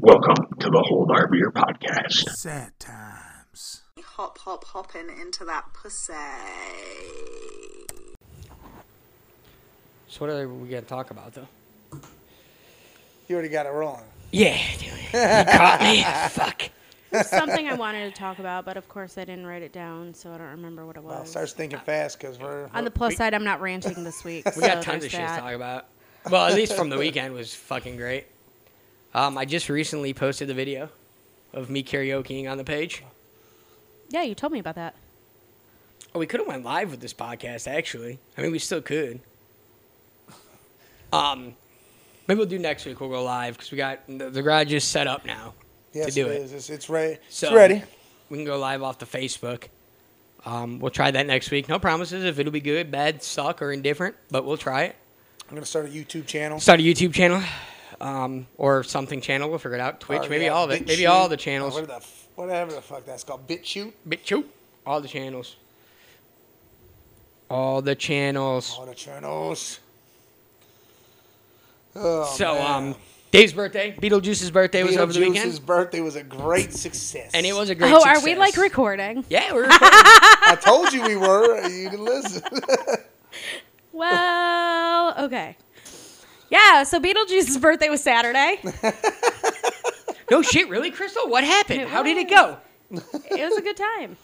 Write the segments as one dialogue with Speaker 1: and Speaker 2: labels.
Speaker 1: Welcome to the Hold Our Beer podcast.
Speaker 2: Sad times.
Speaker 3: Hop, hop, hopping into that pussy.
Speaker 4: So what are we gonna talk about though?
Speaker 2: You already got it rolling.
Speaker 4: Yeah, dude. You caught me. Fuck.
Speaker 5: something I wanted to talk about, but of course I didn't write it down, so I don't remember what it
Speaker 2: Well, it
Speaker 5: was.
Speaker 2: starts thinking fast because we're
Speaker 5: On the plus side, I'm not ranching this week.
Speaker 4: We got
Speaker 5: so
Speaker 4: tons
Speaker 5: there's
Speaker 4: of shit to
Speaker 5: that.
Speaker 4: talk about. Well, at least from the weekend was fucking great. Um, I just recently posted the video of me karaokeing on the page.
Speaker 5: Yeah, you told me about that.
Speaker 4: Oh, we could have went live with this podcast actually. I mean, we still could. Um, maybe we'll do next week. We'll go live because we got the, the garage is set up now
Speaker 2: yes,
Speaker 4: to do
Speaker 2: it
Speaker 4: it.
Speaker 2: is. It's, it's ready.
Speaker 4: So-
Speaker 2: it's ready.
Speaker 4: We can go live off the Facebook. Um, we'll try that next week. No promises if it'll be good, bad, suck, or indifferent, but we'll try it.
Speaker 2: I'm gonna start a YouTube channel.
Speaker 4: start a YouTube channel um, or something channel. We'll figure it out. Twitch,
Speaker 2: Or,
Speaker 4: maybe
Speaker 2: Oh, yeah,
Speaker 4: all of it. Maybe
Speaker 2: BitChute.
Speaker 4: all the
Speaker 2: Or
Speaker 4: channels.
Speaker 2: What the f- whatever the fuck that's called. BitChute.
Speaker 4: BitChute. All the channels. All the channels.
Speaker 2: All the channels. Oh,
Speaker 4: so,
Speaker 2: man.
Speaker 4: um, Dave's birthday, Beetlejuice's birthday was over the
Speaker 2: Beetlejuice's
Speaker 4: weekend,
Speaker 2: birthday was a great success.
Speaker 4: and it was a great.
Speaker 5: Oh, are we
Speaker 4: success.
Speaker 5: like recording?
Speaker 4: Yeah, we're recording.
Speaker 2: I told you we were. You can listen.
Speaker 5: Well, okay. Yeah, so Beetlejuice's birthday was Saturday.
Speaker 4: no shit, really, Crystal. What happened?
Speaker 5: It
Speaker 4: How did it
Speaker 5: was.
Speaker 4: go?
Speaker 5: It was a good time.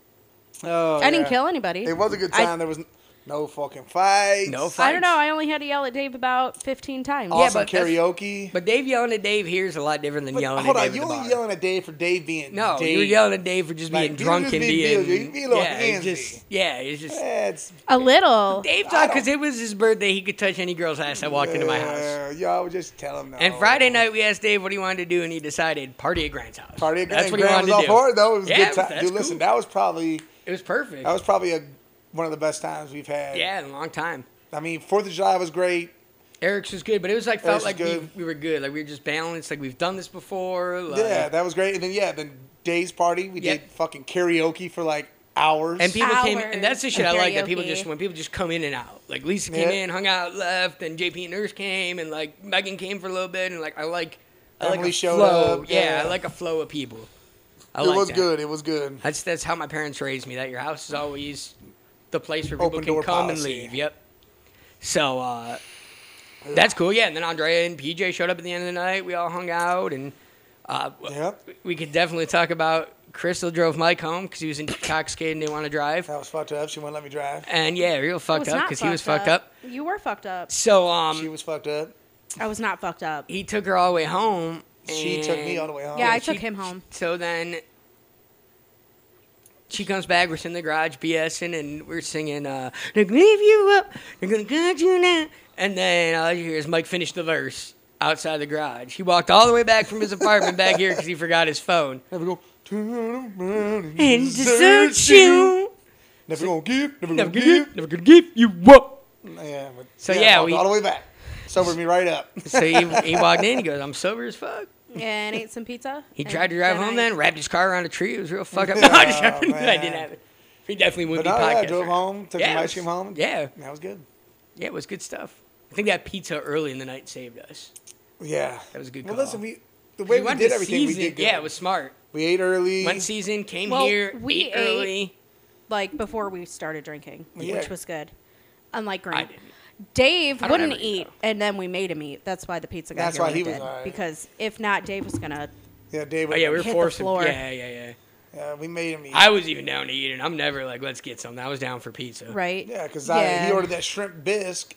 Speaker 2: oh,
Speaker 5: I didn't
Speaker 2: yeah.
Speaker 5: kill anybody.
Speaker 2: It was a good
Speaker 5: I-
Speaker 2: time. there was no fucking fights.
Speaker 4: No fight.
Speaker 5: I don't know. I only had to yell at Dave about 15 times.
Speaker 4: Yeah,
Speaker 2: Awesome
Speaker 4: but that's-
Speaker 2: karaoke.
Speaker 4: But Dave yelling at Dave here is a lot different than
Speaker 2: But
Speaker 4: yelling
Speaker 2: hold
Speaker 4: at
Speaker 2: on,
Speaker 4: Dave.
Speaker 2: you
Speaker 4: at the
Speaker 2: only
Speaker 4: bar.
Speaker 2: yelling at Dave for Dave being
Speaker 4: No,
Speaker 2: Dave.
Speaker 4: you were yelling at Dave for just
Speaker 2: Like,
Speaker 4: being drunk
Speaker 2: Beetlejuice
Speaker 4: and
Speaker 2: being
Speaker 4: being.
Speaker 2: Beetlejuice, you be a little
Speaker 4: yeah, it
Speaker 2: handsy.
Speaker 4: just yeah, it's just
Speaker 2: That's
Speaker 5: A little.
Speaker 4: Dave
Speaker 2: I
Speaker 4: thought
Speaker 2: don't-
Speaker 4: because it was his birthday, he could touch any girl's ass that walked into my house.
Speaker 2: Yeah, yeah, I would just tell him. No.
Speaker 4: And Friday night, we asked Dave what he wanted to do, and he decided party at Grant's house.
Speaker 2: party.
Speaker 4: That's
Speaker 2: and
Speaker 4: what
Speaker 2: Graham
Speaker 4: he wanted
Speaker 2: was all
Speaker 4: to do.
Speaker 2: for it. Though it was a
Speaker 4: Yeah,
Speaker 2: good time.
Speaker 4: that's
Speaker 2: Dude, listen,
Speaker 4: cool.
Speaker 2: that was probably
Speaker 4: It was perfect.
Speaker 2: that was probably a, one of the best times we've had.
Speaker 4: yeah, in a long time.
Speaker 2: I mean, Fourth of July was great.
Speaker 4: Eric's was good, but it was like felt
Speaker 2: Eric's
Speaker 4: like
Speaker 2: was
Speaker 4: we,
Speaker 2: good.
Speaker 4: we were good. Like we were just balanced. Like we've done this before. Like,
Speaker 2: yeah, that was great. And then yeah, then Dave's party. We
Speaker 4: Yep.
Speaker 2: did fucking karaoke for like hours.
Speaker 4: and people came, and that's the
Speaker 5: Hours
Speaker 4: shit I
Speaker 5: of
Speaker 4: like that people
Speaker 5: karaoke.
Speaker 4: just when people just come in and out. Like Lisa came
Speaker 2: Yeah.
Speaker 4: in, hung out, left, and JP and Nurse came, and like Megan came for a little bit, and like I like, I like
Speaker 2: Emily
Speaker 4: a
Speaker 2: showed
Speaker 4: flow.
Speaker 2: up,
Speaker 4: Yeah,
Speaker 2: yeah.
Speaker 4: I like a flow of people. I
Speaker 2: it
Speaker 4: like
Speaker 2: was
Speaker 4: that.
Speaker 2: good. It was good.
Speaker 4: That's that's how my parents raised me. That your house is always the place where people
Speaker 2: Open
Speaker 4: can
Speaker 2: door
Speaker 4: come and
Speaker 2: policy.
Speaker 4: leave. Yep. So uh, that's cool. Yeah, and then Andrea and PJ showed up at the end of the night. We all hung out, and uh, w-
Speaker 2: Yep,
Speaker 4: we could definitely talk about. Crystal drove Mike home because he was intoxicated and didn't want to drive.
Speaker 2: that was fucked up. She wouldn't let me drive.
Speaker 4: And yeah, real
Speaker 5: I
Speaker 4: fucked
Speaker 5: was
Speaker 4: up
Speaker 5: not
Speaker 4: because he was Oh, fucked up.
Speaker 5: You were fucked up.
Speaker 4: So
Speaker 2: She
Speaker 4: um,
Speaker 2: was fucked up.
Speaker 5: I was not fucked up.
Speaker 4: he took her all the way home.
Speaker 2: She took me
Speaker 4: and-
Speaker 2: all the way home.
Speaker 5: Yeah, I
Speaker 4: she-
Speaker 5: took him home.
Speaker 4: So then she comes back, we're sitting in the garage BSing, and we're singing, uh, They're gonna leave you up, they're gonna cut you now. And then all you hear is Mike finish the verse outside the garage. He walked all the way back from his apartment back here because he forgot his phone.
Speaker 2: Never go. Turn around and,
Speaker 4: And
Speaker 2: desert
Speaker 4: desert you.
Speaker 2: Never gonna give.
Speaker 4: Never
Speaker 2: Never, gonna
Speaker 4: gonna
Speaker 2: give.
Speaker 4: give, never gonna give you up.
Speaker 2: Yeah, but,
Speaker 4: So, yeah,
Speaker 2: walked
Speaker 4: we-
Speaker 2: all the way back. Sobered me right up.
Speaker 4: So he, he walked in, he goes, I'm sober as fuck.
Speaker 5: and ate some pizza.
Speaker 4: He
Speaker 5: and
Speaker 4: tried to drive home
Speaker 5: I-
Speaker 4: then, wrapped his car around a tree. It was real fucked up. No, I, just,
Speaker 2: Oh,
Speaker 4: I didn't
Speaker 2: man.
Speaker 4: have it. He definitely
Speaker 2: But
Speaker 4: wouldn't
Speaker 2: no,
Speaker 4: be
Speaker 2: yeah,
Speaker 4: podcasting.
Speaker 2: I drove home, took
Speaker 4: Yeah,
Speaker 2: some
Speaker 4: it
Speaker 2: ice cream
Speaker 4: was-
Speaker 2: home.
Speaker 4: Yeah.
Speaker 2: that was good.
Speaker 4: Yeah, it was good stuff. I think that pizza early in the night saved us.
Speaker 2: Yeah,
Speaker 4: That was a good
Speaker 2: Well,
Speaker 4: call.
Speaker 2: listen, we the way we,
Speaker 4: went
Speaker 2: did
Speaker 4: to
Speaker 2: everything,
Speaker 4: season-
Speaker 2: we did good.
Speaker 4: Yeah, it was smart.
Speaker 2: We ate early.
Speaker 4: Went season, came
Speaker 5: Well,
Speaker 4: here,
Speaker 5: we
Speaker 4: ate
Speaker 5: ate-
Speaker 4: early.
Speaker 5: like before we started drinking,
Speaker 2: Yeah.
Speaker 5: which was good. Unlike
Speaker 4: I
Speaker 5: Grant,
Speaker 4: didn't.
Speaker 5: Dave
Speaker 4: I don't
Speaker 5: wouldn't
Speaker 4: ever eat,
Speaker 5: eat, and then we made him eat. That's why the pizza guy.
Speaker 2: That's why he was alright.
Speaker 5: because if not, Dave was gonna.
Speaker 2: yeah, Dave.
Speaker 4: Oh yeah, we were
Speaker 5: hit the
Speaker 4: forced. to-
Speaker 5: floor.
Speaker 4: Yeah, yeah, yeah.
Speaker 2: yeah, we made him eat.
Speaker 4: I was even down to eat, and I'm never like, let's get something. I was down for pizza.
Speaker 5: Right?
Speaker 2: yeah, because I he
Speaker 5: Yeah.
Speaker 2: ordered that shrimp bisque.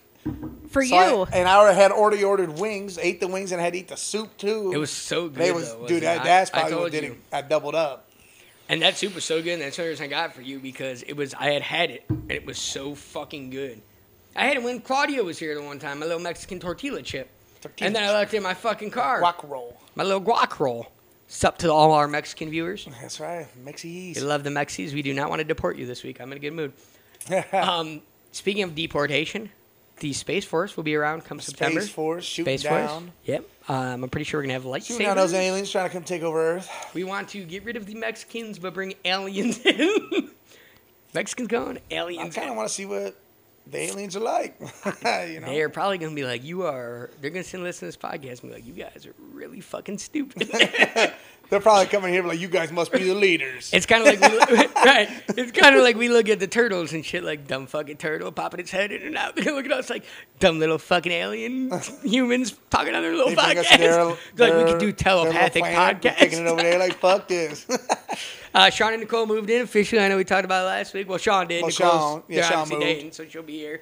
Speaker 5: for
Speaker 2: so I-
Speaker 5: you.
Speaker 2: and I already had already ordered wings, ate the wings, and had to eat the soup too.
Speaker 4: It was so good.
Speaker 2: They was
Speaker 4: though, wasn't it?
Speaker 2: dude. That, that's
Speaker 4: I, I
Speaker 2: probably what
Speaker 4: told
Speaker 2: did
Speaker 4: you.
Speaker 2: it. I doubled up.
Speaker 4: And that soup was so good, and that's the only reason I got it for you because it was I had had it, and it was so fucking good. I had it when Claudio was here the one time, my little Mexican tortilla chip,
Speaker 2: Tortilla
Speaker 4: and then I
Speaker 2: chip.
Speaker 4: left it in my fucking car,
Speaker 2: Guac roll.
Speaker 4: my little guac roll. Sup to all our Mexican viewers.
Speaker 2: That's right. Mexi
Speaker 4: We love the Mexis. We do not want to deport you this week. I'm in a good mood. um, speaking of deportation, the Space Force will be around come September.
Speaker 2: Space Force shooting
Speaker 4: Space Force.
Speaker 2: down.
Speaker 4: Yep. Um, I'm pretty sure we're gonna have
Speaker 2: Shooting down those
Speaker 4: lightsabers.
Speaker 2: aliens trying to come take over Earth.
Speaker 4: We want to get rid of the Mexicans, but bring aliens in. Mexicans gone,
Speaker 2: I
Speaker 4: aliens.
Speaker 2: kind of
Speaker 4: in.
Speaker 2: want to see what the aliens are like. you know,
Speaker 4: They are probably gonna be like, you are. They're gonna send listen to this podcast and be like, you guys are really fucking stupid.
Speaker 2: they're probably coming here like, you guys must be the leaders.
Speaker 4: it's kind of like, we, look- right? It's kind of like we look at the turtles and shit, like dumb fucking turtle popping its head in and out. They're gonna look at us like dumb little fucking alien humans talking on their little
Speaker 2: They bring us
Speaker 4: podcast.
Speaker 2: their-
Speaker 4: like we
Speaker 2: their-
Speaker 4: could do
Speaker 2: their little
Speaker 4: telepathic
Speaker 2: planet, we're Taking it
Speaker 4: podcasts.
Speaker 2: over there like fuck this.
Speaker 4: Uh, Sean and Nicole moved in officially. I know we talked about it last week. Well, Sean did.
Speaker 2: Well,
Speaker 4: Nicole's,
Speaker 2: Sean- yeah,
Speaker 4: they're
Speaker 2: Sean
Speaker 4: obviously
Speaker 2: moved.
Speaker 4: dating, so she'll be here.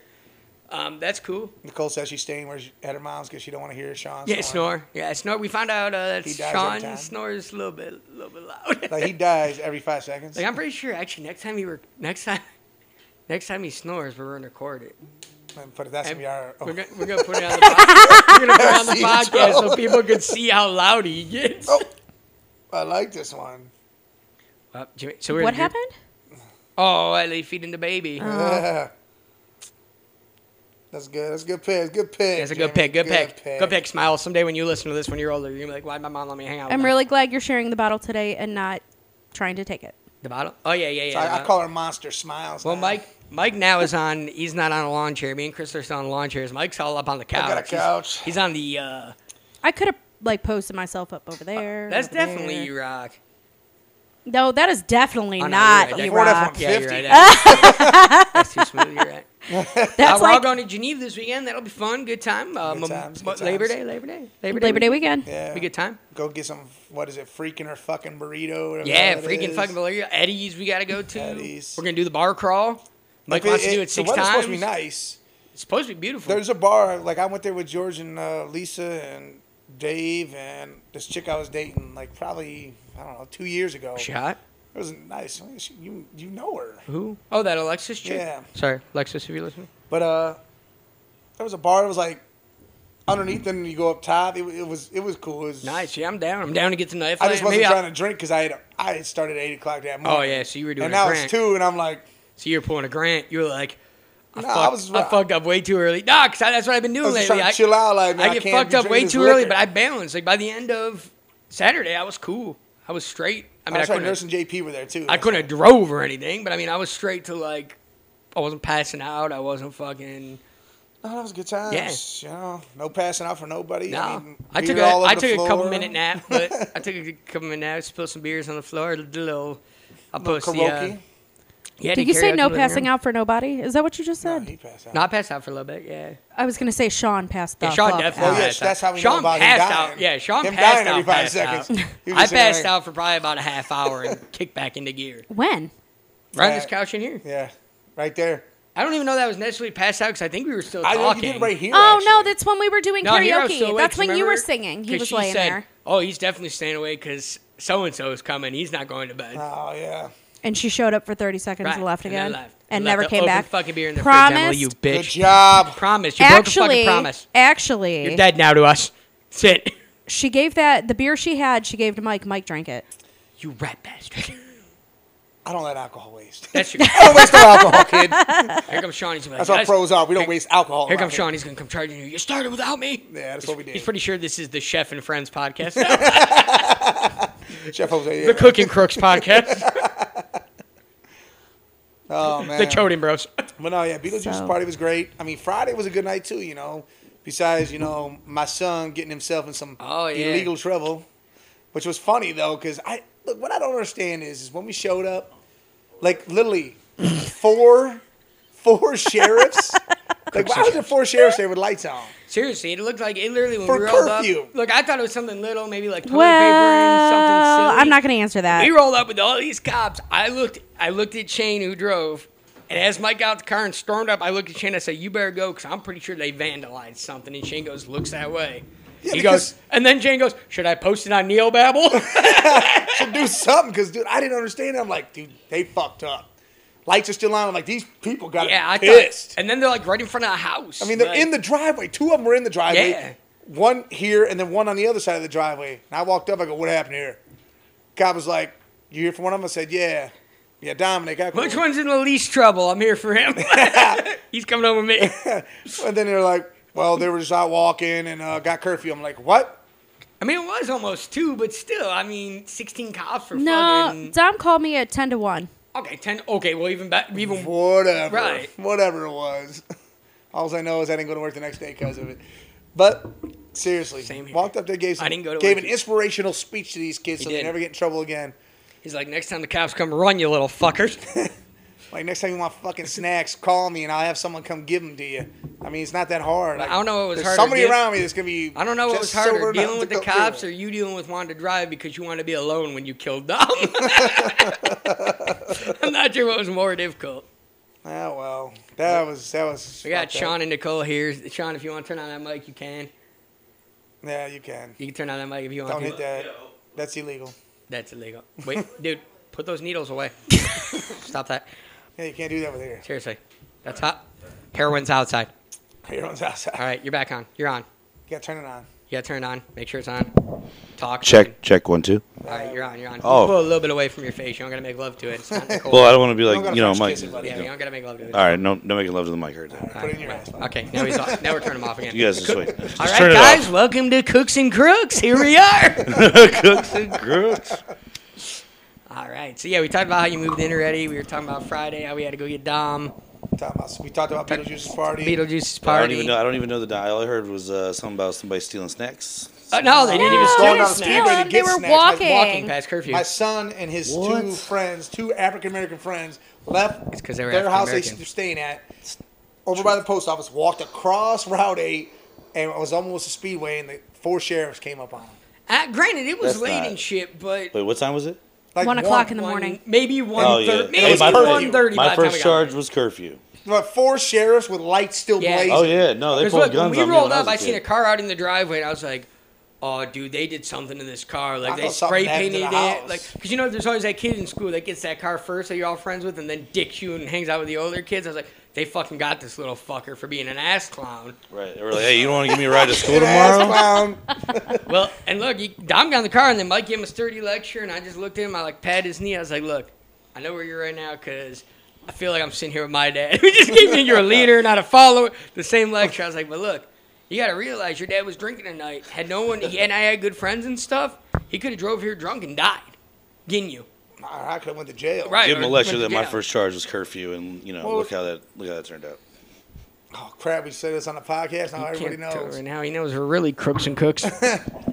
Speaker 4: Um, that's cool.
Speaker 2: Nicole says she's staying where she, at her mom's because she don't want to hear Sean.
Speaker 4: Yeah, snore. Yeah, snore. We found out uh, that
Speaker 2: He dies every
Speaker 4: Sean
Speaker 2: time.
Speaker 4: snores a little bit, a little bit loud.
Speaker 2: Like he dies every five seconds.
Speaker 4: Like I'm pretty sure actually next time he were next time next time he snores we're gonna record it.
Speaker 2: And put it- that's gonna
Speaker 4: And
Speaker 2: be our. Oh,
Speaker 4: we're, gonna, we're gonna put it on the podcast. we're gonna put it on the podcast so people can see how loud he gets.
Speaker 2: Oh. I like this one.
Speaker 4: Uh, Jimmy- so we're
Speaker 5: what
Speaker 4: gonna do-
Speaker 5: happened?
Speaker 4: Oh,
Speaker 5: Oh.
Speaker 4: I lay feeding the baby. Uh-huh.
Speaker 2: Yeah. That's good. That's a good pick. Good pick.
Speaker 4: That's a good
Speaker 2: Jimmy.
Speaker 4: pick. Good, pick. Good pick. Smile. Someday when you listen to this when you're older, you're gonna be like, "Why'd my mom let me hang out?" with
Speaker 5: I'm
Speaker 4: her?"
Speaker 5: really glad you're sharing the bottle today and not trying to take it.
Speaker 4: the bottle. Oh yeah, yeah, yeah.
Speaker 2: So I, I
Speaker 4: Uh,
Speaker 2: call her Monster Smiles.
Speaker 4: Well,
Speaker 2: now.
Speaker 4: Mike, Mike now is on. He's not on a lawn chair. Me and Chris are still on lawn chairs. Mike's all up on the couch.
Speaker 2: got a
Speaker 4: He's-
Speaker 2: couch.
Speaker 4: He's, on the. Uh,
Speaker 5: I could have like posted myself up over there.
Speaker 4: that's
Speaker 5: over there.
Speaker 4: definitely you, Rock.
Speaker 5: No, that is definitely
Speaker 4: Oh, no,
Speaker 5: not
Speaker 4: you're right.
Speaker 5: you
Speaker 2: Ford
Speaker 5: rock.
Speaker 2: F-150.
Speaker 4: Yeah, you're right. That's, that's too smooth. You're right. Uh,
Speaker 5: That's
Speaker 4: we're all
Speaker 5: like
Speaker 4: going to Geneva this weekend. That'll be fun. Good time. Uh,
Speaker 2: Good
Speaker 4: Mem-
Speaker 2: times, good
Speaker 4: what- Labor
Speaker 2: times.
Speaker 4: Day. Labor Day. Labor Day.
Speaker 5: Labor Day weekend.
Speaker 2: Yeah.
Speaker 4: Be good time.
Speaker 2: Go get some. What is it? Freaking or fucking burrito? whatever
Speaker 4: Yeah,
Speaker 2: the hell it
Speaker 4: freaking
Speaker 2: is.
Speaker 4: fucking Valeria. Eddie's. We gotta go to.
Speaker 2: Eddie's.
Speaker 4: We're gonna do the bar crawl. Mike
Speaker 2: Like,
Speaker 4: wants to do it
Speaker 2: the
Speaker 4: six
Speaker 2: weather's
Speaker 4: times.
Speaker 2: supposed to be nice.
Speaker 4: It's supposed to be beautiful.
Speaker 2: There's a bar. Like I went there with George and uh, Lisa and Dave and this chick I was dating. Like probably I don't know two years ago.
Speaker 4: shot.
Speaker 2: It was nice. She- You you know her.
Speaker 4: Who? Oh, that Alexis chick.
Speaker 2: Yeah.
Speaker 4: Sorry, Alexis, if you're listening.
Speaker 2: But uh, there was a bar. It was like underneath, and you go up top. It, wa- it was it was cool. It was,
Speaker 4: Nice. Yeah, I'm down. I'm down to get to know.
Speaker 2: I just wasn't
Speaker 4: Maybe I'll-
Speaker 2: trying to drink because I had I had started at eight o'clock that morning.
Speaker 4: Oh yeah, so you were doing.
Speaker 2: and
Speaker 4: a
Speaker 2: now
Speaker 4: grant.
Speaker 2: it's two, and I'm like,
Speaker 4: So you're pulling a grant. You were like, I,
Speaker 2: Nah, I
Speaker 4: fucked,
Speaker 2: was-
Speaker 4: I fucked up way too early. Nah, 'cause I, that's what I've been
Speaker 2: I
Speaker 4: doing
Speaker 2: was just
Speaker 4: lately.
Speaker 2: trying to
Speaker 4: I,
Speaker 2: chill out. Like, man,
Speaker 4: I get
Speaker 2: can't
Speaker 4: fucked
Speaker 2: be
Speaker 4: up way
Speaker 2: drinking
Speaker 4: too
Speaker 2: this
Speaker 4: early,
Speaker 2: liquor.
Speaker 4: but I balanced. Like by the end of Saturday, I was cool. I was straight. I mean, I
Speaker 2: that's right.
Speaker 4: couldn't.
Speaker 2: Nurse and JP were there too.
Speaker 4: I couldn't have drove or anything, but I mean, I was straight to like, I wasn't passing out. I wasn't fucking.
Speaker 2: No, that was good times. You know, no passing out for nobody.
Speaker 4: No,
Speaker 2: I,
Speaker 4: I,
Speaker 2: mean,
Speaker 4: took
Speaker 2: beer
Speaker 4: a,
Speaker 2: all over
Speaker 4: I
Speaker 2: the
Speaker 4: took a couple
Speaker 2: floor.
Speaker 4: minute nap, but I took a couple minute nap, spilled some beers on the floor, did a little. I'll post the.
Speaker 2: Karaoke.
Speaker 4: Uh, yeah,
Speaker 5: Did
Speaker 4: did
Speaker 5: you say
Speaker 4: karaoke
Speaker 5: no
Speaker 4: in the living
Speaker 5: passing
Speaker 4: room.
Speaker 5: out for nobody? Is that what you just
Speaker 2: No,
Speaker 5: said?
Speaker 2: he passed out.
Speaker 4: No, I passed out for a little bit. Yeah.
Speaker 5: I was gonna say Sean passed the
Speaker 4: Yeah, Sean
Speaker 5: fuck
Speaker 4: definitely
Speaker 5: out.
Speaker 2: Oh, yeah,
Speaker 4: passed
Speaker 2: that's
Speaker 4: out.
Speaker 2: how we know
Speaker 4: Sean
Speaker 2: about him
Speaker 4: passed
Speaker 2: dying.
Speaker 4: out. Yeah, Sean
Speaker 2: Him
Speaker 4: passed
Speaker 2: dying every
Speaker 4: out.
Speaker 2: five
Speaker 4: passed
Speaker 2: seconds.
Speaker 4: out.
Speaker 2: He was
Speaker 4: I
Speaker 2: sitting
Speaker 4: passed
Speaker 2: there.
Speaker 4: out for probably about a half hour and kicked back into gear.
Speaker 5: When?
Speaker 4: Right on
Speaker 2: Yeah.
Speaker 4: this couch in here.
Speaker 2: Yeah, right there.
Speaker 4: I don't even know that was necessarily passed out because I think we were still
Speaker 2: I
Speaker 4: talking.
Speaker 2: know you did right here.
Speaker 5: Oh no,
Speaker 2: actually.
Speaker 5: that's when we were doing
Speaker 4: No, here I was
Speaker 5: karaoke.
Speaker 4: still awake,
Speaker 5: that's
Speaker 4: 'cause
Speaker 5: when you were
Speaker 4: remember-
Speaker 5: singing. He
Speaker 4: 'cause
Speaker 5: was
Speaker 4: she
Speaker 5: laying
Speaker 4: said,
Speaker 5: there,
Speaker 4: Oh, he's definitely staying away because so and so is coming. He's not going to bed.
Speaker 2: Oh yeah.
Speaker 5: and she showed up for thirty seconds
Speaker 4: Right,
Speaker 5: and Uh, left
Speaker 4: and then
Speaker 5: again,
Speaker 4: left.
Speaker 5: and
Speaker 4: And
Speaker 5: never
Speaker 4: left the
Speaker 5: came
Speaker 4: open
Speaker 5: back.
Speaker 4: fucking beer in the fridge, Emily,
Speaker 5: Promised.
Speaker 4: you bitch.
Speaker 2: Good job.
Speaker 4: Promise. You broke the
Speaker 5: actually,
Speaker 4: fucking promise.
Speaker 5: actually,
Speaker 4: You're dead now to us. Sit.
Speaker 5: she gave that the beer she had. She gave to Mike. Mike drank it.
Speaker 4: You rat bastard.
Speaker 2: I don't let alcohol waste.
Speaker 4: That's your.
Speaker 2: I don't waste no alcohol, kid.
Speaker 4: Here comes Sean. He's gonna be like,
Speaker 2: That's our
Speaker 4: "Guys,
Speaker 2: pros are. We don't waste alcohol.
Speaker 4: Here
Speaker 2: around
Speaker 4: comes Sean. He's gonna come charging you. You started without me.
Speaker 2: Yeah, that's what we did.
Speaker 4: He's pretty sure this is the Chef and Friends podcast,
Speaker 2: Chef Jose. yeah.
Speaker 4: the Cooking Crooks podcast,
Speaker 2: Oh man.
Speaker 4: the Chodin Bros.
Speaker 2: But no, yeah, Beetlejuice
Speaker 5: So-
Speaker 2: party was great. I mean, Friday was a good night too. You know, besides you know my son getting himself in some
Speaker 4: Oh, yeah.
Speaker 2: illegal trouble, which was funny though because I look what I don't understand is is when we showed up, like literally four four sheriffs. like why was there four sheriffs there with lights on?
Speaker 4: Seriously, it looked like it literally when
Speaker 2: For
Speaker 4: we rolled
Speaker 2: curfew.
Speaker 4: up. Look, I thought it was something little, maybe like toilet paper and something
Speaker 5: Well,
Speaker 4: silly.
Speaker 5: I'm not gonna answer that.
Speaker 4: We rolled up with all these cops. I looked. I looked at Shane who drove, and as Mike got out the car and stormed up, I looked at Shane. I said, "You better go, because I'm pretty sure they vandalized something." And Shane goes, "Looks that way."
Speaker 2: Yeah,
Speaker 4: he
Speaker 2: because-
Speaker 4: goes, and then Shane goes, "Should I post it on NeoBabble?"
Speaker 2: to do something because dude, I didn't understand. it. I'm like, dude, they fucked up. Lights are still on. I'm like, these people got
Speaker 4: yeah, I
Speaker 2: pissed.
Speaker 4: thought. And then they're like right in front of the house.
Speaker 2: I mean, they're in the driveway. Two of them were in the driveway.
Speaker 4: Yeah.
Speaker 2: One here and then one on the other side of the driveway. And I walked up. I go, "What happened here?" Cop was like, "You here for one of them?" I said, "Yeah, yeah, Dominic." I go,
Speaker 4: Which one's in the least trouble? I'm here for him. He's coming over me.
Speaker 2: And then they're like, "Well, they were just out walking and uh, got curfew." I'm like, "What?"
Speaker 4: I mean, it was almost two, but still, I mean, 16 cops for
Speaker 5: no,
Speaker 4: fucking.
Speaker 5: Dom called me at ten to one.
Speaker 4: Okay, 10. Okay, well, even better. Even
Speaker 2: Whatever.
Speaker 4: Right.
Speaker 2: Whatever it was. All I know is I didn't go to work the next day because of it. But seriously,
Speaker 4: Same here.
Speaker 2: walked up there, gave some,
Speaker 4: I didn't go to
Speaker 2: gave
Speaker 4: work.
Speaker 2: an inspirational speech to these kids
Speaker 4: He
Speaker 2: so
Speaker 4: did.
Speaker 2: they never get in trouble again.
Speaker 4: He's like, next time the cops come, run, you little fuckers.
Speaker 2: Like next time you want fucking snacks, call me and I'll have someone come give them to you. I mean, it's not that hard.
Speaker 4: I don't know what was
Speaker 2: There's
Speaker 4: harder,
Speaker 2: somebody
Speaker 4: dude.
Speaker 2: around me that's gonna be.
Speaker 4: I don't know what was
Speaker 2: just
Speaker 4: harder,
Speaker 2: sober enough
Speaker 4: dealing
Speaker 2: to
Speaker 4: with the
Speaker 2: go through
Speaker 4: cops
Speaker 2: it.
Speaker 4: or you dealing with wanting to drive because you want to be alone when you killed them. I'm not sure what was more difficult.
Speaker 2: Ah well, that was that was.
Speaker 4: We got
Speaker 2: fucked up.
Speaker 4: Sean and Nicole here. Sean, if you want to turn on that mic, you can.
Speaker 2: Yeah, you can.
Speaker 4: You can turn on that mic if you want
Speaker 2: Don't
Speaker 4: to.
Speaker 2: hit that. That's illegal.
Speaker 4: That's illegal. Wait, dude, put those needles away. Stop that.
Speaker 2: Yeah, you can't do that with here.
Speaker 4: Seriously. That's hot. Heroin's outside.
Speaker 2: Everyone's outside.
Speaker 4: All right, you're back on. You're on.
Speaker 2: You gotta turn it on.
Speaker 4: You got to turn it on. Make sure it's on. Talk.
Speaker 6: Check, check one, two.
Speaker 4: All right, you're on. You're on.
Speaker 6: Oh.
Speaker 4: Pull a little bit away from your face. You don't got to make love to it. It's not Nicole.
Speaker 6: Well, I don't want to be
Speaker 2: I'm
Speaker 6: like,
Speaker 2: gonna
Speaker 6: you know,
Speaker 2: French
Speaker 6: Mike.
Speaker 2: kiss it, buddy.
Speaker 4: yeah, you
Speaker 6: All
Speaker 4: don't got to make love to it.
Speaker 6: right, no, no making love to the mic right there.
Speaker 2: Put it in your ass. bud.
Speaker 4: Okay, now he's off. Now we're turning him off again.
Speaker 6: You guys are sweet. Just
Speaker 4: All right,
Speaker 6: turn it
Speaker 4: guys,
Speaker 6: off.
Speaker 4: welcome to Cooks and Crooks. Here we are.
Speaker 6: Cooks and crooks.
Speaker 4: All right, so yeah, we talked about how you moved in already. We were talking about Friday, how we had to go get Dom,
Speaker 2: Talking about- we talked about Beetlejuice's party.
Speaker 4: Beetlejuice's
Speaker 6: I
Speaker 4: party.
Speaker 6: don't even know. I don't even know the dial. All I heard was uh, something about somebody stealing snacks.
Speaker 4: Uh, no, they didn't
Speaker 5: No,
Speaker 4: even
Speaker 5: they
Speaker 4: start
Speaker 2: were
Speaker 4: snacks.
Speaker 2: stealing. Everybody
Speaker 5: They
Speaker 2: gets
Speaker 5: were
Speaker 2: snacks, like
Speaker 5: walking.
Speaker 4: Walking past curfew.
Speaker 2: My son and his two friends, two African American friends, left
Speaker 4: It's 'cause they were
Speaker 2: their house they
Speaker 4: African-American.
Speaker 2: were staying at over by the post office, walked across Route 8, and it was almost a speedway, and the four sheriffs came up on them.
Speaker 4: Uh, granted, it was
Speaker 6: That's
Speaker 4: late
Speaker 6: not-
Speaker 4: and shit, but
Speaker 6: Wait, what time was it?
Speaker 2: Like
Speaker 5: One o'clock in the
Speaker 4: one-
Speaker 5: morning.
Speaker 4: maybe one
Speaker 6: Oh
Speaker 4: thirty,
Speaker 6: yeah,
Speaker 4: maybe
Speaker 6: my,
Speaker 2: curfew.
Speaker 4: one thirty.
Speaker 6: my
Speaker 4: by
Speaker 6: first
Speaker 4: the time we got
Speaker 6: charge
Speaker 4: there.
Speaker 6: was curfew.
Speaker 2: Like four sheriffs with lights still
Speaker 4: Yeah.
Speaker 2: blazing.
Speaker 6: Oh yeah, no, they
Speaker 4: Because
Speaker 6: pulled
Speaker 4: look,
Speaker 6: guns
Speaker 4: when we
Speaker 6: on me.
Speaker 4: rolled
Speaker 6: when I
Speaker 4: up,
Speaker 6: was
Speaker 4: I seen a
Speaker 6: kid.
Speaker 4: car out in the driveway, and I was like, "Oh, dude, they did something to this car. Like
Speaker 2: I
Speaker 4: they
Speaker 2: thought something
Speaker 4: spray
Speaker 2: happened to
Speaker 4: painted
Speaker 2: the
Speaker 4: it.
Speaker 2: house.
Speaker 4: Like, because you know, there's always that kid in school that gets that car first that you're all friends with, and then dicks you and hangs out with the older kids. I was like, they fucking got this little fucker for being an ass clown.
Speaker 6: Right, they were like, "Hey, you don't want to give me a ride to school
Speaker 2: An ass
Speaker 6: tomorrow?"
Speaker 2: clown.
Speaker 4: well, and look, he, Dom got in the car, and then Mike gave him a sturdy lecture, and I just looked at him. I like pat his knee. I was like, "Look, I know where you're right now, cause I feel like I'm sitting here with my dad, who just gave me you're a leader, not a follower." The same lecture. I was like, "But look, you got to realize your dad was drinking tonight. Had no one, he, and I had good friends and stuff. He could have drove here drunk and died. Getting you
Speaker 2: I could have went to jail.
Speaker 4: right.
Speaker 6: Give him a
Speaker 4: or
Speaker 6: lecture
Speaker 4: went to
Speaker 6: that my
Speaker 4: jail.
Speaker 6: first charge was curfew, and you know,
Speaker 2: Well,
Speaker 6: look how that look how that turned out.
Speaker 2: Oh crap! We said this on the podcast. Now everybody
Speaker 4: Can't tell
Speaker 2: knows.
Speaker 4: right now. He knows we're really crooks and cooks.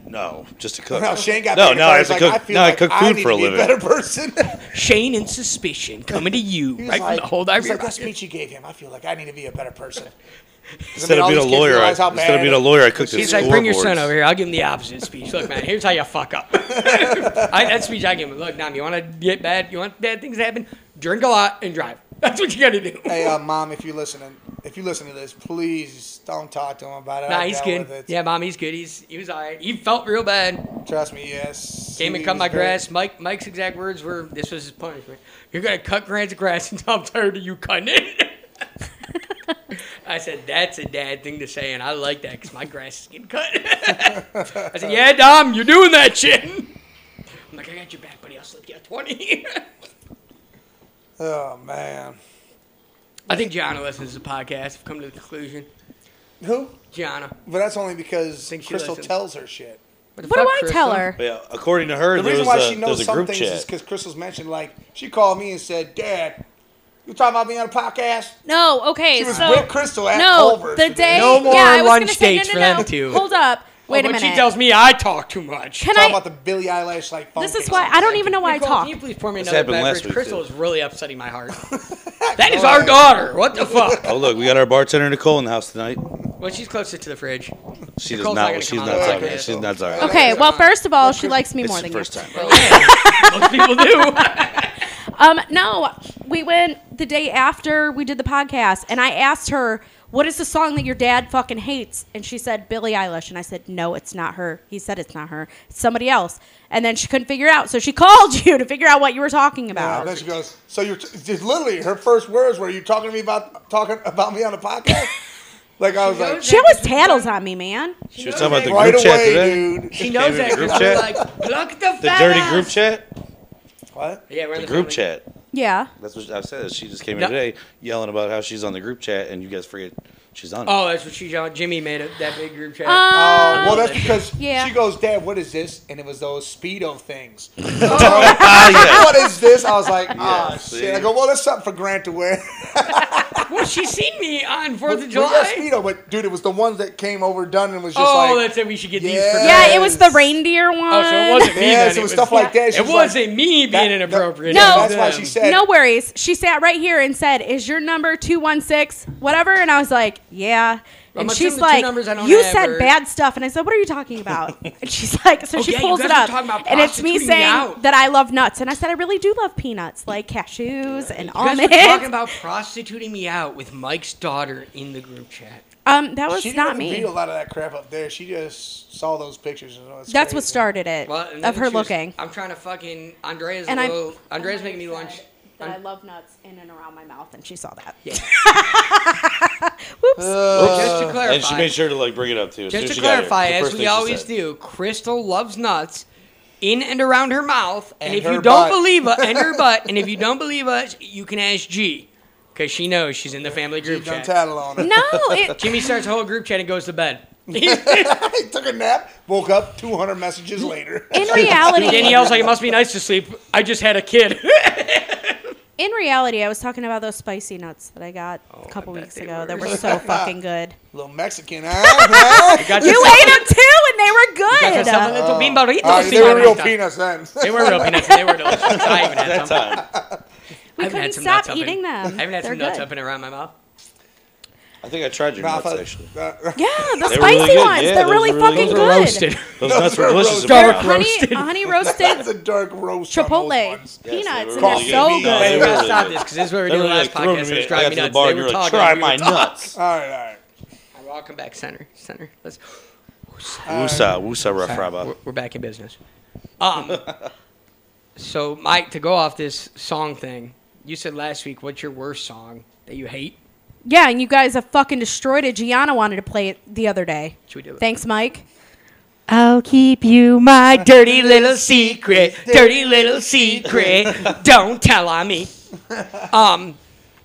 Speaker 6: No, just to cook.
Speaker 2: No, Shane got
Speaker 6: no,
Speaker 2: back and
Speaker 6: no. I
Speaker 2: I
Speaker 6: have
Speaker 2: was
Speaker 6: to
Speaker 2: like,
Speaker 6: cook.
Speaker 2: I feel
Speaker 6: no,
Speaker 2: like
Speaker 6: I cook
Speaker 2: I
Speaker 6: food
Speaker 2: need
Speaker 6: for a
Speaker 2: to be
Speaker 6: living.
Speaker 2: a better person.
Speaker 4: Shane and suspicion coming to you
Speaker 2: He was
Speaker 4: right
Speaker 2: like,
Speaker 4: from the whole
Speaker 2: he was
Speaker 4: diary.
Speaker 2: like, that speech you gave him. I feel like I need to be a better person. 'Cause, I
Speaker 6: Instead
Speaker 2: mean, all
Speaker 6: of being a
Speaker 2: these kids
Speaker 6: lawyer, I,
Speaker 2: realize how
Speaker 6: instead of
Speaker 2: bad-
Speaker 6: being a lawyer, I cooked
Speaker 4: He's
Speaker 6: his
Speaker 4: like, bring your son
Speaker 6: scoreboards."
Speaker 4: over here. I'll give him the opposite speech. Look, man, here's how you fuck up. I, that speech I give him. Look, Dom, you want to get bad? You want bad things to happen? Drink a lot and drive. That's what you got to do.
Speaker 2: Hey, uh, mom, if you listening, if you listen to this, please don't talk to him about it.
Speaker 4: nah,
Speaker 2: I
Speaker 4: he's
Speaker 2: dealt
Speaker 4: good.
Speaker 2: with it.
Speaker 4: Yeah, mom, he's good. He's he was all right. He felt real bad.
Speaker 2: trust me. Yes,
Speaker 4: Came and
Speaker 2: He
Speaker 4: cut
Speaker 2: was
Speaker 4: my
Speaker 2: very-
Speaker 4: grass. Mike Mike's exact words were, "This was his punishment. You're gonna cut Grant's grass until I'm tired of you cutting it." I said, "That's a dad thing to say," and I like that because my grass is getting cut. I said, "Yeah, Dom, you're doing that shit." I'm like, "I got your back, buddy. I'll slip you a 20.
Speaker 2: Oh man,
Speaker 4: I think Gianna listens to the podcast. I've come to the conclusion.
Speaker 2: who?
Speaker 4: Gianna,
Speaker 2: But that's only because
Speaker 4: Think she
Speaker 2: Crystal
Speaker 4: listens.
Speaker 2: tells her shit.
Speaker 4: what, the
Speaker 5: What do
Speaker 4: fuck,
Speaker 5: I
Speaker 4: Crystal?
Speaker 5: tell her?
Speaker 6: But yeah, according to her,
Speaker 2: The
Speaker 6: there
Speaker 2: reason
Speaker 6: was
Speaker 2: why
Speaker 6: a,
Speaker 2: she
Speaker 6: there was
Speaker 2: knows
Speaker 6: a
Speaker 2: some
Speaker 6: group
Speaker 2: things
Speaker 6: chat.
Speaker 2: is because Crystal's mentioned like she called me and said, "Dad, you talking about being on a podcast?"
Speaker 5: No, okay.
Speaker 2: She was
Speaker 5: so
Speaker 2: with Crystal at
Speaker 5: no,
Speaker 2: Culver's
Speaker 5: the
Speaker 2: today.
Speaker 5: day.
Speaker 4: No more
Speaker 5: yeah, I was
Speaker 4: lunch
Speaker 5: gonna say,
Speaker 4: dates
Speaker 5: no,
Speaker 4: for
Speaker 5: no,
Speaker 4: them
Speaker 5: no.
Speaker 4: two.
Speaker 5: Hold up. Wait a
Speaker 4: Although
Speaker 5: minute.
Speaker 4: Oh, She tells me I talk too much.
Speaker 5: Can
Speaker 2: Talking
Speaker 5: I?
Speaker 2: about the Billie Eilish like. phone
Speaker 5: This is
Speaker 2: case.
Speaker 5: why I don't even know why I
Speaker 4: Nicole,
Speaker 5: talk.
Speaker 4: Can you please pour me
Speaker 6: This
Speaker 4: another
Speaker 6: happened last
Speaker 4: beverage?
Speaker 6: week,
Speaker 4: Crystal is
Speaker 6: too.
Speaker 4: really upsetting my heart. that is our daughter. What the fuck?
Speaker 6: Oh look, we got our bartender Nicole in the house tonight.
Speaker 4: Well, she's closer to the fridge.
Speaker 6: She does
Speaker 4: Nicole's not
Speaker 6: not.
Speaker 4: gonna
Speaker 6: she's
Speaker 4: come
Speaker 6: not
Speaker 4: on the
Speaker 6: sorry.
Speaker 4: podcast.
Speaker 6: She's not sorry.
Speaker 5: Okay. Well, first of all, she likes me
Speaker 6: It's
Speaker 5: more
Speaker 6: the
Speaker 5: than
Speaker 6: first
Speaker 5: you.
Speaker 6: time.
Speaker 4: Well, yeah, most people do.
Speaker 5: Um, no, we went the day after we did the podcast, and I asked her, "What is the song that your dad fucking hates?" And she said Billie Eilish, and I said, "No, it's not her." He said, "It's not her. It's somebody else." And then she couldn't figure it out, so she called you to figure out what you were talking
Speaker 2: Yeah,
Speaker 5: about.
Speaker 2: then she goes. So you're t- just literally her first words were, "You talking to me about talking about me on the podcast?" like I was
Speaker 4: She
Speaker 2: like,
Speaker 4: knows
Speaker 5: she always tattles on me, man.
Speaker 6: She was talking about the
Speaker 2: right
Speaker 6: group chat
Speaker 2: away,
Speaker 6: today.
Speaker 2: dude.
Speaker 4: She knows
Speaker 6: Maybe
Speaker 4: that.
Speaker 6: the group
Speaker 4: 'cause we're
Speaker 6: chat?
Speaker 4: Like, pluck the,
Speaker 6: The dirty group chat.
Speaker 2: What?
Speaker 4: Yeah, we're in
Speaker 6: The
Speaker 4: the
Speaker 6: group
Speaker 4: family.
Speaker 6: chat.
Speaker 5: Yeah.
Speaker 6: That's what I said. She just came in
Speaker 4: No.
Speaker 6: today yelling about how she's on the group chat, and you guys forget she's on. it.
Speaker 4: Oh, that's what she. Jimmy made it. That big group chat.
Speaker 5: Uh,
Speaker 2: Oh, well, that's because
Speaker 5: Yeah.
Speaker 2: she goes, Dad, what is this? And it was those Speedo things.
Speaker 6: Ah, yeah.
Speaker 2: what is this? I was like, ah,
Speaker 6: Yeah,
Speaker 2: shit. I
Speaker 6: see?
Speaker 2: go, well, that's something for Grant to wear.
Speaker 4: well, She's seen me on Fourth of
Speaker 2: Well, yeah,
Speaker 4: July.
Speaker 2: Speedo, but dude, it was the ones that came overdone and was just
Speaker 4: oh,
Speaker 2: like,
Speaker 4: that's it. We should get these.
Speaker 2: Yeah.
Speaker 4: For
Speaker 5: Yeah, it was the
Speaker 2: Yes.
Speaker 5: reindeer one.
Speaker 4: Oh, so it wasn't me.
Speaker 2: Yes,
Speaker 4: then.
Speaker 2: it was stuff like that. She
Speaker 4: It
Speaker 2: was like-
Speaker 4: wasn't me being
Speaker 2: That- that-
Speaker 4: inappropriate.
Speaker 5: No.
Speaker 4: It was
Speaker 2: that's why she
Speaker 4: them.
Speaker 2: said.
Speaker 5: No worries. She sat right here and said, "Is your number two one six whatever?" And I was like, "Yeah."
Speaker 4: I'm
Speaker 5: And
Speaker 4: assuming
Speaker 5: she's
Speaker 4: the two
Speaker 5: like,
Speaker 4: numbers I don't
Speaker 5: "You
Speaker 4: have
Speaker 5: said
Speaker 4: are-
Speaker 5: bad stuff," and I said, "What are you talking about?" and she's like, "So
Speaker 4: Oh,
Speaker 5: she
Speaker 4: yeah, you
Speaker 5: pulls
Speaker 4: guys
Speaker 5: it
Speaker 4: are
Speaker 5: up,
Speaker 4: talking about
Speaker 5: and it's me
Speaker 4: prostituting me
Speaker 5: saying
Speaker 4: out.
Speaker 5: that I love nuts." And I said, "I really do love peanuts, like cashews and
Speaker 4: You guys were talking
Speaker 5: almonds."
Speaker 4: about prostituting me out with Mike's daughter in the group chat.
Speaker 5: Um, that was
Speaker 2: She didn't
Speaker 5: not
Speaker 2: even read
Speaker 5: me.
Speaker 2: a lot of that crap up there. She just saw those pictures. And was
Speaker 5: That's what
Speaker 2: crazy.
Speaker 5: started it
Speaker 4: and then
Speaker 5: of her
Speaker 4: she was-
Speaker 5: looking.
Speaker 4: I'm trying to fucking Andrea's.
Speaker 5: And
Speaker 4: And
Speaker 5: I- Oh,
Speaker 4: little, Andrea's making me lunch.
Speaker 5: That
Speaker 4: I'm-
Speaker 5: I love nuts in and around my mouth, and she saw that.
Speaker 4: Yeah.
Speaker 5: Whoops.
Speaker 2: Uh.
Speaker 4: just to clarify,
Speaker 6: Uh, And she made sure to like bring it up too. as soon
Speaker 4: just
Speaker 6: as
Speaker 4: to
Speaker 6: she got here,
Speaker 4: clarify,
Speaker 6: the first
Speaker 4: as
Speaker 6: thing
Speaker 4: we
Speaker 6: she
Speaker 4: always
Speaker 6: said.
Speaker 4: do, Crystal loves nuts in and around her mouth. And,
Speaker 2: And
Speaker 4: if you
Speaker 2: her
Speaker 4: don't
Speaker 2: butt.
Speaker 4: believe us, and her butt, and if you don't believe us, you can ask G, because she knows she's in the family group
Speaker 2: Don't
Speaker 4: chat.
Speaker 2: tattle on her.
Speaker 5: no, it,
Speaker 4: Jimmy starts a whole group chat and goes to bed.
Speaker 2: I took a nap, woke up, 200 messages later.
Speaker 5: in reality,
Speaker 4: Danielle's like, it must be nice to sleep. I just had a kid.
Speaker 5: In reality, I was talking about those spicy nuts that I got a couple
Speaker 4: Oh, bet
Speaker 5: weeks
Speaker 4: they
Speaker 5: ago
Speaker 4: were.
Speaker 5: that were so fucking good.
Speaker 2: Little Mexican, huh? huh?
Speaker 4: Got
Speaker 5: You
Speaker 4: yourself-
Speaker 5: ate them too, and they were
Speaker 4: got yourself a
Speaker 5: good.
Speaker 6: Uh,
Speaker 4: little bean burrito,
Speaker 2: All right,
Speaker 4: see
Speaker 2: they
Speaker 4: my
Speaker 2: were real
Speaker 4: nuts.
Speaker 2: peanuts then.
Speaker 4: They were real peanuts. and They were delicious. I even had
Speaker 6: That
Speaker 4: some.
Speaker 5: We
Speaker 6: time,
Speaker 4: I haven't
Speaker 5: couldn't
Speaker 4: had some nuts
Speaker 5: stop
Speaker 4: up in-
Speaker 5: eating them.
Speaker 4: I haven't had
Speaker 5: They're
Speaker 4: some nuts
Speaker 5: good.
Speaker 4: up and around my mouth.
Speaker 6: I think I tried your nuts
Speaker 2: Rafa-
Speaker 6: actually.
Speaker 2: uh,
Speaker 5: Yeah, the
Speaker 6: They were
Speaker 5: spicy
Speaker 6: really good.
Speaker 5: ones.
Speaker 6: Yeah,
Speaker 5: They're
Speaker 6: those
Speaker 5: really
Speaker 6: were really
Speaker 5: fucking
Speaker 6: good.
Speaker 5: good.
Speaker 6: Those were
Speaker 4: Roasted.
Speaker 6: Those
Speaker 2: Those
Speaker 6: nuts
Speaker 2: were
Speaker 6: were delicious.
Speaker 2: roasted.
Speaker 4: Dark
Speaker 6: Rafa.
Speaker 4: roast. Roasted.
Speaker 5: Honey, honey
Speaker 2: That's
Speaker 5: roasted
Speaker 2: a dark roast. on those ones.
Speaker 5: chipotle
Speaker 6: Yes, they
Speaker 5: peanuts,
Speaker 6: were
Speaker 5: and they're so
Speaker 6: really good. No,
Speaker 5: good.
Speaker 6: they
Speaker 4: Hey, we
Speaker 6: were
Speaker 4: gotta
Speaker 6: really
Speaker 4: stop
Speaker 6: good.
Speaker 4: this because this is what we
Speaker 6: They
Speaker 4: were doing
Speaker 6: really,
Speaker 4: last
Speaker 6: like, threw
Speaker 4: podcast. It
Speaker 6: me-
Speaker 4: was
Speaker 6: I
Speaker 4: driving
Speaker 6: got
Speaker 4: me
Speaker 6: to the
Speaker 4: nuts.
Speaker 6: bar
Speaker 4: They
Speaker 6: and you
Speaker 4: were
Speaker 6: were like,
Speaker 4: talking.
Speaker 6: try
Speaker 4: we
Speaker 6: my
Speaker 4: were talking.
Speaker 6: nuts.
Speaker 2: All right, all right.
Speaker 4: All right, I'll come back center. Center. Let's.
Speaker 6: Wusa, Wusa, Rafa,
Speaker 4: We're,
Speaker 6: Rafa.
Speaker 4: we're back in business. Um. so Mike, to go off this song thing, you said last week, "What's your worst song that you hate?"
Speaker 5: Yeah, and you guys have fucking destroyed it. Gianna wanted to play it the other day.
Speaker 4: Should we do it?
Speaker 5: Thanks, Mike.
Speaker 4: I'll keep you my dirty little secret, dirty little secret. Don't tell on me. Um,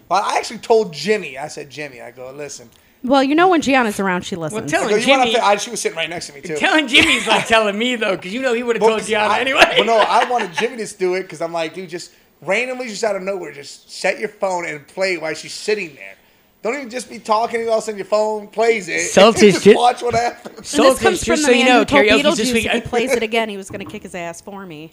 Speaker 2: Well, I actually told Jimmy. I said, Jimmy, I go, listen.
Speaker 5: Well, you know when Gianna's around, she
Speaker 4: well,
Speaker 5: listens.
Speaker 2: I go,
Speaker 4: telling
Speaker 2: you want
Speaker 4: Jimmy,
Speaker 2: to? I, she was sitting right next to me too.
Speaker 4: telling Jimmy's like telling me though, because you know he would have
Speaker 2: Well,
Speaker 4: told Gianna
Speaker 2: I-
Speaker 4: anyway.
Speaker 2: Well, no, I wanted Jimmy to do it because I'm like, dude, just randomly, just out of nowhere, just set your phone and play while she's sitting there. Don't even just be talking and all of a sudden your phone plays it.
Speaker 4: Celtics
Speaker 2: just
Speaker 4: did-
Speaker 2: watch what happens.
Speaker 5: And
Speaker 4: So
Speaker 5: this comes
Speaker 4: just
Speaker 5: from
Speaker 4: so
Speaker 5: the man
Speaker 4: you know,
Speaker 5: who told
Speaker 4: karaoke's this
Speaker 5: Beetlejuice
Speaker 4: week.
Speaker 5: if he plays it again, he was going to kick his ass for me.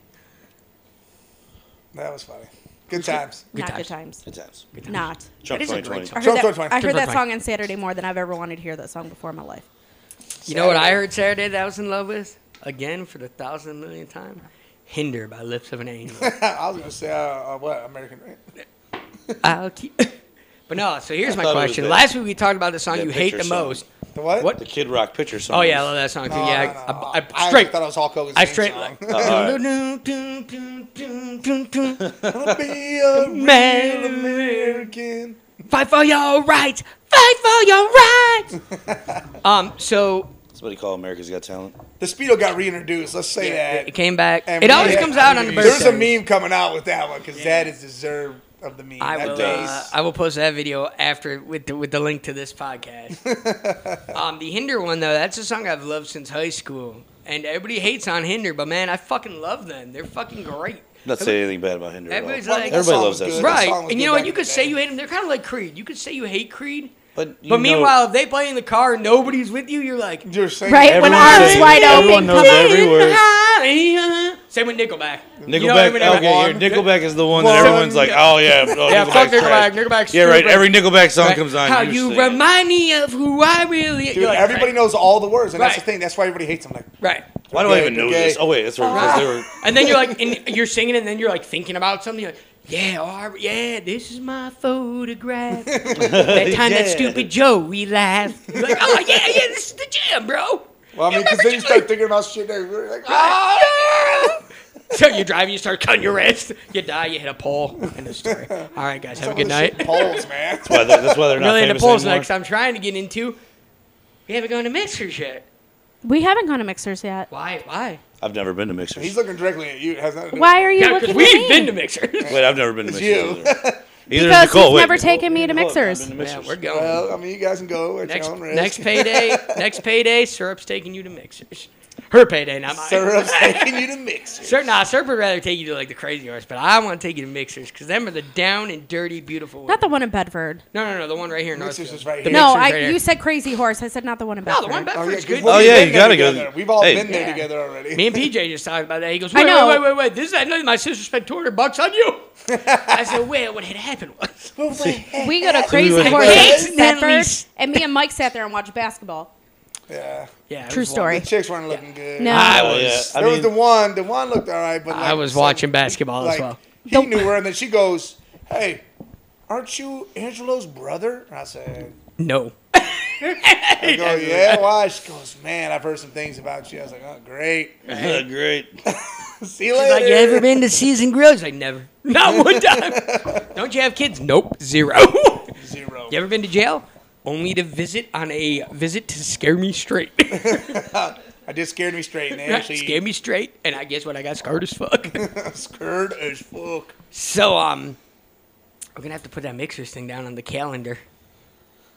Speaker 2: That was funny. Good times.
Speaker 4: Good
Speaker 5: Not
Speaker 4: times.
Speaker 5: good times.
Speaker 6: Good times.
Speaker 5: Not.
Speaker 6: Trump
Speaker 4: That is a great
Speaker 6: 2020.
Speaker 5: I
Speaker 2: Trump
Speaker 5: heard, that,
Speaker 2: 2020.
Speaker 5: I heard
Speaker 4: Trump
Speaker 5: that song on Saturday more than I've ever wanted to hear that song before in my life.
Speaker 4: You know what I heard Saturday that I was in love with? Again, for the thousand millionth time? Hinder by Lips of an Angel.
Speaker 2: I was gonna say, uh, uh, what American?
Speaker 4: I'll keep. But no, so here's my
Speaker 6: thought it was
Speaker 4: question.
Speaker 6: that-
Speaker 4: Last week we talked about the song
Speaker 6: that
Speaker 4: you hate
Speaker 6: picture
Speaker 4: the
Speaker 6: song.
Speaker 4: most.
Speaker 2: The what?
Speaker 4: What?
Speaker 6: The Kid Rock picture song.
Speaker 4: Oh, yeah, I love that song too.
Speaker 2: No,
Speaker 4: yeah,
Speaker 2: no, no,
Speaker 4: I,
Speaker 2: no.
Speaker 4: I, I,
Speaker 2: actually
Speaker 4: straight.
Speaker 2: thought it was Hulk Hogan's
Speaker 4: I
Speaker 2: theme
Speaker 4: straight.
Speaker 2: song.
Speaker 4: Like,
Speaker 2: Wanna be a real
Speaker 4: Man.
Speaker 2: American.
Speaker 4: fight for your rights. Fight for your rights. um. So
Speaker 6: Somebody call America's Got Talent.
Speaker 2: The Speedo got reintroduced. Let's say that.
Speaker 4: it came back.
Speaker 2: And
Speaker 4: it always
Speaker 2: yeah,
Speaker 4: comes out on the birthday.
Speaker 2: There's a meme coming out with that one because that is deserved of the meme.
Speaker 4: I
Speaker 2: that
Speaker 4: will.
Speaker 2: face.
Speaker 4: Uh, I will post that video after with the, with the link to this podcast. um, the Hinder one though, that's a song I've loved since high school, and everybody hates on Hinder, but man, I fucking love them. They're fucking great.
Speaker 6: I'm not saying anything bad about Hinder at all.
Speaker 4: Everybody's
Speaker 2: Well, I
Speaker 4: like-
Speaker 2: mean, that
Speaker 6: Everybody
Speaker 2: song
Speaker 6: loves
Speaker 2: was
Speaker 6: that
Speaker 2: good.
Speaker 6: song.
Speaker 4: Right,
Speaker 2: song was
Speaker 4: and you
Speaker 2: good
Speaker 4: know what?
Speaker 2: back
Speaker 4: You
Speaker 2: in
Speaker 4: could
Speaker 2: the
Speaker 4: say
Speaker 2: day.
Speaker 4: you hate them. They're kind of like Creed. You could say you hate Creed,
Speaker 6: But,
Speaker 4: but
Speaker 6: you know-
Speaker 4: meanwhile, if they play in the car and nobody's with you, you're like,
Speaker 2: You're saying
Speaker 5: Right,
Speaker 2: that.
Speaker 5: when
Speaker 6: Everyone
Speaker 5: arms
Speaker 6: knows-
Speaker 5: wide
Speaker 6: everyone
Speaker 5: open.
Speaker 6: knows every word.
Speaker 4: "High." Same with Nickelback. You know,
Speaker 6: Nickelback,
Speaker 4: everyone-
Speaker 6: okay,
Speaker 2: One.
Speaker 6: yeah, Nickelback is the one
Speaker 2: One.
Speaker 6: that everyone's like, oh yeah, oh,
Speaker 4: Yeah, fuck
Speaker 6: Nickelback's
Speaker 4: Nickelback,
Speaker 6: trash.
Speaker 4: Nickelback's
Speaker 6: Yeah, right.
Speaker 4: stupid.
Speaker 6: Every Nickelback song
Speaker 4: Right.
Speaker 6: comes on.
Speaker 4: How
Speaker 6: you're
Speaker 4: you
Speaker 6: singing.
Speaker 4: remind me of who I really am.
Speaker 2: Dude,
Speaker 4: You're like,
Speaker 2: everybody
Speaker 4: right,
Speaker 2: knows all the words, and that's the
Speaker 4: Right.
Speaker 2: thing. That's why everybody hates them. Like,
Speaker 4: Right.
Speaker 6: Why do I
Speaker 2: Okay,
Speaker 6: even know
Speaker 2: okay.
Speaker 6: this? Oh wait, that's right. because they were.
Speaker 4: And then you're like, and you're singing, and then you're like thinking about something. You're like, yeah, all right, yeah, this is my photograph. that time that
Speaker 6: Yeah.
Speaker 4: stupid Joe we laughed. You're like, oh yeah, yeah, this is the jam, bro.
Speaker 2: well, I mean, because
Speaker 4: remember
Speaker 2: then you
Speaker 4: just
Speaker 2: start
Speaker 4: like-
Speaker 2: thinking about shit. That you're like, ah!
Speaker 4: Oh, yeah. So you drive, you start cutting your wrist, you die, you hit a pole. End of story. All right, guys, have a good night.
Speaker 2: Poles, man.
Speaker 6: Why they- That's why they're not
Speaker 4: Really into
Speaker 6: famous
Speaker 4: poles
Speaker 6: anymore.
Speaker 4: next. I'm trying to get into. We haven't gone to mixers yet.
Speaker 5: We haven't gone to mixers yet.
Speaker 4: Why? Why?
Speaker 6: I've never been to mixers.
Speaker 2: He's looking directly at you. It has nothing to do
Speaker 5: Why are you
Speaker 4: Yeah,
Speaker 5: looking
Speaker 4: because
Speaker 5: at
Speaker 4: we've
Speaker 5: me?
Speaker 4: been to mixers.
Speaker 6: Wait, I've never been to
Speaker 2: It's
Speaker 6: mixers.
Speaker 2: you.
Speaker 6: Either. Either
Speaker 5: Because
Speaker 6: Nicole.
Speaker 5: he's
Speaker 6: wait,
Speaker 5: never
Speaker 6: Nicole-
Speaker 5: taken me to
Speaker 6: Nicole has not
Speaker 5: mixers.
Speaker 6: been to
Speaker 4: Yeah,
Speaker 6: mixers.
Speaker 4: we're
Speaker 2: with-
Speaker 4: going.
Speaker 2: Well, I mean, you guys can go at
Speaker 4: Next,
Speaker 2: your own risk.
Speaker 4: next payday, next payday, syrup's taking you to mixers. her payday, not mine.
Speaker 2: Syrup's taking you to mixers.
Speaker 4: Sir, nah, Sir would rather take you to like the crazy yards, but I want to take you to Mixers because them are the down and dirty, beautiful.
Speaker 5: Not the
Speaker 4: ones.
Speaker 5: one in Bedford.
Speaker 4: No, no, no, the one right here. in
Speaker 2: Mixers
Speaker 4: Northfield.
Speaker 2: is right
Speaker 4: The
Speaker 2: here.
Speaker 5: No,
Speaker 4: Mixers
Speaker 5: I,
Speaker 4: right here.
Speaker 5: you said Crazy Horse. I said not the one in Bedford.
Speaker 4: no, the one
Speaker 2: Oh,
Speaker 4: back
Speaker 2: yeah,
Speaker 4: yeah,
Speaker 2: 'cause
Speaker 4: good.
Speaker 2: we've
Speaker 6: Oh, yeah,
Speaker 2: been
Speaker 6: you
Speaker 2: there
Speaker 6: gotta go-
Speaker 2: together. We've all
Speaker 6: Hey.
Speaker 2: been there
Speaker 5: Yeah.
Speaker 2: together already.
Speaker 4: Me and PJ just talked about that. He goes,
Speaker 5: I
Speaker 4: wait,
Speaker 5: know.
Speaker 4: wait, wait, wait, wait. This is I know my sister spent two hundred bucks on you. I said, well, what had happened was
Speaker 5: We go to Crazy
Speaker 6: went-
Speaker 5: Horse in
Speaker 4: Accidentally
Speaker 5: Bedford,
Speaker 4: s-
Speaker 5: and me and Mike sat there and watched basketball.
Speaker 2: yeah.
Speaker 4: yeah, it
Speaker 5: True
Speaker 4: was wild.
Speaker 5: story.
Speaker 2: The chicks weren't looking good.
Speaker 5: No.
Speaker 4: I
Speaker 6: Oh, yeah.
Speaker 4: was.
Speaker 6: I
Speaker 2: there was
Speaker 6: mean-
Speaker 2: the one. The one looked all right, but like,
Speaker 4: I was watching basketball as
Speaker 2: like,
Speaker 4: well.
Speaker 2: He knew her, and then she goes, "Hey, aren't you Angelo's brother?" And I said,
Speaker 4: No.
Speaker 2: I go, "Yeah, why?" She goes, "Man, I've heard some things about you." I was like, "Oh, great.
Speaker 6: Great.
Speaker 2: See you
Speaker 4: She's
Speaker 2: later."
Speaker 4: like, you ever been to Season Grill? He's like, never. Not one time. Don't you have kids? Nope, zero.
Speaker 2: Zero.
Speaker 4: you ever been to jail? Only to visit on a visit to scare me straight.
Speaker 2: I just scared me straight, and they actually
Speaker 4: scare me straight, and I guess what I got scarred as fuck.
Speaker 2: scared as fuck.
Speaker 4: so um, I'm gonna have to put that mixers thing down on the calendar.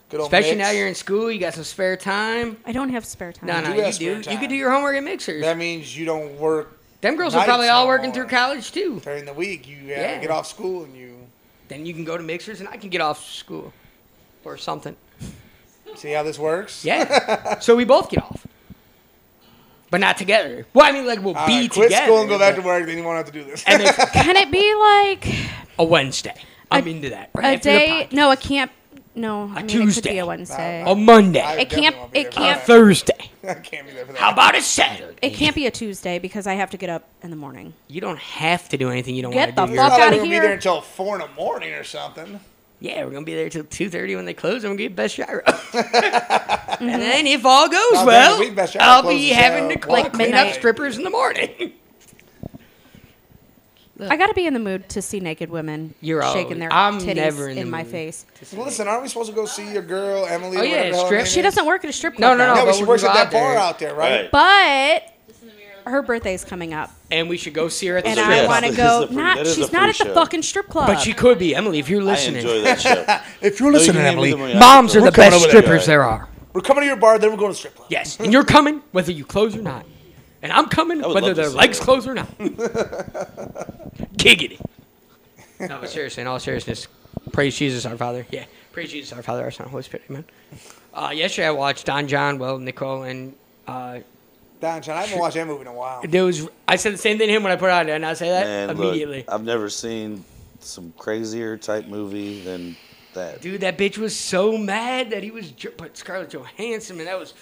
Speaker 2: Good old
Speaker 4: Especially
Speaker 2: mix.
Speaker 4: now you're in school, you got some spare time.
Speaker 5: I don't have spare time.
Speaker 4: No, no,
Speaker 2: do
Speaker 4: you
Speaker 2: have spare
Speaker 4: do. You
Speaker 2: time.
Speaker 4: could do your homework at mixers.
Speaker 2: That means you don't work
Speaker 4: Them girls are
Speaker 2: nights
Speaker 4: probably all
Speaker 2: no
Speaker 4: working
Speaker 2: more.
Speaker 4: through college too.
Speaker 2: during the week. You uh,
Speaker 4: Yeah.
Speaker 2: get off school and you
Speaker 4: Then you can go to mixers, and I can get off school or something.
Speaker 2: see how this works.
Speaker 4: Yeah. so we both get off. But not together. Well, I mean, like, we'll
Speaker 2: All
Speaker 4: be
Speaker 2: right, quit
Speaker 4: together.
Speaker 2: school and go back to
Speaker 4: but-
Speaker 2: work. Then you won't have to do this.
Speaker 4: And it's
Speaker 5: Can it be like
Speaker 4: a Wednesday. I'm
Speaker 5: A-
Speaker 4: into that. Right
Speaker 5: a
Speaker 4: after the
Speaker 5: day?
Speaker 4: podcast.
Speaker 5: No, it can't. No, I mean, it could
Speaker 4: Tuesday. Oh
Speaker 5: be a Wednesday.
Speaker 4: A Monday.
Speaker 5: It
Speaker 2: definitely
Speaker 5: can't- it
Speaker 2: won't be there
Speaker 4: A
Speaker 5: can't-
Speaker 2: for
Speaker 4: Thursday.
Speaker 2: that. I can't be there for that.
Speaker 4: How about a Saturday?
Speaker 5: It can't be a Tuesday because I have to get up in the morning.
Speaker 4: You don't have to do anything you don't
Speaker 5: Get
Speaker 4: want to do.
Speaker 5: the fuck
Speaker 4: You're-
Speaker 2: Probably
Speaker 5: outta
Speaker 2: won't
Speaker 5: here.
Speaker 2: be there until four in the morning or something.
Speaker 4: Yeah, we're going to be there till 2.30 when they close. I'm going to get Best Gyro. And then if all goes
Speaker 2: damn it,
Speaker 4: well,
Speaker 2: Mm-hmm. we Best Gyro
Speaker 4: I'll
Speaker 2: closes
Speaker 4: be having to
Speaker 2: at,
Speaker 4: cl-
Speaker 2: like,
Speaker 4: clean up
Speaker 2: midnight.
Speaker 4: strippers in the morning.
Speaker 5: I got to be in the mood to see naked women
Speaker 4: You're
Speaker 5: shaking
Speaker 4: old.
Speaker 5: their
Speaker 4: I'm
Speaker 5: titties
Speaker 4: never in
Speaker 5: in,
Speaker 4: the
Speaker 5: my
Speaker 4: mood.
Speaker 5: face.
Speaker 2: Well, listen, aren't we supposed to go see your girl Emily?
Speaker 4: Oh,
Speaker 2: or
Speaker 4: yeah,
Speaker 2: whatever the hell her
Speaker 4: strip-
Speaker 2: name
Speaker 5: She
Speaker 2: is?
Speaker 5: doesn't work at a strip
Speaker 4: No,
Speaker 5: club.
Speaker 4: no, no.
Speaker 5: though.
Speaker 2: Yeah,
Speaker 4: but
Speaker 2: but she
Speaker 4: when
Speaker 2: works
Speaker 4: we
Speaker 2: at
Speaker 4: go
Speaker 2: that
Speaker 4: out
Speaker 2: bar
Speaker 4: there-
Speaker 2: out there, right?
Speaker 6: Right.
Speaker 5: But her birthday's coming up,
Speaker 4: and we should go see her at the
Speaker 5: and
Speaker 6: a
Speaker 4: strip
Speaker 5: I
Speaker 6: pretty-
Speaker 5: want to
Speaker 6: this is
Speaker 5: go.
Speaker 6: a pretty-
Speaker 5: not
Speaker 6: that is
Speaker 5: she's
Speaker 6: a
Speaker 5: not at
Speaker 6: pretty
Speaker 5: the
Speaker 6: show.
Speaker 5: fucking strip club.
Speaker 4: But she could be. Emily, if you're
Speaker 6: I
Speaker 4: listening.
Speaker 6: enjoy that show.
Speaker 2: If you're
Speaker 6: Though you
Speaker 2: listening,
Speaker 6: can
Speaker 2: Emily,
Speaker 6: give me the money,
Speaker 4: Moms are
Speaker 6: I'll
Speaker 4: the
Speaker 6: go.
Speaker 2: coming
Speaker 4: best
Speaker 2: over
Speaker 6: there.
Speaker 4: strippers there are.
Speaker 2: we're coming to your bar, then we're going to strip club.
Speaker 4: Yes, and you're coming whether you close or not. And I'm coming
Speaker 6: I would
Speaker 4: whether
Speaker 6: love to
Speaker 4: their
Speaker 6: see
Speaker 4: legs
Speaker 6: that.
Speaker 4: close or not. Giggity. No, but seriously, in all seriousness, praise Jesus our Father. Yeah, praise Jesus our Father, our Son, Holy Spirit. Amen. Uh, yesterday I watched Don John, Will, Nicole, and uh,
Speaker 2: Don John, I haven't watched that movie in a while.
Speaker 4: there was. I said the same thing to him when I put it on, and I say that
Speaker 6: Man, look,
Speaker 4: immediately.
Speaker 6: I've never seen some crazier type movie than that.
Speaker 4: Dude, that bitch was so mad that he was. ju- But Scarlett Johansson, and that was.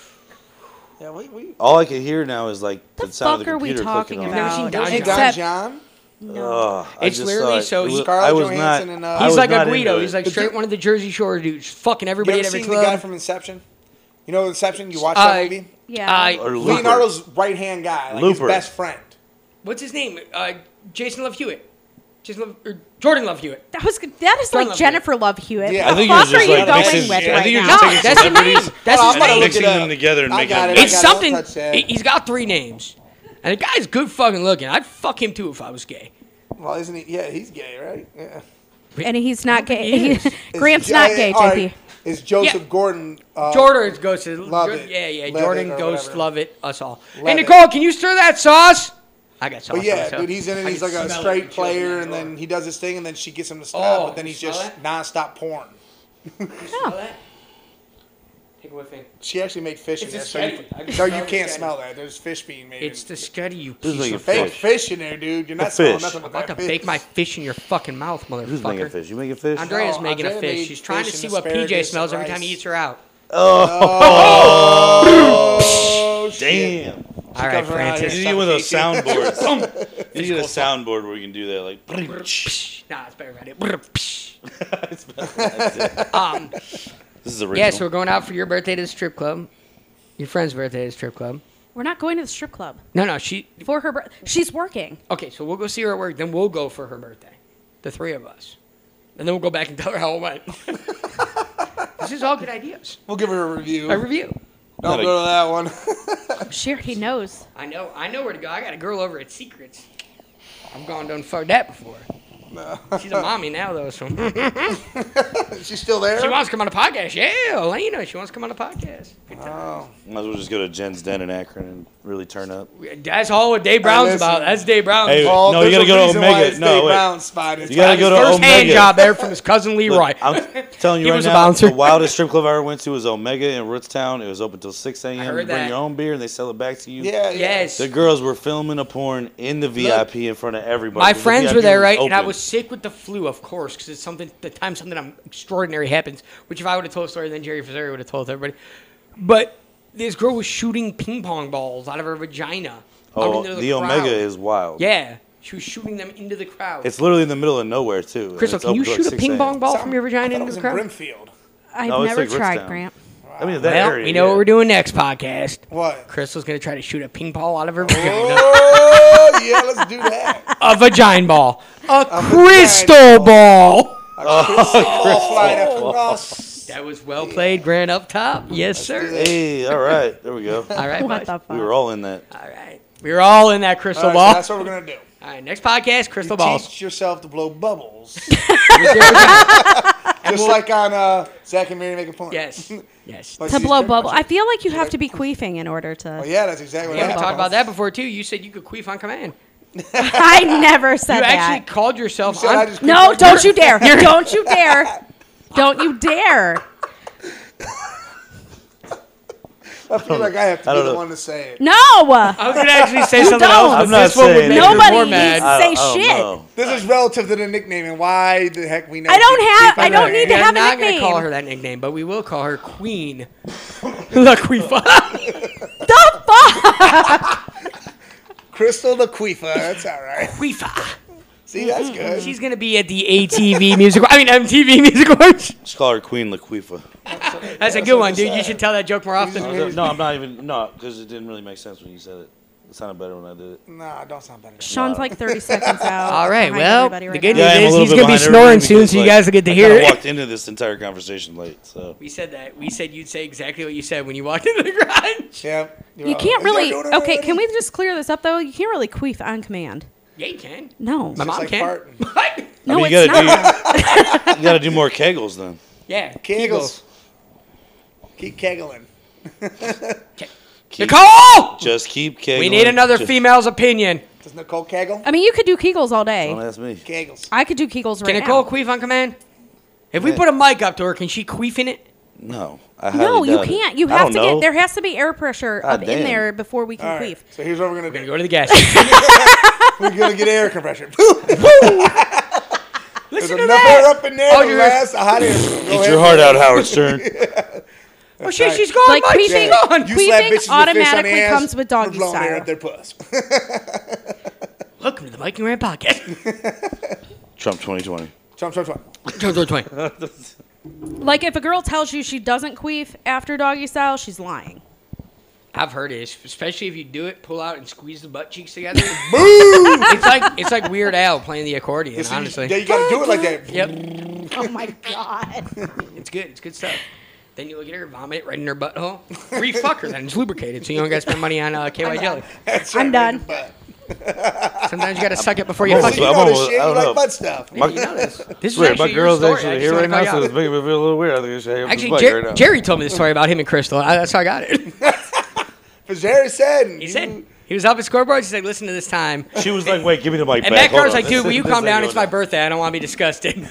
Speaker 2: Yeah, we, we.
Speaker 6: All I can hear now is like the,
Speaker 5: the
Speaker 6: sound of
Speaker 5: fuck
Speaker 6: the
Speaker 5: are we
Speaker 6: computer
Speaker 5: talking
Speaker 6: clicking
Speaker 5: about?
Speaker 4: Never seen
Speaker 6: on.
Speaker 4: Don
Speaker 2: Hey,
Speaker 4: John.
Speaker 2: Don
Speaker 5: Except-
Speaker 2: John.
Speaker 6: Ugh, I
Speaker 4: It's
Speaker 6: just
Speaker 4: literally
Speaker 6: saw it.
Speaker 4: so
Speaker 6: It
Speaker 4: he's
Speaker 6: was-
Speaker 2: Scarlett
Speaker 6: I was
Speaker 2: Johansson
Speaker 6: not-
Speaker 2: and, uh,
Speaker 6: I
Speaker 4: He's
Speaker 6: was
Speaker 4: like a
Speaker 6: not
Speaker 4: Guido.
Speaker 6: into it.
Speaker 4: He's like
Speaker 2: Did
Speaker 4: straight
Speaker 2: you-
Speaker 4: one of the Jersey Shore dudes, fucking
Speaker 2: You
Speaker 4: everybody
Speaker 2: ever
Speaker 4: at every
Speaker 2: seen the guy
Speaker 4: club.
Speaker 2: from Inception? You know Inception? You watched
Speaker 4: Uh,
Speaker 2: that movie?
Speaker 5: Yeah.
Speaker 4: Uh,
Speaker 6: Or Looper.
Speaker 2: Leonardo's right hand guy, like
Speaker 6: Looper.
Speaker 2: his best friend.
Speaker 4: what's his name? Uh, Jason Love Hewitt. Jason Love, or Jordan Love Hewitt.
Speaker 5: That was that is
Speaker 4: Don't
Speaker 5: like
Speaker 4: love
Speaker 5: Jennifer Love Hewitt.
Speaker 2: Yeah.
Speaker 5: What
Speaker 2: I
Speaker 5: the
Speaker 2: think
Speaker 6: you're
Speaker 5: fuck
Speaker 6: just
Speaker 5: are you
Speaker 6: like
Speaker 5: going
Speaker 6: mixing-
Speaker 5: with
Speaker 6: I
Speaker 5: right
Speaker 6: think you're
Speaker 5: now?
Speaker 6: just
Speaker 4: No,
Speaker 6: taking
Speaker 4: that's his name. That's
Speaker 2: Hold on,
Speaker 4: his
Speaker 2: I'm gonna
Speaker 4: name.
Speaker 2: look it
Speaker 6: Mixing
Speaker 2: up.
Speaker 6: them together and
Speaker 2: I
Speaker 6: making
Speaker 2: got
Speaker 6: a
Speaker 2: it, I
Speaker 6: mix.
Speaker 4: It's
Speaker 2: got it. Don't
Speaker 4: something.
Speaker 2: touch that.
Speaker 4: He- He's got three names, and the guy's good fucking looking. I'd fuck him too if I was gay.
Speaker 2: Well, isn't he? Yeah, he's gay, right? Yeah.
Speaker 5: And he's not
Speaker 4: he
Speaker 5: gay.
Speaker 4: is.
Speaker 2: Is
Speaker 5: Grant's
Speaker 2: Jo-
Speaker 5: not gay,
Speaker 2: all
Speaker 5: JP.
Speaker 2: right, Is Joseph Gordon? Uh,
Speaker 4: Jordan goes to
Speaker 2: Love
Speaker 4: Jordan-
Speaker 2: it.
Speaker 4: Yeah, yeah.
Speaker 2: Love
Speaker 4: Jordan
Speaker 2: it or
Speaker 4: goes
Speaker 2: whatever.
Speaker 4: love it. Us all. hey
Speaker 2: Love it.
Speaker 4: Nicole, can you stir that sauce? I got sauce.
Speaker 2: But yeah,
Speaker 4: myself.
Speaker 2: dude, he's in
Speaker 4: I
Speaker 2: it.
Speaker 4: can
Speaker 2: He's like
Speaker 4: smell
Speaker 2: a
Speaker 4: it
Speaker 2: straight
Speaker 4: when she opens
Speaker 2: player,
Speaker 4: that
Speaker 2: and
Speaker 4: door.
Speaker 2: then he does his thing, and then she gets him to stop,
Speaker 4: Oh,
Speaker 2: but then he's
Speaker 4: you
Speaker 2: just
Speaker 4: smell
Speaker 2: nonstop porn.
Speaker 4: Smell that? Take a whiff in.
Speaker 2: She actually made fish
Speaker 4: It's
Speaker 2: in
Speaker 4: a
Speaker 2: there, so you,
Speaker 4: sketty. I can
Speaker 2: no,
Speaker 4: smell
Speaker 2: you
Speaker 4: the
Speaker 2: can't
Speaker 4: sketty.
Speaker 2: smell that. There's fish being made.
Speaker 4: It's the scuddy, you
Speaker 6: This is
Speaker 4: piece
Speaker 6: like
Speaker 4: of
Speaker 6: a
Speaker 2: fake
Speaker 6: fish.
Speaker 2: fish in there, dude. You're
Speaker 6: A
Speaker 2: not smelling
Speaker 6: fish.
Speaker 2: nothing with
Speaker 4: I'm about
Speaker 2: that
Speaker 4: to bake my fish in your fucking mouth, motherfucker.
Speaker 6: Who's making fish? You making fish?
Speaker 4: Andrea's
Speaker 2: No,
Speaker 4: making a
Speaker 2: Andrea
Speaker 4: fish.
Speaker 2: made
Speaker 4: She's trying to
Speaker 2: fish
Speaker 4: see
Speaker 2: and
Speaker 4: what PJ
Speaker 2: asparagus
Speaker 4: smells
Speaker 2: and
Speaker 4: every time he
Speaker 2: rice.
Speaker 4: eats her out.
Speaker 2: Oh, shit.
Speaker 6: Damn.
Speaker 4: All right,
Speaker 2: comes around
Speaker 6: You
Speaker 4: Francis.
Speaker 2: here.
Speaker 6: need one of those soundboards. you need a soundboard where you can do that. Like,
Speaker 4: Nah, it's better right it.
Speaker 6: It's better.
Speaker 4: Um,
Speaker 6: this is original.
Speaker 4: yeah, so we're going out for your birthday to the strip club. Your friend's birthday to the strip club.
Speaker 5: We're not going to the strip club
Speaker 4: No, no, she.
Speaker 5: for her. Bir- She's working.
Speaker 4: Okay, so we'll go see her at work. Then we'll go for her birthday, the three of us, and then we'll go back and tell her how it went. this is all good ideas.
Speaker 2: We'll give her a review.
Speaker 4: A review.
Speaker 2: Don't go to that one.
Speaker 5: She already knows.
Speaker 4: I know. I know where to go. I got a girl over at Secrets. I've gone done fucked that before. She's a mommy now, though, so hmm. she
Speaker 2: She's still there.
Speaker 4: wants to come on a podcast. Yeah, Elena, she wants to come on a podcast. Good time.
Speaker 2: Oh.
Speaker 6: Might as well just go to Jen's Den in Akron and really turn up.
Speaker 4: That's all what Dave Brown's
Speaker 2: listen.
Speaker 4: about. That's Dave Brown's.
Speaker 6: Hey,
Speaker 2: Paul,
Speaker 6: no, you
Speaker 2: there's
Speaker 6: gotta
Speaker 2: a
Speaker 6: go to
Speaker 2: reason why
Speaker 6: Omega.
Speaker 2: it's
Speaker 6: No,
Speaker 2: Dave
Speaker 6: wait.
Speaker 2: Brown's spot. It's
Speaker 6: You gotta
Speaker 2: like-
Speaker 6: go to
Speaker 4: First hand
Speaker 6: Omega.
Speaker 4: job there from his cousin Leroy.
Speaker 6: I'm telling you
Speaker 4: He
Speaker 6: right
Speaker 4: was a
Speaker 6: now,
Speaker 4: bouncer.
Speaker 6: the wildest strip club I ever went to was Omega in Rootstown. It was open till 6 a.m.
Speaker 4: I
Speaker 6: You
Speaker 4: heard
Speaker 6: bring
Speaker 4: that.
Speaker 6: your own beer and they sell it back to you.
Speaker 2: Yeah, yeah.
Speaker 4: yes.
Speaker 6: The girls were filming a porn in the VIP in front of everybody.
Speaker 4: My
Speaker 6: The
Speaker 4: friends
Speaker 6: VIP
Speaker 4: were there,
Speaker 6: was
Speaker 4: right? And I
Speaker 6: open.
Speaker 4: was sick with the flu, of course, because it's something the time something um, extraordinary happens. Which if I would have told the story, then Jerry Fazeri would have told everybody. But this girl was shooting ping pong balls out of her vagina. out
Speaker 6: Oh,
Speaker 4: into
Speaker 6: the,
Speaker 4: crowd.
Speaker 6: Omega is wild.
Speaker 4: Yeah, she was shooting them into the crowd.
Speaker 6: It's literally in the middle of nowhere too. and
Speaker 4: Crystal,
Speaker 6: it's
Speaker 4: can you
Speaker 6: open till,
Speaker 4: shoot
Speaker 6: like,
Speaker 4: a
Speaker 6: 6
Speaker 4: ping pong
Speaker 6: a.m.
Speaker 4: ball
Speaker 2: Sound-
Speaker 4: from your vagina
Speaker 2: I thought it
Speaker 4: into
Speaker 2: was
Speaker 4: the
Speaker 2: in
Speaker 4: crowd?
Speaker 2: Brimfield.
Speaker 5: I've
Speaker 6: No, it's
Speaker 5: never
Speaker 6: like Ritz
Speaker 5: tried,
Speaker 6: Town.
Speaker 5: Grant.
Speaker 6: I mean, that
Speaker 4: Well,
Speaker 6: area.
Speaker 4: we know
Speaker 6: yeah.
Speaker 4: what we're doing next podcast.
Speaker 2: What?
Speaker 4: Crystal's gonna try to shoot a ping pong out of her vagina.
Speaker 2: Oh yeah, let's do that.
Speaker 4: a vagina ball. A, crystal ball.
Speaker 2: Oh, flying across.
Speaker 4: That was well played, Grant up top. Yes, sir.
Speaker 6: Hey, all right, there we go.
Speaker 4: All right,
Speaker 5: What
Speaker 4: bud.
Speaker 5: the fuck?
Speaker 6: We were all in that.
Speaker 4: All right. We were all in that crystal
Speaker 2: All right, so
Speaker 4: ball.
Speaker 2: that's what we're gonna do.
Speaker 4: all right, next podcast, crystal balls.
Speaker 2: Teach yourself to blow bubbles,
Speaker 4: yes.
Speaker 2: just like on uh, Zach and Mary make a porn.
Speaker 4: Yes.
Speaker 2: Like
Speaker 5: to
Speaker 2: these
Speaker 5: blow
Speaker 2: trick
Speaker 5: bubble. I
Speaker 2: questions.
Speaker 5: feel like you have to be queefing in order to.
Speaker 2: Oh, yeah, that's exactly
Speaker 4: Yeah,
Speaker 2: what
Speaker 4: we
Speaker 2: I
Speaker 4: talked about that before, too. You said you could queef on command.
Speaker 5: I never said
Speaker 4: You
Speaker 5: that.
Speaker 4: actually called yourself
Speaker 2: said I
Speaker 4: on.
Speaker 2: just queefed
Speaker 5: no,
Speaker 2: on
Speaker 5: don't you dare! don't you dare! Don't you dare!
Speaker 2: I feel like I have to
Speaker 6: I
Speaker 2: be
Speaker 6: don't
Speaker 2: the
Speaker 6: know.
Speaker 2: one to say it.
Speaker 5: No!
Speaker 2: Uh,
Speaker 4: I was going to actually say something
Speaker 5: don't.
Speaker 4: else, but
Speaker 5: I'm
Speaker 6: not
Speaker 4: this one would
Speaker 6: saying
Speaker 4: make
Speaker 6: anything.
Speaker 4: her more
Speaker 5: Nobody
Speaker 4: mad.
Speaker 5: needs- Say
Speaker 6: I don't
Speaker 5: shit.
Speaker 6: know.
Speaker 2: This is relative to the nickname and why the heck we know.
Speaker 5: I don't
Speaker 2: people
Speaker 5: have-
Speaker 2: keep on
Speaker 5: I don't
Speaker 2: that.
Speaker 5: need to
Speaker 4: We're
Speaker 5: have a
Speaker 4: not gonna
Speaker 5: nickname.
Speaker 4: call her that nickname, but we will call her Queen. La Queefa.
Speaker 5: The fuck!
Speaker 2: Crystal the Queefa. That's all right.
Speaker 4: Queefa.
Speaker 2: See, that's good.
Speaker 4: She's going to be at the ATV music. I mean, MTV music awards.
Speaker 6: Just call her Queen Laquifa.
Speaker 4: That's a good one, dude. You should tell that joke more often.
Speaker 6: No, I'm not even. No, because it didn't really make sense when you said it. It sounded better when I did it.
Speaker 2: nah, don't sound better.
Speaker 5: Sean's like 30 seconds out.
Speaker 4: All right,
Speaker 5: behind
Speaker 4: well,
Speaker 5: everybody
Speaker 4: the good
Speaker 5: now.
Speaker 6: Yeah, I am a
Speaker 4: news is
Speaker 6: little
Speaker 4: he's
Speaker 6: bit
Speaker 4: going to be
Speaker 6: behind
Speaker 4: snoring
Speaker 6: everybody
Speaker 4: soon, so you
Speaker 6: because,
Speaker 4: guys will get to
Speaker 6: I
Speaker 4: hear
Speaker 6: kinda
Speaker 4: it.
Speaker 6: walked into this entire conversation late, so
Speaker 4: We said that. We said you'd say exactly what you said when you walked into the garage.
Speaker 2: Yeah. you're
Speaker 5: You
Speaker 2: all-
Speaker 5: can't
Speaker 2: Is that
Speaker 5: really.
Speaker 2: doing it
Speaker 5: Okay,
Speaker 2: already?
Speaker 5: can we just clear this up though? You can't really queef on command.
Speaker 4: Yeah, you can.
Speaker 5: No.
Speaker 4: My
Speaker 2: Just
Speaker 4: mom
Speaker 2: like
Speaker 4: can.
Speaker 2: farting.
Speaker 4: What?
Speaker 5: No,
Speaker 6: mean, you
Speaker 5: it's
Speaker 6: gotta
Speaker 5: not.
Speaker 6: you got to do more kegels then.
Speaker 4: yeah.
Speaker 2: Kegels. Keep kegeling.
Speaker 6: Keep,
Speaker 4: Nicole!
Speaker 6: Just keep kegels.
Speaker 4: We need another
Speaker 6: Just,
Speaker 4: female's opinion.
Speaker 2: Does Nicole kegel?
Speaker 5: I mean, you could do Kegels all
Speaker 6: Don't
Speaker 5: day.
Speaker 6: ask me.
Speaker 2: Kegels.
Speaker 5: I could do Kegels right
Speaker 4: Can Nicole
Speaker 5: now.
Speaker 4: queef on command? If we put a mic up to her, can she queef in it?
Speaker 6: No, I
Speaker 5: No,
Speaker 6: highly
Speaker 5: you
Speaker 6: doubt it.
Speaker 5: can't. You
Speaker 6: I
Speaker 5: have
Speaker 6: don't
Speaker 5: to
Speaker 6: know.
Speaker 5: get. There has to be air pressure
Speaker 6: God
Speaker 5: up in
Speaker 6: damn.
Speaker 5: there before we
Speaker 2: All
Speaker 5: can
Speaker 2: right.
Speaker 5: queef.
Speaker 2: So here's what we're gonna
Speaker 4: You
Speaker 2: do.
Speaker 4: go to the gas station.
Speaker 2: We're gonna get air compression. There's
Speaker 4: Listen to
Speaker 2: enough air
Speaker 4: that.
Speaker 2: up in there
Speaker 4: Oh,
Speaker 2: to
Speaker 4: you're-
Speaker 2: last a hot air. Go
Speaker 6: Get
Speaker 2: ahead.
Speaker 6: your heart out, Howard Stern.
Speaker 4: Oh, shit,
Speaker 2: right.
Speaker 4: she's gone.
Speaker 5: Like
Speaker 4: Mike,
Speaker 5: queefing-
Speaker 4: she's gone.
Speaker 2: You slap
Speaker 5: Queefing
Speaker 2: bitches with fish on
Speaker 5: automatically
Speaker 2: the ass,
Speaker 5: comes with doggy
Speaker 2: we're blowing air
Speaker 5: style.
Speaker 2: up their puss.
Speaker 4: Welcome to the Mike and Rand podcast.
Speaker 6: Trump 2020.
Speaker 2: Chomp, chomp, chomp.
Speaker 4: Turn, turn, turn.
Speaker 5: Like if a girl tells you she doesn't queef after doggy style, she's lying.
Speaker 4: I've heard it, especially if you do it, pull out and squeeze the butt cheeks together. Boom! It's like it's like Weird Al playing the accordion.
Speaker 2: So you-
Speaker 4: honestly,
Speaker 2: yeah, you gotta do it like that.
Speaker 4: yep,
Speaker 5: Oh my god.
Speaker 4: it's good. It's good stuff. Then you look at her, vomit it right in her butthole. Refuck her, then it's lubricated, so you don't got to spend money on uh, KY jelly.
Speaker 2: That's right,
Speaker 5: I'm done.
Speaker 2: But
Speaker 4: Sometimes you got to suck it before you
Speaker 6: Well,
Speaker 4: fuck
Speaker 2: you
Speaker 6: I'm
Speaker 4: it.
Speaker 2: know this
Speaker 6: almost-
Speaker 2: shit.
Speaker 6: I
Speaker 2: You
Speaker 6: don't
Speaker 2: like
Speaker 6: know.
Speaker 2: butt stuff.
Speaker 4: Yeah, you know this. This is
Speaker 6: Wait,
Speaker 4: actually
Speaker 6: my
Speaker 4: your
Speaker 6: girl's
Speaker 4: story. I
Speaker 6: actually
Speaker 4: just
Speaker 6: here
Speaker 4: wanna
Speaker 6: right now,
Speaker 4: call
Speaker 6: so
Speaker 4: you
Speaker 6: it's
Speaker 4: out.
Speaker 6: making me feel a little weird. I think I should hang up this
Speaker 4: Actually,
Speaker 6: mic
Speaker 4: Jer-
Speaker 6: right now.
Speaker 4: Jerry told me the story about him and Crystal. I, that's how I got it.
Speaker 2: But Jerry said.
Speaker 4: He
Speaker 2: you-
Speaker 4: said he was helping scoreboards. He's like, "Listen to this time."
Speaker 6: She was like, "Wait, give me the mic
Speaker 4: And Matt
Speaker 6: back." Hold
Speaker 4: Carr's
Speaker 6: on.
Speaker 4: like, dude, will
Speaker 6: This-
Speaker 4: you
Speaker 6: this
Speaker 4: calm
Speaker 6: ain't
Speaker 4: down? It's
Speaker 6: going
Speaker 4: my
Speaker 6: down."
Speaker 4: birthday. I don't want to be disgusted.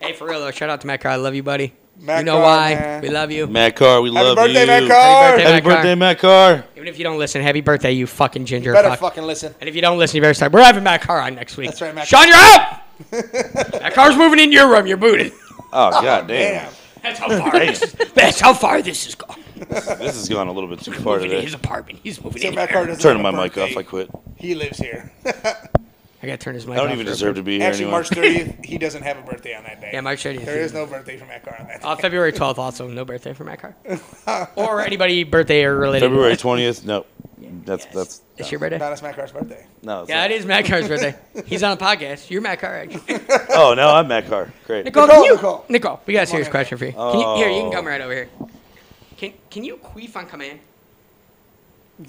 Speaker 4: hey, for real though, shout out to Matt Carr. I love you, buddy.
Speaker 2: Matt
Speaker 4: you know
Speaker 2: Carr,
Speaker 4: why?
Speaker 2: man.
Speaker 4: We love you.
Speaker 6: Matt Carr, we
Speaker 2: Happy
Speaker 6: love
Speaker 2: birthday,
Speaker 6: you.
Speaker 2: Matt Carr.
Speaker 4: birthday,
Speaker 6: Happy
Speaker 4: Matt Carr.
Speaker 6: birthday, Matt Carr.
Speaker 4: Even if you don't listen, happy birthday, you fucking ginger
Speaker 2: Better
Speaker 4: fuck.
Speaker 2: fucking listen.
Speaker 4: And if you don't listen, you better start. We're having Matt Carr on next week.
Speaker 2: That's right, Matt
Speaker 4: Sean, you're out. Matt Carr's moving in your room. You're booted.
Speaker 6: Oh, god damn.
Speaker 2: Damn.
Speaker 4: That's how far. this, that's how far this has gone.
Speaker 6: This has gone a little bit too far
Speaker 4: Moving to
Speaker 6: today.
Speaker 4: his apartment. He's moving
Speaker 2: So
Speaker 4: in.
Speaker 2: Matt
Speaker 4: there.
Speaker 2: Carr doesn't
Speaker 6: Turning my
Speaker 2: have a
Speaker 6: mic off,
Speaker 2: birthday.
Speaker 6: I quit.
Speaker 2: He lives here.
Speaker 4: I gotta turn his mic.
Speaker 6: I don't
Speaker 4: off
Speaker 6: even
Speaker 4: for a
Speaker 6: deserve
Speaker 4: bit.
Speaker 6: to be here
Speaker 2: Actually,
Speaker 6: anyway.
Speaker 2: March 30th, he doesn't have a birthday on that day.
Speaker 4: Yeah, March 30th.
Speaker 2: There is no birthday for Matt Carr on that day.
Speaker 4: Uh, February 12th, also no birthday for Matt Carr. or anybody birthday or related.
Speaker 6: February 20th. No. That's
Speaker 4: Yes.
Speaker 6: that's
Speaker 4: It's your birthday.
Speaker 2: Not as Matt Carr's birthday.
Speaker 6: no. it's
Speaker 4: Yeah,
Speaker 6: not.
Speaker 4: it is Matt Carr's birthday. He's on a podcast. You're Matt Carr, actually.
Speaker 6: Oh, no, I'm Matt Carr. Great.
Speaker 4: Nicole,
Speaker 2: Nicole,
Speaker 4: can you,
Speaker 2: Nicole.
Speaker 4: Nicole. we got a serious
Speaker 2: on,
Speaker 4: question for you. Can you. Here, you can come right over here. Can Can you queef on command?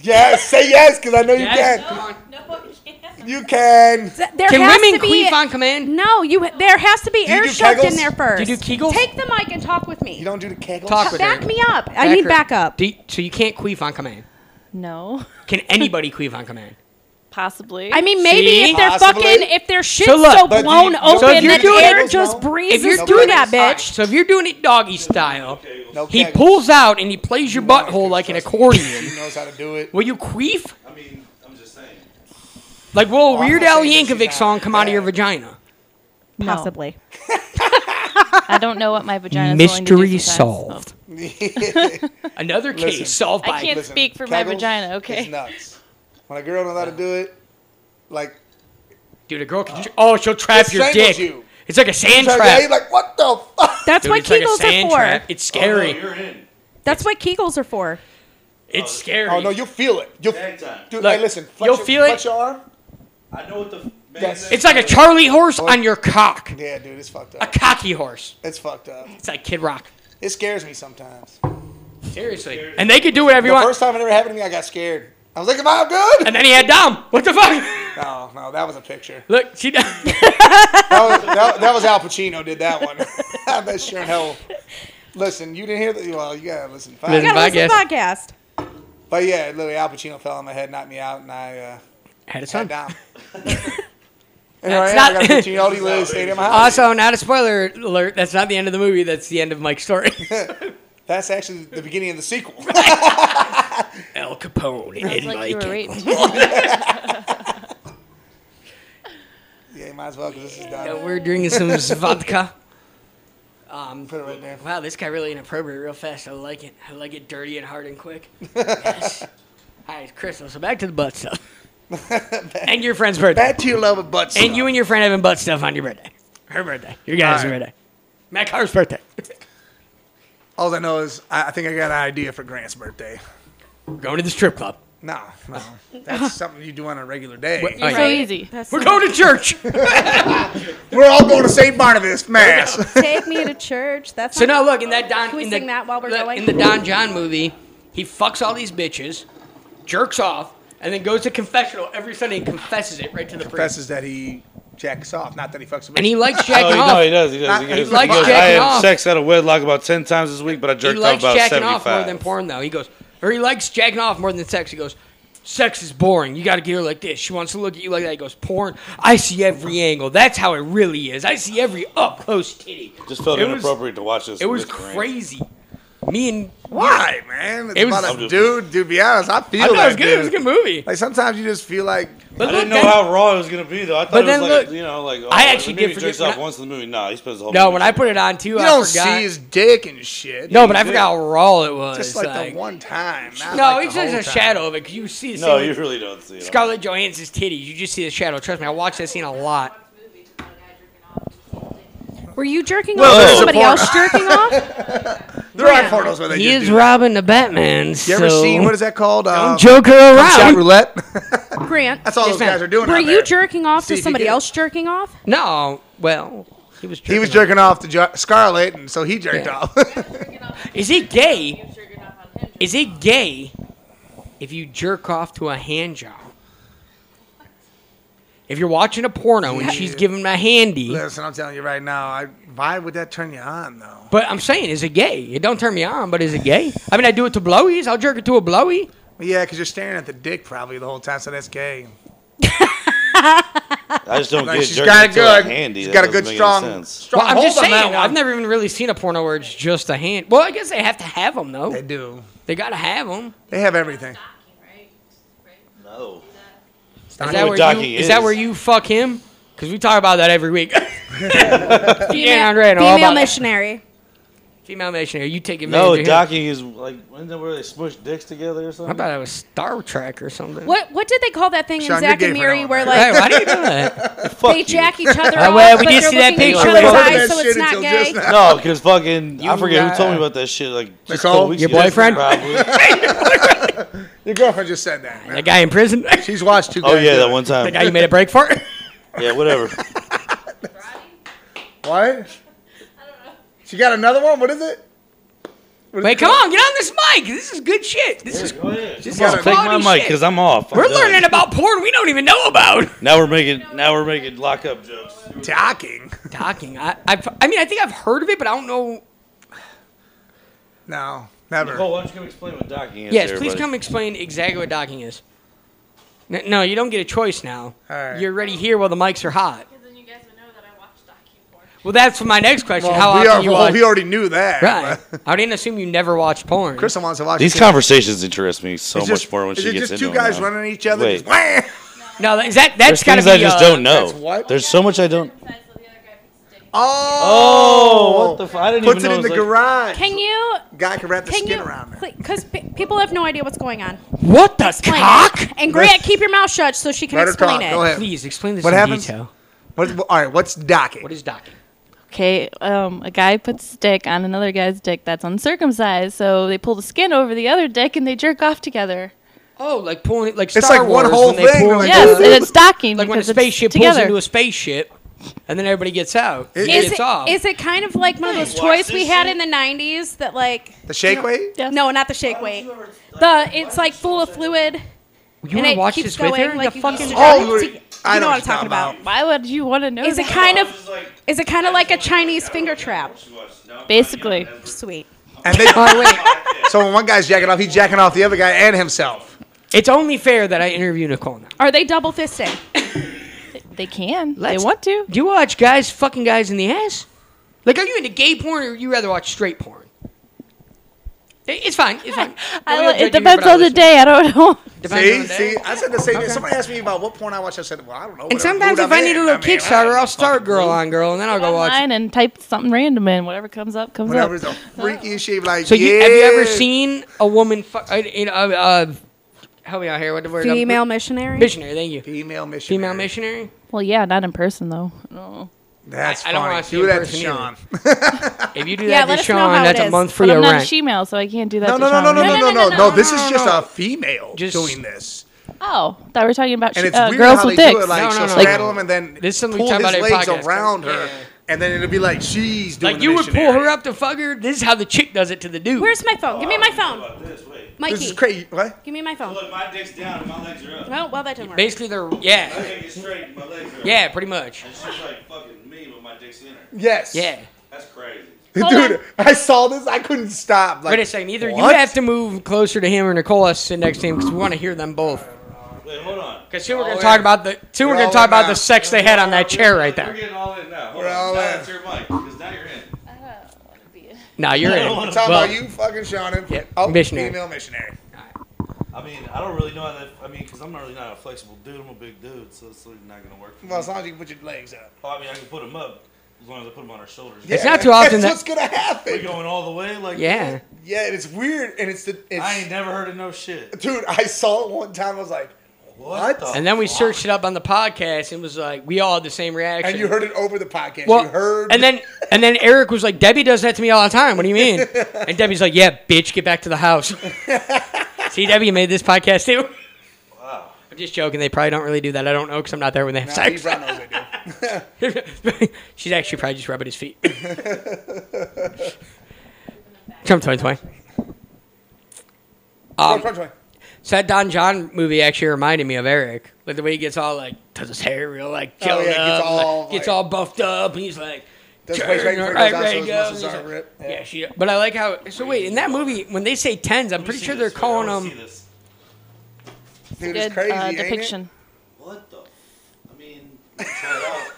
Speaker 2: Yes, say yes, because I know you
Speaker 4: Yes.
Speaker 2: can.
Speaker 4: Come on.
Speaker 5: No,
Speaker 2: You can.
Speaker 5: Th- There
Speaker 4: Can
Speaker 5: has
Speaker 4: women
Speaker 5: to be,
Speaker 4: queef on command?
Speaker 5: No, you. There has to be
Speaker 2: you
Speaker 5: air
Speaker 2: do
Speaker 5: shoved
Speaker 2: Kegels?
Speaker 5: in there first.
Speaker 4: Do you do Kegels?
Speaker 5: Take the mic and talk with me.
Speaker 2: You don't do the kegels.
Speaker 4: Talk with
Speaker 5: back
Speaker 4: her.
Speaker 5: me up. I need
Speaker 4: her-
Speaker 5: backup.
Speaker 4: Do you- so you can't queef on command.
Speaker 7: No,
Speaker 4: Can anybody queef on command?
Speaker 7: possibly.
Speaker 5: I mean, maybe
Speaker 4: See?
Speaker 5: if they're
Speaker 2: Possibly.
Speaker 5: fucking, if their shit's
Speaker 4: So
Speaker 5: so,
Speaker 4: look,
Speaker 2: but do
Speaker 5: blown
Speaker 2: you- so
Speaker 5: open
Speaker 4: if you're
Speaker 5: that
Speaker 4: doing
Speaker 5: air
Speaker 4: it-
Speaker 5: just
Speaker 2: If
Speaker 5: breezes
Speaker 4: If you're
Speaker 5: through
Speaker 2: doing
Speaker 5: that
Speaker 2: it-
Speaker 4: Alright,
Speaker 5: bitch.
Speaker 4: so if you're doing it doggy style,
Speaker 2: No
Speaker 4: he
Speaker 2: kegels.
Speaker 4: pulls out and he plays your butthole like an
Speaker 2: He
Speaker 4: accordion.
Speaker 2: knows how to do it.
Speaker 4: Will you queef?
Speaker 6: I mean, I'm just saying.
Speaker 4: Like, will a
Speaker 2: I'm
Speaker 4: Weird
Speaker 2: not
Speaker 4: Al
Speaker 2: saying that she's
Speaker 4: Yankovic
Speaker 2: not
Speaker 4: song come out of your
Speaker 2: bad.
Speaker 4: vagina?
Speaker 7: No.
Speaker 5: Possibly.
Speaker 7: I don't know what my vagina.
Speaker 4: Mystery solved. Another case
Speaker 2: Listen.
Speaker 4: solved by
Speaker 7: I can't
Speaker 2: Listen,
Speaker 7: speak for my
Speaker 2: Kegels
Speaker 7: vagina.
Speaker 2: is
Speaker 7: Okay.
Speaker 2: nuts. When a girl knows how to do it, like
Speaker 4: dude. A girl can. Oh, she'll trap
Speaker 2: It
Speaker 4: your
Speaker 2: strangles
Speaker 4: dick.
Speaker 2: you.
Speaker 4: It's like a sand
Speaker 2: Try-
Speaker 4: trap.
Speaker 2: yeah, you're like, what the fuck?
Speaker 5: That's
Speaker 4: Dude,
Speaker 5: what
Speaker 4: it's like a
Speaker 5: Kegels
Speaker 4: sand
Speaker 5: are for.
Speaker 4: trap. It's scary.
Speaker 6: you're in.
Speaker 5: That's what Kegels are for.
Speaker 4: It's scary.
Speaker 2: Oh no, you'll feel it. You'll
Speaker 6: Big time.
Speaker 2: dude,
Speaker 4: Look,
Speaker 2: hey, listen. Flex
Speaker 4: you'll
Speaker 2: your,
Speaker 4: feel it.
Speaker 2: flex Your arm.
Speaker 6: I know what the. Man
Speaker 2: Yes.
Speaker 6: is.
Speaker 4: it's like a Charlie horse on your cock.
Speaker 2: Yeah, dude, it's fucked
Speaker 4: A
Speaker 2: up.
Speaker 4: cocky horse.
Speaker 2: It's fucked up.
Speaker 4: It's like Kid Rock.
Speaker 2: It scares me sometimes.
Speaker 4: Seriously. And they could do whatever
Speaker 2: The
Speaker 4: you want.
Speaker 2: first time it ever happened to me, I got scared. I was like, am I good?
Speaker 4: and then he had Dom. What the fuck?
Speaker 2: no, no, that was a picture.
Speaker 4: Look, she.
Speaker 2: That was, that, that was Al Pacino did that one. I bet sure in hell. Listen, you didn't hear that. Well, you gotta listen. Fine.
Speaker 5: You
Speaker 4: Listen.
Speaker 5: gotta listen to
Speaker 4: Podcast.
Speaker 5: the podcast.
Speaker 2: But yeah, literally, Al Pacino fell on my head, knocked me out, and I uh,
Speaker 4: had a son.
Speaker 2: sat down. and here I
Speaker 4: That's
Speaker 2: am.
Speaker 4: not-
Speaker 2: I got a 15 year old. He literally stayed in my house.
Speaker 4: Also, not a spoiler alert. That's not the end of the movie. That's the end of Mike's story.
Speaker 2: That's actually the beginning of the sequel.
Speaker 4: Al Capone and
Speaker 7: It's like you
Speaker 4: Mike.
Speaker 7: were raped.
Speaker 2: yeah, might as well because this is done.
Speaker 4: Uh, We're drinking some vodka.
Speaker 2: Put it right there.
Speaker 4: Wow, this guy really inappropriate real fast. I like it. I like it dirty and hard and quick. yes. All right, Crystal. So back to the butt stuff. and your friend's birthday.
Speaker 2: Back to your love of butts.
Speaker 4: and you and your friend having butt stuff on your birthday. Her birthday. Your guys'
Speaker 2: All right.
Speaker 4: birthday. Matt Carr's birthday.
Speaker 2: All I know is I, I think I got an idea for Grant's birthday.
Speaker 4: We're going to the strip club.
Speaker 2: No, no, that's something you do on a regular day.
Speaker 4: Wait,
Speaker 7: You're
Speaker 4: Right.
Speaker 7: so easy.
Speaker 4: We're going to church.
Speaker 2: We're all going to St. Barnabas Mass.
Speaker 5: Take me to church. That's
Speaker 4: so now
Speaker 5: not-
Speaker 4: look in that Don.
Speaker 5: Can we
Speaker 4: in
Speaker 5: sing
Speaker 4: the,
Speaker 5: that while we're
Speaker 4: look,
Speaker 5: going?
Speaker 4: In the Don John movie, he fucks all these bitches, jerks off, and then goes to confessional every Sunday and confesses it right to the priest.
Speaker 2: Confesses that he jacks off, not that he fucks a bitch.
Speaker 4: And he likes jacking
Speaker 6: Oh, he,
Speaker 4: off.
Speaker 6: no, he does. He does. He,
Speaker 2: He
Speaker 6: goes,
Speaker 4: likes
Speaker 6: he goes, I
Speaker 4: jacking
Speaker 6: have
Speaker 4: off."
Speaker 6: sex out of wedlock about ten times this week, but I
Speaker 4: he
Speaker 6: jerked off
Speaker 4: likes
Speaker 6: about
Speaker 4: jacking
Speaker 6: seventy-five.
Speaker 4: off more than porn though. He goes, or he likes jacking off more than sex. He goes, sex is boring. You got to get her like this. She wants to look at you like that. He goes, porn. I see every angle. That's how it really is. I see every up close titty.
Speaker 6: Just felt
Speaker 4: It was-
Speaker 6: inappropriate to watch this.
Speaker 4: It was
Speaker 6: with this Grant.
Speaker 4: crazy. Me and
Speaker 2: Why, man? It's
Speaker 4: It was-
Speaker 2: about
Speaker 6: I'm
Speaker 2: a
Speaker 6: just-
Speaker 2: dude. Dude, be honest, I feel
Speaker 4: I thought it was
Speaker 2: that.
Speaker 4: good. It was a
Speaker 2: dude.
Speaker 4: good movie.
Speaker 2: Like sometimes you just feel like
Speaker 4: But
Speaker 6: I didn't
Speaker 4: look,
Speaker 6: know
Speaker 4: that-
Speaker 6: how raw it was gonna be though. I thought
Speaker 4: But
Speaker 6: it was
Speaker 4: then
Speaker 6: like
Speaker 4: look,
Speaker 6: you know, like oh,
Speaker 4: I actually
Speaker 6: the movie
Speaker 4: did
Speaker 6: jerks
Speaker 4: forget-
Speaker 6: off once in the movie. Nah, he spends the whole.
Speaker 4: no,
Speaker 6: movie
Speaker 4: when I put it on too,
Speaker 2: you
Speaker 4: I
Speaker 2: don't
Speaker 4: forgot.
Speaker 2: see his dick and shit.
Speaker 4: no, but I
Speaker 6: did.
Speaker 4: forgot how raw it was.
Speaker 2: just like,
Speaker 4: like-
Speaker 2: the one time. not
Speaker 4: No,
Speaker 2: like
Speaker 4: it's
Speaker 2: the
Speaker 4: just a
Speaker 2: whole time.
Speaker 4: shadow of it because you see. the
Speaker 6: No,
Speaker 4: same-
Speaker 6: you really don't see it.
Speaker 4: Scarlett Johansson's titties. You just see the shadow. Trust me, I watched that scene a lot.
Speaker 5: Were you jerking
Speaker 2: Well,
Speaker 5: off?
Speaker 2: there's
Speaker 5: or
Speaker 2: a
Speaker 5: Somebody
Speaker 2: porno.
Speaker 5: else jerking off?
Speaker 2: There are pornos where they
Speaker 4: He
Speaker 2: just
Speaker 4: is
Speaker 2: do that.
Speaker 4: robbing the Batman.
Speaker 2: You ever seen what is that called? Um,
Speaker 4: Joker
Speaker 2: Shot
Speaker 4: around.
Speaker 2: roulette.
Speaker 5: Grant.
Speaker 2: That's all
Speaker 4: Yes,
Speaker 2: those guys
Speaker 4: ma'am.
Speaker 2: are doing.
Speaker 5: Were
Speaker 2: out
Speaker 5: you
Speaker 2: there.
Speaker 5: jerking off
Speaker 2: See if
Speaker 5: to
Speaker 2: you
Speaker 5: somebody
Speaker 2: get it.
Speaker 5: else jerking off?
Speaker 4: No, well, he was.
Speaker 2: He was
Speaker 4: jerking.
Speaker 2: jerking off to jo- Scarlet, and so he jerked
Speaker 4: Yeah.
Speaker 2: off.
Speaker 4: off. Is it gay? Is it gay if you jerk off to a hand job? If you're watching a porno and she's giving him a handy,
Speaker 2: Listen, I'm telling you right now. I, why would that turn you on though?
Speaker 4: but I'm saying, is it gay? It don't turn me on, but is it gay? I mean, I do it to blowies. I'll jerk it to a blowie.
Speaker 2: Yeah, because you're staring at the dick probably the whole time, so that's gay.
Speaker 6: I just don't
Speaker 2: Like,
Speaker 6: get
Speaker 2: she's
Speaker 6: jerking
Speaker 2: got a
Speaker 6: until I'm
Speaker 2: good-
Speaker 6: handy.
Speaker 2: she's
Speaker 6: That
Speaker 2: got a
Speaker 6: doesn't
Speaker 2: good,
Speaker 6: make any
Speaker 2: strong-
Speaker 6: sense.
Speaker 4: Well, I'm
Speaker 2: hold
Speaker 4: just
Speaker 2: on
Speaker 4: saying,
Speaker 2: that one.
Speaker 4: I've never even really seen a porno where it's just a hand. Well, I guess they have to have them though.
Speaker 2: They
Speaker 4: They,
Speaker 2: do.
Speaker 4: gotta have them.
Speaker 2: They have everything.
Speaker 6: No.
Speaker 4: Is
Speaker 6: not
Speaker 4: that
Speaker 6: what
Speaker 4: where
Speaker 6: docking
Speaker 4: you? Is. that
Speaker 6: is.
Speaker 4: where you fuck him? Because we talk about that every week.
Speaker 2: Uh,
Speaker 5: Female,
Speaker 4: Andrea, know all
Speaker 5: female
Speaker 4: about that.
Speaker 5: missionary.
Speaker 4: Female missionary, you take advantage. of
Speaker 6: No,
Speaker 4: him.
Speaker 6: docking is like when they where they smush dicks together or
Speaker 4: I
Speaker 6: something.
Speaker 4: thought it was Star Trek or something.
Speaker 5: What what did they call that thing
Speaker 2: Sean,
Speaker 5: in Zack
Speaker 2: you're
Speaker 5: and
Speaker 2: gay for
Speaker 5: Miri
Speaker 2: knowing
Speaker 5: where
Speaker 2: that.
Speaker 5: like
Speaker 4: Hey, why do you do that?
Speaker 6: Fuck
Speaker 5: they
Speaker 6: you.
Speaker 5: jack each other
Speaker 4: Uh,
Speaker 5: off,
Speaker 4: well, we
Speaker 5: but
Speaker 4: did
Speaker 5: they're
Speaker 4: see that
Speaker 5: looking at each
Speaker 4: picture
Speaker 5: other's
Speaker 4: with-
Speaker 5: eyes, so it's not gay.
Speaker 6: No, because fucking I
Speaker 4: You,
Speaker 6: forget
Speaker 4: uh,
Speaker 6: who told me about that shit. Like just a
Speaker 2: Nicole?
Speaker 6: couple weeks
Speaker 4: Your
Speaker 6: ago,
Speaker 4: boyfriend?
Speaker 6: probably.
Speaker 2: Your girlfriend just said that. man.
Speaker 4: That guy in prison? the
Speaker 2: She's watched two guys.
Speaker 6: oh yeah,
Speaker 2: do
Speaker 6: that
Speaker 2: it.
Speaker 6: one time.
Speaker 4: guy you made a break for?
Speaker 6: Yeah, whatever.
Speaker 2: What? She got another one? What is it?
Speaker 4: Wait, come on, get on this mic. This is good shit. This is this is
Speaker 6: Come on, take my
Speaker 4: quality
Speaker 6: mic
Speaker 4: shit.
Speaker 6: because I'm off. I'm
Speaker 4: We're
Speaker 6: done.
Speaker 4: learning about porn we don't even know about.
Speaker 6: Now we're making now we're making lockup jokes.
Speaker 2: Docking?
Speaker 4: Docking. I, I've, I mean, I think I've heard of it, but I don't know.
Speaker 2: No, never.
Speaker 6: Nicole, why don't you come explain what docking is?
Speaker 4: Yes,
Speaker 6: to
Speaker 4: please
Speaker 6: everybody?
Speaker 4: come explain exactly what docking is. N- No, you don't get a choice now.
Speaker 2: All right.
Speaker 4: You're already here while the mics are hot. Well, that's my next question.
Speaker 2: Well,
Speaker 4: How
Speaker 2: we,
Speaker 4: often
Speaker 2: are,
Speaker 4: you
Speaker 2: well,
Speaker 4: watch?
Speaker 2: we already knew that.
Speaker 4: right.
Speaker 2: but-
Speaker 4: I didn't assume you never watch porn.
Speaker 2: Kristen wants to watch
Speaker 6: These
Speaker 2: the kids.
Speaker 6: conversations interest me so
Speaker 2: It's
Speaker 6: much
Speaker 2: just-
Speaker 6: more when
Speaker 2: is
Speaker 6: she
Speaker 2: it
Speaker 6: gets
Speaker 2: just
Speaker 6: into
Speaker 2: two
Speaker 6: them
Speaker 2: guys
Speaker 6: now.
Speaker 2: running at each other.
Speaker 6: Wait.
Speaker 2: Just, wham!
Speaker 4: no, that- is that that's
Speaker 6: There's
Speaker 4: gotta
Speaker 6: things
Speaker 4: be.
Speaker 6: I just
Speaker 4: uh,
Speaker 6: don't know.
Speaker 2: That's what?
Speaker 6: There's so much I don't.
Speaker 2: Oh,
Speaker 6: what the f- I didn't
Speaker 2: Puts
Speaker 6: even
Speaker 2: it
Speaker 6: know
Speaker 2: in
Speaker 6: it
Speaker 2: the
Speaker 6: was like-
Speaker 2: garage.
Speaker 5: Can you?
Speaker 2: Guy can wrap the
Speaker 5: Can
Speaker 2: skin
Speaker 5: you?
Speaker 2: around it.
Speaker 5: Because people have no idea what's going on.
Speaker 4: What the
Speaker 5: Explain
Speaker 4: cock?
Speaker 5: it. And Grant, keep your mouth shut so she can
Speaker 2: Let her talk.
Speaker 5: explain it.
Speaker 2: Go ahead.
Speaker 4: Please explain this
Speaker 2: What
Speaker 4: in
Speaker 2: happens?
Speaker 4: detail.
Speaker 2: What, all right, what's docking?
Speaker 4: What is docking?
Speaker 7: Okay, um, a guy puts a dick on another guy's dick that's uncircumcised, so they pull the skin over the other dick and they jerk off together.
Speaker 4: Oh, like pulling it like Star
Speaker 2: It's like
Speaker 4: Wars
Speaker 2: one whole
Speaker 4: when they
Speaker 2: thing,
Speaker 4: pull
Speaker 2: like-
Speaker 7: Yes, and it's docking.
Speaker 4: like when a
Speaker 7: because it's
Speaker 4: spaceship pulls
Speaker 7: together.
Speaker 4: into a spaceship, and then everybody gets out.
Speaker 2: Is
Speaker 4: and
Speaker 5: Is
Speaker 4: gets
Speaker 5: it,
Speaker 4: off.
Speaker 5: is it kind of like one of those toys we had in the 90s that like
Speaker 2: the shake weight?
Speaker 7: Yes.
Speaker 5: no not the shake weight the it's like full of fluid
Speaker 4: you
Speaker 5: and
Speaker 4: want to
Speaker 5: it
Speaker 4: watch
Speaker 5: keeps
Speaker 4: this with
Speaker 5: going
Speaker 4: her?
Speaker 5: like
Speaker 4: the
Speaker 5: you
Speaker 4: fucking
Speaker 5: used to-
Speaker 2: Oh,
Speaker 5: See,
Speaker 2: you I
Speaker 5: you know what
Speaker 2: what
Speaker 5: I'm talking about
Speaker 7: Why would you want to know?
Speaker 5: is it
Speaker 7: that?
Speaker 5: kind of is it kind of like a Chinese finger trap
Speaker 8: "Oh,
Speaker 7: basically?
Speaker 5: sweet
Speaker 2: And they,
Speaker 4: Oh wait,
Speaker 2: so when one guy's jacking off, he's jacking off the other guy and himself.
Speaker 4: it's only fair that I interview Nicole now.
Speaker 5: are they double fisting
Speaker 7: They can.
Speaker 4: Let's-
Speaker 7: they want to.
Speaker 4: Do you watch guys fucking guys in the ass? Like, are you into gay porn or you rather watch straight porn? It- It's fine. It's fine.
Speaker 7: I,
Speaker 4: Nobody will
Speaker 7: li-
Speaker 4: judge you,
Speaker 7: it depends
Speaker 4: but I
Speaker 7: on the
Speaker 4: listen.
Speaker 7: day. I don't know.
Speaker 4: Depends on
Speaker 2: See,
Speaker 4: the day.
Speaker 2: see, I said the same thing. Somebody asked me about what porn I watch. I said, well, I don't know.
Speaker 4: And sometimes if I need a little Kickstarter, I'll start girl on girl, and then I'll go watch.
Speaker 7: Online and type something random in. Whatever comes up, comes
Speaker 2: Whatever
Speaker 7: up.
Speaker 2: the freakiest shape, like
Speaker 4: So you,
Speaker 2: yeah.
Speaker 4: have you ever seen a woman? Fu- uh, you know, uh, uh, help me out here. What the word? I'm-
Speaker 5: female missionary
Speaker 4: missionary. Thank you.
Speaker 2: female mission?
Speaker 4: Female missionary.
Speaker 7: Well, yeah, not in person though. No.
Speaker 2: That's
Speaker 4: I- I don't
Speaker 2: funny.
Speaker 4: wanna see
Speaker 2: Do
Speaker 4: in
Speaker 2: that to
Speaker 4: person
Speaker 2: Sean.
Speaker 4: If you do
Speaker 5: Yeah,
Speaker 4: that
Speaker 5: let
Speaker 4: to
Speaker 5: us know how
Speaker 4: Sean,
Speaker 5: it
Speaker 4: that's a
Speaker 5: is.
Speaker 4: month free
Speaker 7: But
Speaker 4: of
Speaker 7: I'm not a
Speaker 4: rent.
Speaker 7: shemale, so I can't do that.
Speaker 2: No,
Speaker 7: to
Speaker 2: no, no, no,
Speaker 7: Sean,
Speaker 2: no,
Speaker 7: right?
Speaker 2: no, no, no, no. This is just
Speaker 4: no.
Speaker 2: a female
Speaker 4: Just-
Speaker 2: doing this,
Speaker 7: Oh, I was talking about sh-
Speaker 2: and it's
Speaker 7: uh,
Speaker 2: weird
Speaker 7: girls
Speaker 2: how they
Speaker 7: with
Speaker 2: do
Speaker 7: dicks.
Speaker 2: it. Like
Speaker 4: No, no,
Speaker 2: she'll
Speaker 4: no,
Speaker 7: no.
Speaker 2: straddle him and then
Speaker 4: This is something we
Speaker 2: pull
Speaker 4: talk about
Speaker 2: his
Speaker 4: in
Speaker 2: legs
Speaker 4: podcast.
Speaker 2: around her,
Speaker 4: Yeah.
Speaker 2: and then it'll be like she's doing.
Speaker 4: Like
Speaker 2: the
Speaker 4: you would pull
Speaker 2: missionary.
Speaker 4: her up to fuck her. This is how the chick does it to the dude.
Speaker 5: where's my phone give me my phone Mikey
Speaker 2: This is crazy. What?
Speaker 5: give me my phone
Speaker 8: Oh, Look, my dick's down and my legs are up.
Speaker 5: oh well that didn't work
Speaker 4: basically they're yeah,
Speaker 8: Take it straight, and my legs are up.
Speaker 4: yeah, pretty much.
Speaker 8: And she's like fucking me with my dick's in her.
Speaker 2: Yes.
Speaker 4: Yeah.
Speaker 8: That's crazy.
Speaker 2: Dude, I saw this. I couldn't stop. Like,
Speaker 4: Wait a second. Either
Speaker 2: what?
Speaker 4: you have to move closer to him or Nicole has to sit next to him because we want to hear them both.
Speaker 8: Wait, hold on.
Speaker 4: Because soon we're
Speaker 2: Oh,
Speaker 4: gonna talk about the soon we're gonna talk about the sex they had on that chair right
Speaker 8: We're
Speaker 4: there.
Speaker 8: getting all in now. Hold
Speaker 2: We're
Speaker 8: on.
Speaker 2: all
Speaker 8: now
Speaker 2: in.
Speaker 8: it's your mic. Because now you're in.
Speaker 4: Nah, you're in.
Speaker 2: I'm
Speaker 4: Well,
Speaker 2: talking about you fucking Sean.
Speaker 4: Yep,
Speaker 2: Oh,
Speaker 4: missionary.
Speaker 2: Female missionary.
Speaker 8: I mean, I don't really know how that. I mean, because I'm not really not a flexible dude. I'm a big dude, so it's like not going to work for me.
Speaker 2: Well, as long as you put your legs up.
Speaker 8: Oh, I mean, I can put them up as long as I put them on her shoulders.
Speaker 4: It's not too often
Speaker 2: That's
Speaker 4: that-
Speaker 2: what's gonna
Speaker 8: We're
Speaker 2: happen.
Speaker 8: going all the way. Like,
Speaker 4: yeah.
Speaker 2: Yeah, and it's weird, and it's the. It's,
Speaker 8: I ain't never heard of no shit.
Speaker 2: dude, I saw it one time. I was like,
Speaker 8: What?
Speaker 4: And then we searched it up on the podcast and was like, we all had the same reaction.
Speaker 2: and you heard it over the podcast.
Speaker 4: Well,
Speaker 2: you heard.
Speaker 4: And then and then Eric was like, Debbie does that to me all the time. What do you mean? And Debbie's like, Yeah, bitch, get back to the house. See, Debbie made this podcast too.
Speaker 8: Wow.
Speaker 4: I'm just joking. They probably don't really do that. I don't know because I'm not there when they have
Speaker 2: Nah,
Speaker 4: sex.
Speaker 2: Steve Brown knows they do.
Speaker 4: She's actually probably just rubbing his feet. Jump 2020. Um,
Speaker 2: Come on, come on.
Speaker 4: So that Don John movie actually reminded me of Eric. Like the way he gets all like, does his hair real like,
Speaker 2: Oh, yeah,
Speaker 4: gelled
Speaker 2: gets
Speaker 4: up, and, like,
Speaker 2: all,
Speaker 4: gets
Speaker 2: like-
Speaker 4: all buffed up. And he's like,
Speaker 2: That's why he's
Speaker 4: turn,
Speaker 2: waiting for it
Speaker 4: right,
Speaker 2: goes out
Speaker 4: ready
Speaker 2: so his
Speaker 4: go,
Speaker 2: muscles
Speaker 4: and he's
Speaker 2: aren't
Speaker 4: like-
Speaker 2: ripped.
Speaker 4: Yeah, she. But I like how. So wait, in that movie, when they say tens,
Speaker 8: Let
Speaker 4: I'm
Speaker 8: me
Speaker 4: pretty
Speaker 8: see
Speaker 4: sure they're
Speaker 8: this. Wait, I
Speaker 4: calling
Speaker 8: wanna see
Speaker 4: them.
Speaker 8: this.
Speaker 2: Dude,
Speaker 7: Good
Speaker 2: it's crazy.
Speaker 7: uh,
Speaker 2: ain't it?
Speaker 7: depiction.
Speaker 8: What the? F- I mean, try it out.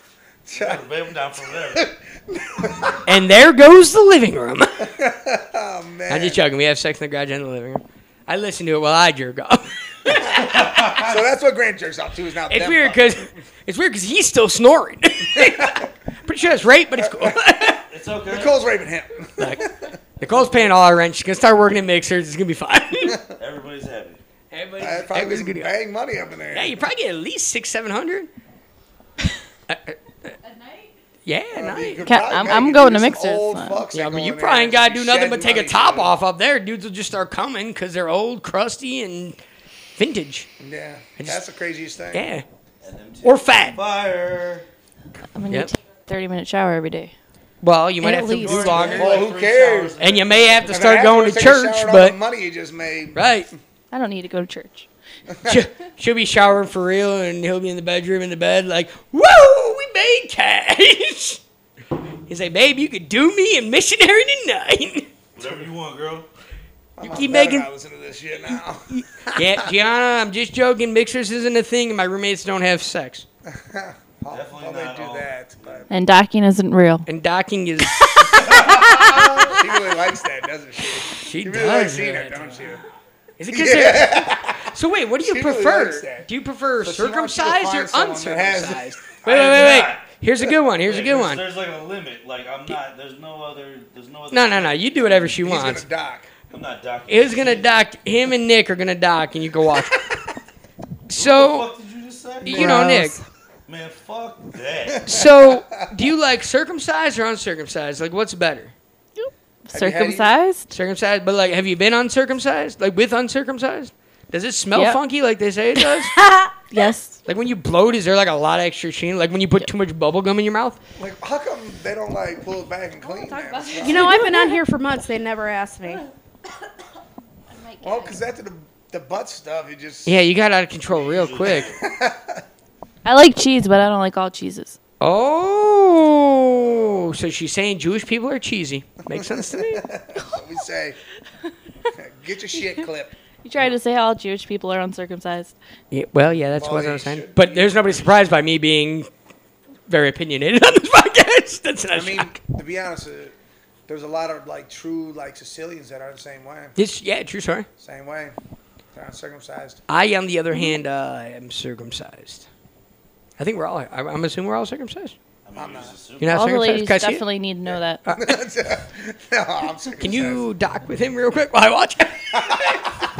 Speaker 8: Whatever, babe, I'm down for whatever.
Speaker 4: And there goes the living room.
Speaker 2: Oh man.
Speaker 4: I'm just joking. We have sex in the garage and the living room. I listen to it while I jerk off.
Speaker 2: so that's what Grant jerks off to is now.
Speaker 4: It's weird 'cause weird because it's weird because he's still snoring. Pretty sure that's rape, but it's cool.
Speaker 8: It's okay.
Speaker 2: Nicole's raping him.
Speaker 4: Like, Nicole's paying all our rent. She's gonna start working at mixers. It's gonna be fine.
Speaker 8: Everybody's happy.
Speaker 4: Everybody's,
Speaker 2: I
Speaker 4: everybody's
Speaker 2: probably
Speaker 4: good to
Speaker 2: good
Speaker 4: go.
Speaker 2: bang money up in there.
Speaker 4: Yeah, you probably get at least six, seven hundred. Uh, Yeah,
Speaker 2: I mean, you
Speaker 4: nice.
Speaker 2: could
Speaker 7: Ca-
Speaker 2: probably
Speaker 7: I'm-
Speaker 2: make
Speaker 7: I'm
Speaker 2: it do
Speaker 7: going to
Speaker 2: some
Speaker 7: mixers,
Speaker 2: Old
Speaker 7: son.
Speaker 2: fucks
Speaker 4: Yeah,
Speaker 2: that
Speaker 4: but you
Speaker 2: go in there
Speaker 4: probably ain't
Speaker 2: and
Speaker 4: gotta do nothing
Speaker 2: shedding
Speaker 4: but take a
Speaker 2: money,
Speaker 4: top
Speaker 2: dude.
Speaker 4: off up there. Dudes will just start coming because they're old, crusty, and vintage.
Speaker 2: Yeah,
Speaker 4: just-
Speaker 2: that's the craziest thing.
Speaker 4: Yeah,
Speaker 8: And them two
Speaker 4: or fat.
Speaker 8: Fire.
Speaker 7: I mean,
Speaker 4: Yep.
Speaker 7: you take a 30 minute shower every day.
Speaker 4: Well, you might
Speaker 5: At
Speaker 4: have to do
Speaker 5: least.
Speaker 4: longer,
Speaker 2: Well, who cares?
Speaker 4: and you may have to
Speaker 2: And
Speaker 4: start
Speaker 2: after
Speaker 4: going
Speaker 2: you
Speaker 4: to
Speaker 2: take a
Speaker 4: church.
Speaker 2: shower and all
Speaker 4: But
Speaker 2: the money you just made.
Speaker 4: right,
Speaker 7: I don't need to go to church.
Speaker 4: She- she'll be showering for real, and he'll be in the bedroom in the bed like, "Whoa, we made cash." He's like, "Babe, you could do me a missionary tonight."
Speaker 8: Whatever you want, girl.
Speaker 2: I'm
Speaker 4: keep
Speaker 2: better
Speaker 4: making-
Speaker 2: not listen to this shit now.
Speaker 4: yeah, Gianna, I'm just joking. Mixers isn't a thing, and my roommates don't have sex.
Speaker 2: I'll,
Speaker 8: Definitely
Speaker 2: I'll let
Speaker 8: not
Speaker 2: you do
Speaker 8: all.
Speaker 2: that. But
Speaker 7: And docking isn't real.
Speaker 4: And docking is
Speaker 2: she really likes that, doesn't she?
Speaker 4: she
Speaker 2: You really like
Speaker 4: does.
Speaker 2: seeing
Speaker 4: Really
Speaker 2: it, don't you?
Speaker 4: is it 'cause they're- So wait, what do you
Speaker 2: She really
Speaker 4: prefer?
Speaker 2: likes that.
Speaker 4: do you prefer
Speaker 2: So she wants you to
Speaker 4: circumcised or
Speaker 2: find someone that has-
Speaker 4: uncircumcised? Wait, wait,
Speaker 8: am
Speaker 4: wait, wait.
Speaker 8: not.
Speaker 4: Here's a good one. Here's a good
Speaker 8: there's,
Speaker 4: one.
Speaker 8: There's like a limit. Like I'm not. There's no other. There's no other.
Speaker 4: No, no, no. You do whatever she
Speaker 2: He's gonna
Speaker 4: wants.
Speaker 2: dock.
Speaker 8: I'm not docking.
Speaker 4: Is gonna dock. Him and Nick are gonna dock, and you can watch. so
Speaker 8: What the fuck did you just say?
Speaker 4: you know, Nick.
Speaker 7: Gross.
Speaker 8: Man, fuck that.
Speaker 4: So do you like circumcised or uncircumcised? Like, what's better?
Speaker 2: you had any-
Speaker 7: Circumcised?
Speaker 4: Circumcised, but like, have you been uncircumcised? Like with uncircumcised? Does it smell
Speaker 7: Yep.
Speaker 4: funky like they say it does?
Speaker 7: Yes.
Speaker 4: like when you bloat, is there like a lot of extra sheen? Like when you put too much bubble gum in your mouth?
Speaker 2: Like, how come they don't like pull it back and clean that?
Speaker 5: You know, I've been on here for months. They never asked me.
Speaker 2: Well, because after the the butt stuff, it just
Speaker 4: Yeah, you got out of control real quick.
Speaker 7: I like cheese, but I don't like all cheeses.
Speaker 4: Oh, so she's saying Jewish people are cheesy. Makes sense to me.
Speaker 2: we say, get your shit clipped.
Speaker 7: You tried to say all Jewish people are uncircumcised.
Speaker 4: Yeah, well, yeah, that's what I
Speaker 2: Well,
Speaker 4: was
Speaker 2: they
Speaker 4: saying.
Speaker 2: should
Speaker 4: But
Speaker 2: be.
Speaker 4: there's nobody surprised by me being very opinionated on this podcast. That's not
Speaker 2: I
Speaker 4: a
Speaker 2: mean,
Speaker 4: shock.
Speaker 2: to be honest, uh, there's a lot of like true like Sicilians that are the same way.
Speaker 4: It's, yeah, true story.
Speaker 2: Same way. They're uncircumcised.
Speaker 4: I, on the other hand, uh, am circumcised. I think we're all. I- I'm assuming we're all circumcised.
Speaker 2: I'm not.
Speaker 4: You're not
Speaker 7: all the
Speaker 4: circumcised,
Speaker 7: ladies
Speaker 4: Cassie?
Speaker 7: definitely need to know that.
Speaker 2: no, I'm circumcised.
Speaker 4: Can you dock with him real quick while I watch?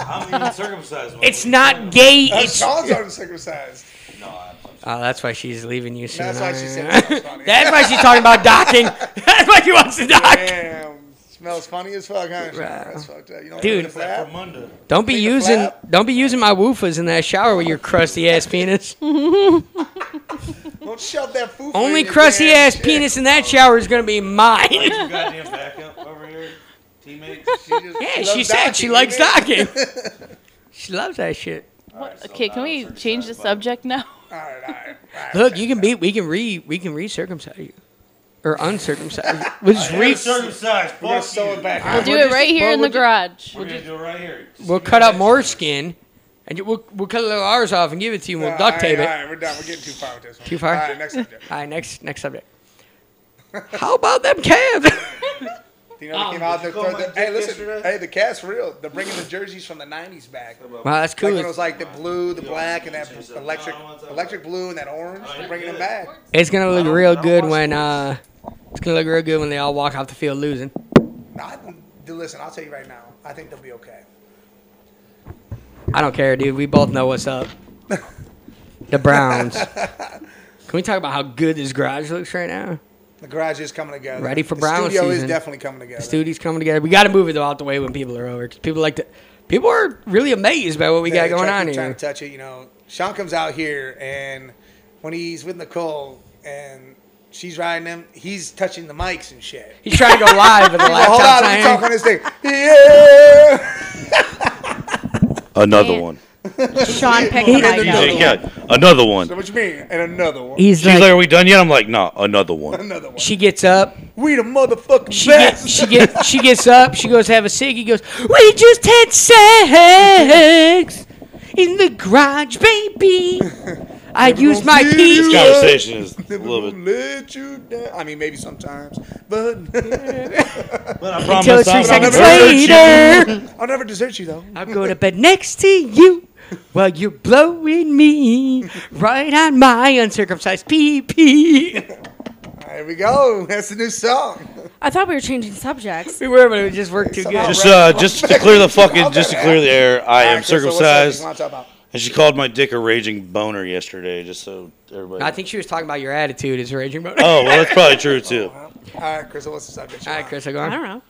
Speaker 8: I'm even circumcised. when
Speaker 4: it's
Speaker 8: I'm-
Speaker 4: not gay.
Speaker 2: Uh,
Speaker 4: It's
Speaker 2: Sean's uncircumcised.
Speaker 8: No, I'm, I'm
Speaker 4: Oh, that's why she's leaving you soon.
Speaker 2: That's why she said
Speaker 4: Alright.
Speaker 2: that was funny.
Speaker 4: That's why she's talking about docking. That's why she wants to dock.
Speaker 2: Damn. Smells funny as fuck, huh? Sean?
Speaker 4: Right.
Speaker 2: That's fucked up. You know
Speaker 4: Dude.
Speaker 2: What
Speaker 8: It's like
Speaker 2: I'm
Speaker 8: for
Speaker 2: saying?
Speaker 8: Munda.
Speaker 4: Don't be
Speaker 2: Take a
Speaker 4: using
Speaker 2: flap.
Speaker 4: don't be using my woofahs in that shower with your crusty ass penis.
Speaker 2: Don't shove that food.
Speaker 4: Only crusty ass penis in that shower is gonna be mine.
Speaker 8: You goddamn backup over here, teammates.
Speaker 4: Yeah, she said she likes docking. she loves that shit.
Speaker 7: Okay, can we change the subject now?
Speaker 2: All right, all right. all right.
Speaker 4: Look, you can be we can re we can recircumcise you. Or uncircumcise. you. We'll just re-
Speaker 8: Circumcised.
Speaker 2: We're gonna
Speaker 8: Fuck
Speaker 2: sew it
Speaker 8: you.
Speaker 2: back.
Speaker 7: We'll
Speaker 2: on.
Speaker 7: do it right here in the
Speaker 4: we'll ju-
Speaker 7: garage.
Speaker 8: We're gonna do it right here. Just
Speaker 4: we'll
Speaker 8: give me
Speaker 4: cut out
Speaker 8: that
Speaker 4: more
Speaker 8: shit.
Speaker 4: skin and you- we'll we'll cut a little ours off and give it to you and we'll
Speaker 2: Uh,
Speaker 4: duct tape
Speaker 2: all right,
Speaker 4: it.
Speaker 2: All right, we're done. We're getting too far with this one.
Speaker 4: Too far?
Speaker 2: All right, next subject.
Speaker 4: All right, next next subject. How about them calves?
Speaker 2: You
Speaker 4: Oh,
Speaker 2: know, they came out.
Speaker 8: did
Speaker 2: They're
Speaker 8: you call
Speaker 2: throwing
Speaker 8: my
Speaker 2: the, hey,
Speaker 8: dick
Speaker 2: listen.
Speaker 8: yesterday?
Speaker 2: Hey, the cat's real. They're bringing the jerseys from the '90s back.
Speaker 4: wow, that's
Speaker 2: Like
Speaker 4: cool.
Speaker 2: when it was like the blue, the black, and that electric, electric blue, and that orange. They're bringing them back.
Speaker 4: it's gonna
Speaker 8: I
Speaker 4: look
Speaker 8: don't- I
Speaker 4: real
Speaker 8: don't
Speaker 4: good
Speaker 8: watch
Speaker 4: when
Speaker 8: sports.
Speaker 4: uh, it's gonna look real good when they all walk off the field losing.
Speaker 2: No, I, dude, listen, I'll tell you right now. I think they'll be okay.
Speaker 4: I don't care, dude. We both know what's up. The Browns. Can we talk about how good this garage looks right now?
Speaker 2: The garage is coming together.
Speaker 4: Ready for
Speaker 2: the
Speaker 4: Brown
Speaker 2: studio
Speaker 4: season.
Speaker 2: is definitely coming together.
Speaker 4: Studio's coming together. We got to move it out the way when people are over. 'cause people like to. People are really amazed by what we
Speaker 2: Yeah,
Speaker 4: got going
Speaker 2: try-
Speaker 4: on
Speaker 2: keep Trying
Speaker 4: here.
Speaker 2: to touch it, you know. Sean comes out here, and when he's with Nicole, and she's riding him, he's touching the mics and shit.
Speaker 4: He's trying to go live with a
Speaker 2: Well, hold
Speaker 4: laptop.
Speaker 2: on, let me talk
Speaker 4: saying,
Speaker 2: on this thing. Yeah.
Speaker 6: Another one.
Speaker 5: Sean picked the
Speaker 2: He
Speaker 5: mic
Speaker 2: didn't
Speaker 5: up.
Speaker 2: know.
Speaker 6: DJ Khaled. Another one.
Speaker 2: So what you mean? And another one.
Speaker 4: He's
Speaker 6: She's like,
Speaker 4: like,
Speaker 6: "Are we done yet?" I'm like, "No, another one."
Speaker 2: Another one.
Speaker 4: she gets up,
Speaker 2: we the motherfucking
Speaker 4: She
Speaker 2: best.
Speaker 4: gets she gets she gets up. She goes to have a cig. He goes, "We just had sex in the garage, baby. I used my
Speaker 2: gonna
Speaker 4: pee.
Speaker 2: see
Speaker 6: This
Speaker 2: you.
Speaker 6: conversation is a
Speaker 2: Never
Speaker 6: little
Speaker 2: gonna
Speaker 6: bit.
Speaker 2: let you down. I mean, maybe sometimes, but
Speaker 8: But I
Speaker 4: Till
Speaker 8: promise
Speaker 4: three
Speaker 8: I'm
Speaker 4: seconds
Speaker 8: not gonna hurt you.
Speaker 4: later,
Speaker 2: I'll never desert you though.
Speaker 4: I'll go to bed next to you while you're blowing me right on my uncircumcised pee pee.
Speaker 2: There we go. That's the new song.
Speaker 5: I thought we were changing subjects.
Speaker 4: We were, but it just worked too good.
Speaker 6: Just, uh, just to clear the fucking, just to clear the air, I am circumcised,
Speaker 2: want to talk about?
Speaker 6: and she called my dick a raging boner yesterday, just so everybody.
Speaker 4: I think she was talking about your attitude as a raging boner.
Speaker 6: Oh, well, that's probably true too.
Speaker 2: All right, Crystal, what's the subject?
Speaker 4: All right, Chris, I go
Speaker 5: I
Speaker 4: on.
Speaker 5: don't know.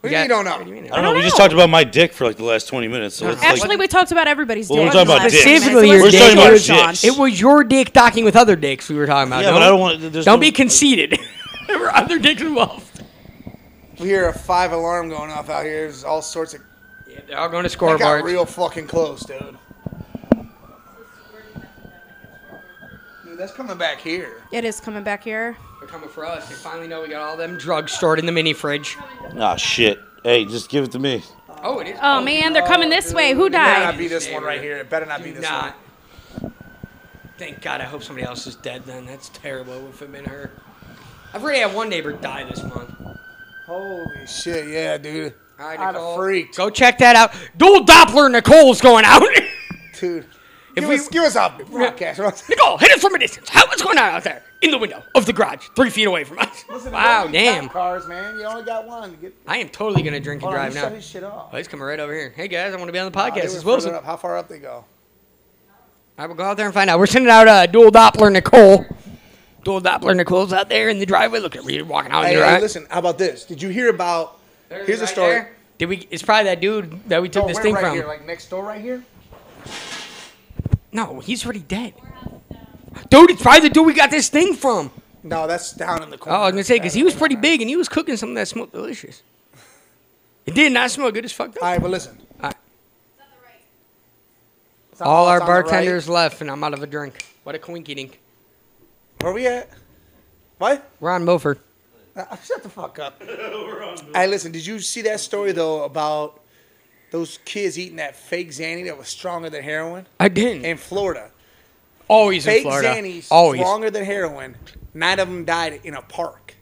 Speaker 2: What do you mean you don't know?
Speaker 4: What do you mean?
Speaker 6: I don't know.
Speaker 5: don't
Speaker 6: We just
Speaker 5: know.
Speaker 6: talked about my dick for like the last 20 minutes. So it's
Speaker 5: Actually,
Speaker 6: like,
Speaker 5: we talked about everybody's
Speaker 6: Well, we're
Speaker 5: dick.
Speaker 6: talking about dicks.
Speaker 4: Specifically your
Speaker 6: We're
Speaker 4: dick.
Speaker 6: talking about
Speaker 4: It was-
Speaker 6: dicks.
Speaker 4: It was your dick docking with other dicks we were talking about.
Speaker 6: yeah,
Speaker 4: don't
Speaker 6: but I don't want. There's
Speaker 4: Don't
Speaker 6: no,
Speaker 4: be conceited. We're other dicks involved.
Speaker 2: We hear a five alarm going off out here. There's all sorts of.
Speaker 4: Yeah, they're all going to
Speaker 2: That got
Speaker 4: scorebards.
Speaker 2: real fucking close, dude. Dude, that's coming back here.
Speaker 5: It is coming back here.
Speaker 4: They're coming for us. They finally know we got all them drugs stored in the mini fridge.
Speaker 6: Ah, shit. Hey, just give it to me.
Speaker 4: Oh, it is.
Speaker 5: Oh, man, they're coming this way. Who
Speaker 2: It better not
Speaker 5: died?
Speaker 2: be this one right here. It better not be
Speaker 4: Do
Speaker 2: this one.
Speaker 4: not. Thank God. I hope somebody else is dead. Then that's terrible. If it been her, I've already had one neighbor die this month.
Speaker 2: Holy shit, yeah, dude.
Speaker 4: All right,
Speaker 2: I'd
Speaker 4: Nicole.
Speaker 2: have freaked.
Speaker 4: Go check that out. Dual Doppler Nicole's going out.
Speaker 2: Dude. give,
Speaker 4: we-
Speaker 2: us, give us a broadcast.
Speaker 4: Nicole, hit us from a distance. How what's going on out there? In the window of the garage, three feet away from us.
Speaker 2: Listen,
Speaker 4: wow,
Speaker 2: there's only cop
Speaker 4: damn.
Speaker 2: Cars, man. You only got one. Get,
Speaker 4: I am totally gonna drink and
Speaker 2: hold on,
Speaker 4: drive
Speaker 2: you
Speaker 4: now.
Speaker 2: shut his shit off.
Speaker 4: Oh, he's coming right over here. Hey guys, I want to be on the
Speaker 2: Nah, they
Speaker 4: podcast. It's
Speaker 2: were further
Speaker 4: Wilson.
Speaker 2: up. How far up they go?
Speaker 4: I will go out there and find out. We're sending out uh, dual Doppler Nicole. Dual Doppler Nicole's out there in the driveway. Look at me walking out
Speaker 2: Hey,
Speaker 4: in the
Speaker 2: hey,
Speaker 4: driveway.
Speaker 2: listen. How about this? Did you hear about? here's a story.
Speaker 4: Did we? It's probably that dude that we took
Speaker 2: No,
Speaker 4: this
Speaker 2: Oh, we're
Speaker 4: thing
Speaker 2: right
Speaker 4: from.
Speaker 2: Here, like next door, right here.
Speaker 4: no, he's already dead. Dude, it's probably the dude we got this thing from.
Speaker 2: No, that's down in the corner.
Speaker 4: Oh, I was gonna say because he was pretty big and he was cooking something that smelled delicious. It did not smell good as fuck.
Speaker 2: All
Speaker 4: Though.
Speaker 2: right, but listen.
Speaker 4: All right.
Speaker 2: It's not-
Speaker 4: All
Speaker 2: it's
Speaker 4: our
Speaker 2: on the right.
Speaker 4: bartenders left, and I'm out of a drink. What a coinky dink.
Speaker 2: Where we at? What?
Speaker 4: Ron Milford.
Speaker 2: Uh, shut the fuck up. Hey, listen. Did you see that story though about those kids eating that fake Xanny that was stronger than heroin
Speaker 4: I didn't.
Speaker 2: in Florida?
Speaker 4: Always in
Speaker 2: Fake
Speaker 4: Florida. Oh,
Speaker 2: Xannies
Speaker 4: Always.
Speaker 2: stronger than heroin. Nine of them died in a park.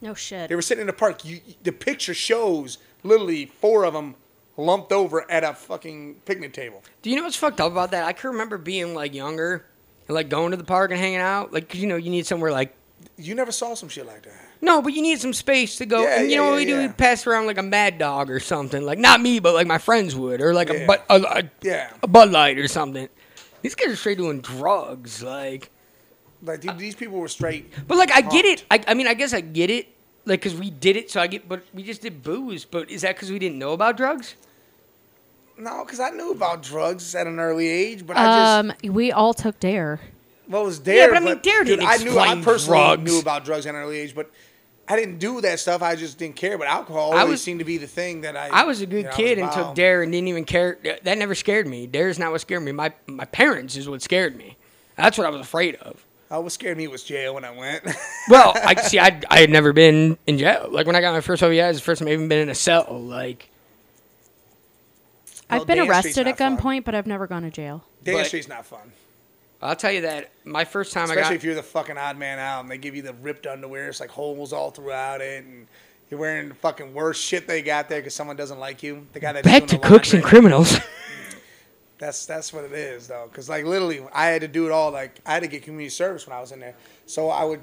Speaker 5: No shit.
Speaker 2: They were sitting in the park. You, the picture shows literally four of them lumped over at a fucking picnic table.
Speaker 4: Do you know what's fucked up about that? I can remember being like younger and like going to the park and hanging out. Like, 'cause, you know, you need somewhere like.
Speaker 2: You never saw some shit like that.
Speaker 4: No, but you need some space to go.
Speaker 2: Yeah,
Speaker 4: and you
Speaker 2: yeah,
Speaker 4: know what
Speaker 2: yeah,
Speaker 4: we do?
Speaker 2: yeah.
Speaker 4: We pass around like a mad dog or something. Like, not me, but like my friends would. Or like a,
Speaker 2: Yeah.
Speaker 4: Bud- a, a,
Speaker 2: Yeah.
Speaker 4: a Bud Light or something. These kids are straight doing drugs. Like,
Speaker 2: Like dude, these people were straight.
Speaker 4: But like I get it. I, I mean I guess I get it. Like because we did it, so I get. But we just did booze. But is that because we didn't know about drugs?
Speaker 2: No, because I knew about drugs at an early age, but I just
Speaker 5: Um, we all took dare.
Speaker 2: what was dare.
Speaker 4: but I mean, Dare
Speaker 2: dude,
Speaker 4: didn't
Speaker 2: I knew I
Speaker 4: explain
Speaker 2: personally
Speaker 4: drugs.
Speaker 2: knew about drugs at an early age, but I didn't do that stuff. I just didn't care. But alcohol
Speaker 4: I
Speaker 2: always
Speaker 4: was-
Speaker 2: seemed to be the thing that I.
Speaker 4: I was a good
Speaker 2: you know, I
Speaker 4: kid and
Speaker 2: was
Speaker 4: took
Speaker 2: about.
Speaker 4: dare and didn't even care. That never scared me. Dare is not what scared me. My my parents is what scared me. That's what I was afraid of.
Speaker 2: Oh, what scared me was jail when I went.
Speaker 4: Well, I see. I I had never been in jail. Like when I got my first OVI, it's the first time I even been in a cell. Like
Speaker 5: I've been
Speaker 2: Dan Street's
Speaker 5: arrested at
Speaker 2: not
Speaker 5: gunpoint,
Speaker 2: fun.
Speaker 5: but I've never gone to jail.
Speaker 2: Dare
Speaker 4: But-
Speaker 2: Street's not fun,
Speaker 4: I'll tell you that my first time
Speaker 2: especially
Speaker 4: I got
Speaker 2: if you're the fucking odd man out and they give you the ripped underwear. It's like holes all throughout it, and you're wearing the fucking worst shit they got there because someone doesn't like you. The guy that
Speaker 4: back to cooks and criminals.
Speaker 2: That's that's what it is though, because like literally, I had to do it all. Like I had to get community service when I was in there, so I would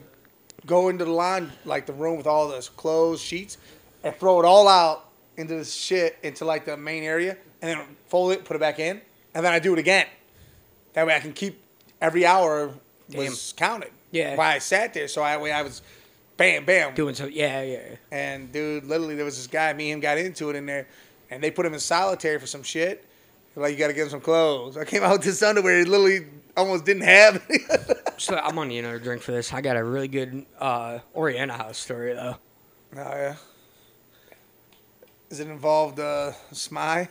Speaker 2: go into the line, like the room with all the clothes, sheets, and throw it all out into the shit into like the main area, and then fold it, put it back in, and then I do it again. That way I can keep every hour was counted.
Speaker 4: Yeah.
Speaker 2: While I sat there, so I way I was, bam, bam,
Speaker 4: Doing so, yeah, yeah. yeah.
Speaker 2: and dude, literally, there was this guy. Me and him got into it in there, and they put him in solitary for some shit. They're Like you got to get him some clothes. I came out with this underwear. He literally almost didn't have. Any.
Speaker 4: So I'm on another drink for this. I got a really good uh, Oriana House story though.
Speaker 2: oh yeah. Is it involved uh, Smy?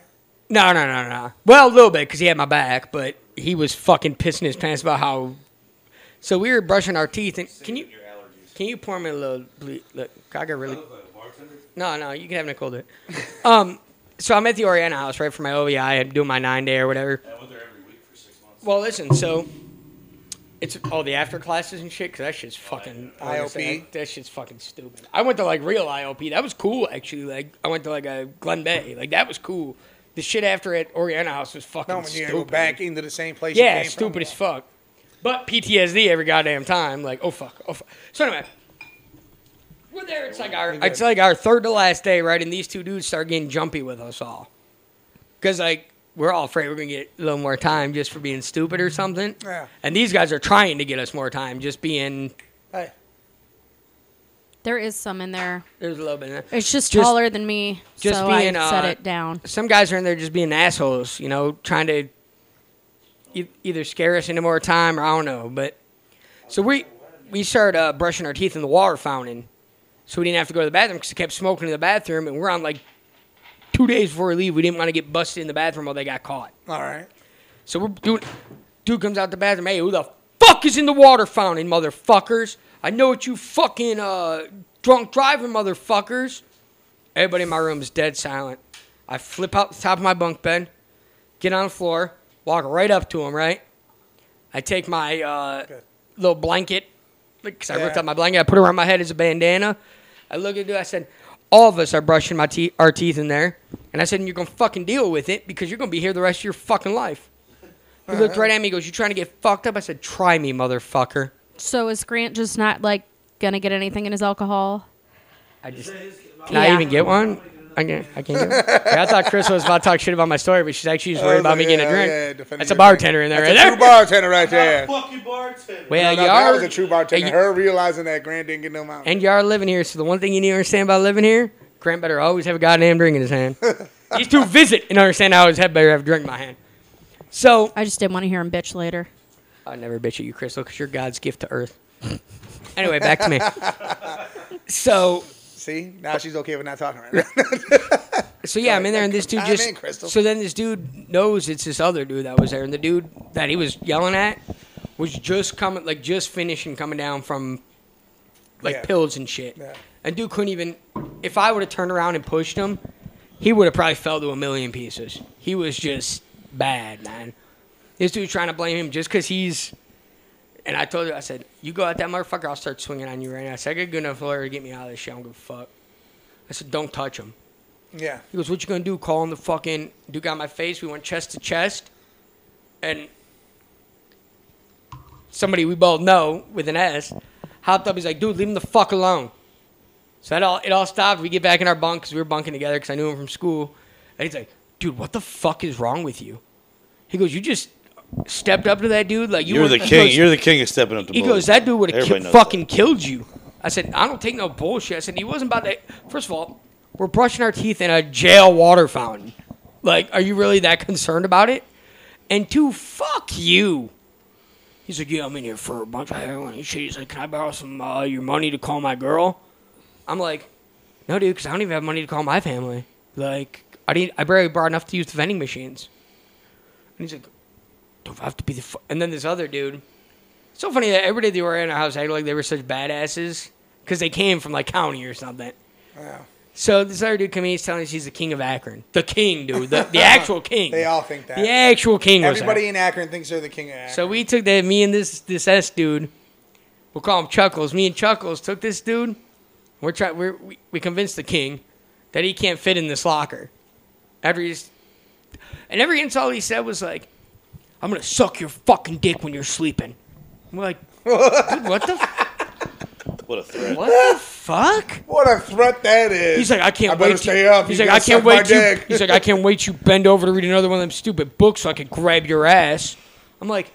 Speaker 4: No, no, no, no. Well, a little bit because he had my back, but he was fucking pissing his pants about how. So we were brushing our teeth, and can you
Speaker 8: Your allergies.
Speaker 4: can you pour me a little? ble- Look, I got really.
Speaker 8: Look like a bartender.
Speaker 4: No, no, you can have Nicole do it. Um, so I'm at the Oriana House right for my OVI. I'm doing my nine day or whatever.
Speaker 8: I went there every week for six months.
Speaker 4: Well, listen, so it's all the after classes and shit because that shit's fucking
Speaker 2: IOP.
Speaker 4: honestly, that- That shit's fucking stupid. I went to like real IOP. That was cool actually. Like I went to like a Glen Bay. Like that was cool. The shit after at Oriana House was fucking
Speaker 2: No, when you
Speaker 4: stupid.
Speaker 2: gotta go back into the same place. you
Speaker 4: yeah,
Speaker 2: came
Speaker 4: stupid
Speaker 2: From.
Speaker 4: as fuck. But PTSD every goddamn time. Like oh fuck, oh fuck. So anyway. We're there. It's like our it's like our third to last day, right? And these two dudes start getting jumpy with us all, because like we're all afraid we're gonna get a little more time just for being stupid or something.
Speaker 2: Yeah.
Speaker 4: And these guys are trying to get us more time, just being
Speaker 2: Hey,
Speaker 5: There is some in there.
Speaker 4: there's a little bit. Of that.
Speaker 5: It's just,
Speaker 4: Just-
Speaker 5: taller than me,
Speaker 4: just
Speaker 5: so
Speaker 4: being,
Speaker 5: I
Speaker 4: uh,
Speaker 5: set it down.
Speaker 4: Some guys are in there just being assholes, you know, trying to e- either scare us into more time or I don't know. But so we we start uh, brushing our teeth in the water fountain, so we didn't have to go to the bathroom because I kept smoking in the bathroom, and we're on like two days before we leave. We didn't want to get busted in the bathroom while they got caught.
Speaker 2: All right.
Speaker 4: So we're doing. Dude comes out the bathroom. Hey, who the fuck is in the water fountain, motherfuckers? I know what you fucking uh, drunk driving, motherfuckers. Everybody in my room is dead silent. I flip out the top of my bunk bed, get on the floor, walk right up to him. Right. I take my uh, little blanket because I ripped
Speaker 2: Yeah.
Speaker 4: out my blanket. I put it around my head as a bandana. I look at it. I said, "All of us are brushing my te- our teeth in there." And I said, "And you're gonna fucking deal with it because you're gonna be here the rest of your fucking life." He looked right at me. He goes, "You trying to get fucked up?" I said, "Try me, motherfucker."
Speaker 5: So is Grant just not like gonna get anything in his alcohol?
Speaker 4: I just can
Speaker 5: Yeah.
Speaker 4: I even get one? I can't. I can't. Get one. Yeah, I thought Chris was about to talk shit about my story, but she's actually
Speaker 2: Oh,
Speaker 4: just worried about me getting a drink. That's a bartender in there,
Speaker 2: That's
Speaker 4: right
Speaker 2: a true
Speaker 4: there.
Speaker 2: bartender right there.
Speaker 8: Fuck you, bartender.
Speaker 4: well,
Speaker 2: No,
Speaker 4: you
Speaker 2: that
Speaker 4: are,
Speaker 2: was a true bartender.
Speaker 4: and you-
Speaker 2: Her realizing that Grant didn't get no mountain.
Speaker 4: and you are living here. So the one thing you need to understand about living here, Grant better always have a goddamn drink in his hand. These two visit and understand how his head better have a drink in my hand. So
Speaker 5: I just didn't want to hear him bitch later.
Speaker 4: I never bitch at you, Crystal, because you're God's gift to Earth. anyway, back to me. So
Speaker 2: See, now she's okay with not talking right now.
Speaker 4: So yeah, I'm in there, and this dude
Speaker 2: I'm
Speaker 4: just.
Speaker 2: in, Crystal.
Speaker 4: So then this dude knows it's this other dude that was there, and the dude that he was yelling at was just coming, like just finishing coming down from, like
Speaker 2: Yeah.
Speaker 4: pills and shit.
Speaker 2: Yeah.
Speaker 4: And dude couldn't even. If I would have turned around and pushed him, he would have probably fell to a million pieces. He was just bad, man. This dude's trying to blame him just because he's. And I told her, I said, "You go at that motherfucker, I'll start swinging on you right now." I said, "I got a good enough lawyer to get me out of this shit. I don't give a fuck." I said, "Don't touch him."
Speaker 2: yeah.
Speaker 4: He goes, "What you gonna do? Call him the fucking dude got my face." We went chest to chest, and somebody we both know with an S hopped up. He's like, "Dude, leave him the fuck alone." So that all it all stopped. We get back in our bunk because we were bunking together because I knew him from school, and he's like, "Dude, what the fuck is wrong with you?" He goes, "You just stepped up to that dude like you
Speaker 6: You're
Speaker 4: were
Speaker 6: the
Speaker 4: he
Speaker 6: king.
Speaker 4: goes-
Speaker 6: You're the king of stepping up to
Speaker 4: he
Speaker 6: bullies.
Speaker 4: goes, that dude would have
Speaker 6: Everybody knows
Speaker 4: fucking killed you. I said, I don't take no bullshit. I said, he wasn't about to. First of all, we're brushing our teeth in a jail water fountain. Like, are you really that concerned about it? And two, fuck you. He's like, yeah, I'm in here for a bunch of heroin and shit. He's like, can I borrow some uh, your money to call my girl? I'm like, no, dude, because I don't even have money to call my family. Like, I didn't. I barely brought enough to use the vending machines. And he's like, don't have to be the. Fu-. And then this other dude. So funny that everybody that were in our house acted like they were such badasses because they came from like county or something.
Speaker 2: Wow.
Speaker 4: So this other dude comes in, he's telling us he's the king of Akron, the king, dude, the, the actual king.
Speaker 2: They all think that.
Speaker 4: The actual king. was
Speaker 2: Everybody
Speaker 4: there.
Speaker 2: in Akron thinks they're the king of Akron.
Speaker 4: So we took that. Me and this this S dude, we'll call him Chuckles. Me and Chuckles took this dude. We're trying. We're, we we convinced the king that he can't fit in this locker. After he's, and every insult he said was like, "I'm gonna suck your fucking dick when you're sleeping." I'm like, dude, what the f-
Speaker 6: What a threat.
Speaker 4: what the fuck?
Speaker 2: what a threat that is.
Speaker 4: He's like, I can't
Speaker 2: I
Speaker 4: wait.
Speaker 2: better
Speaker 4: to-
Speaker 2: stay up.
Speaker 4: He's
Speaker 2: You
Speaker 4: like, I
Speaker 2: gotta
Speaker 4: can't
Speaker 2: suck my
Speaker 4: wait. You,
Speaker 2: dick."
Speaker 4: he's like, I can't wait. You bend over to read another one of them stupid books so I can grab your ass. I'm like,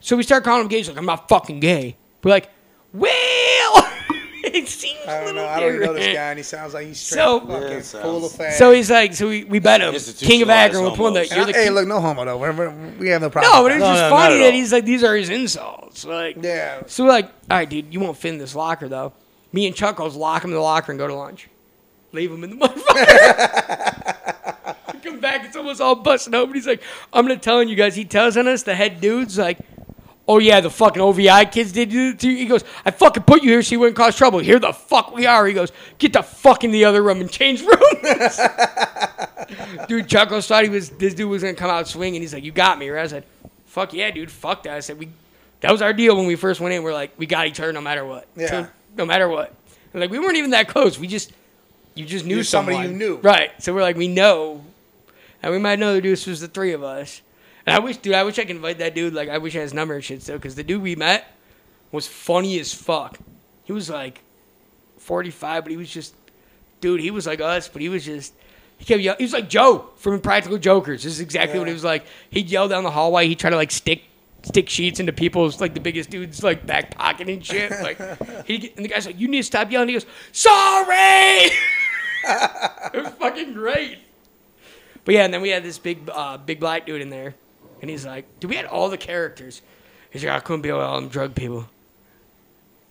Speaker 4: so we start calling him gay. He's like, I'm not fucking gay. We're like, well, it seems
Speaker 2: I
Speaker 4: a
Speaker 2: don't
Speaker 4: little
Speaker 2: know. I don't know this
Speaker 4: different.
Speaker 2: guy, and he sounds like he's straight
Speaker 4: So-
Speaker 2: fucking
Speaker 6: Yeah, it
Speaker 2: full of
Speaker 6: sounds-
Speaker 2: fat.
Speaker 4: So he's like, so we, we bet him. King of
Speaker 6: Institutionalized
Speaker 4: Akron. We're pulling that.
Speaker 6: homos.
Speaker 4: You're the
Speaker 2: hey,
Speaker 4: king.
Speaker 2: look, no homo though. We're, we're, we have no problem.
Speaker 4: No, but
Speaker 2: with
Speaker 4: it's
Speaker 2: that.
Speaker 6: No,
Speaker 4: just
Speaker 6: no, not
Speaker 4: funny
Speaker 6: at
Speaker 4: that
Speaker 6: all.
Speaker 4: he's like, these are his insults. Like,
Speaker 2: Yeah.
Speaker 4: So we're like, all right, dude, you won't fit in this locker though. Me and Chuckles lock him in the locker and go to lunch. Leave him in the motherfucker. We come back, it's almost all busting open. He's like, I'm gonna telling you guys. He tells on us the head dude's like, oh yeah, the fucking OVI kids did it to you. He goes, I fucking put you here so you wouldn't cause trouble. Here the fuck we are. He goes, get the fuck in the other room and change rooms. dude, Chuckles thought he was this dude was gonna come out swinging. He's like, you got me, right? I said, fuck yeah, dude, fuck that. I said, we that was our deal when we first went in. We're like, we got each other no matter what.
Speaker 2: Yeah.
Speaker 4: So, no matter what. And like we weren't even that close. We just you just knew
Speaker 2: You're somebody
Speaker 4: someone.
Speaker 2: you knew.
Speaker 4: Right. So we're like, we know. And we might know the dude this was the three of us. And I wish, dude, I wish I could invite that dude. Like, I wish I had his number and shit still, because the dude we met was funny as fuck. He was like 45, but he was just, dude, he was like us, but he was just, he kept yelling. He was like Joe from Impractical Jokers. This is exactly what he was like. He'd yell down the hallway. He'd try to, like, stick stick sheets into people's, like, the biggest dude's, like, back pocket and shit. Like, he and the guy's like, you need to stop yelling. He goes, sorry! It was fucking great. But yeah, and then we had this big, uh, big black dude in there, and he's like, "Dude, we had all the characters." He's like, "I couldn't be with all them drug people." And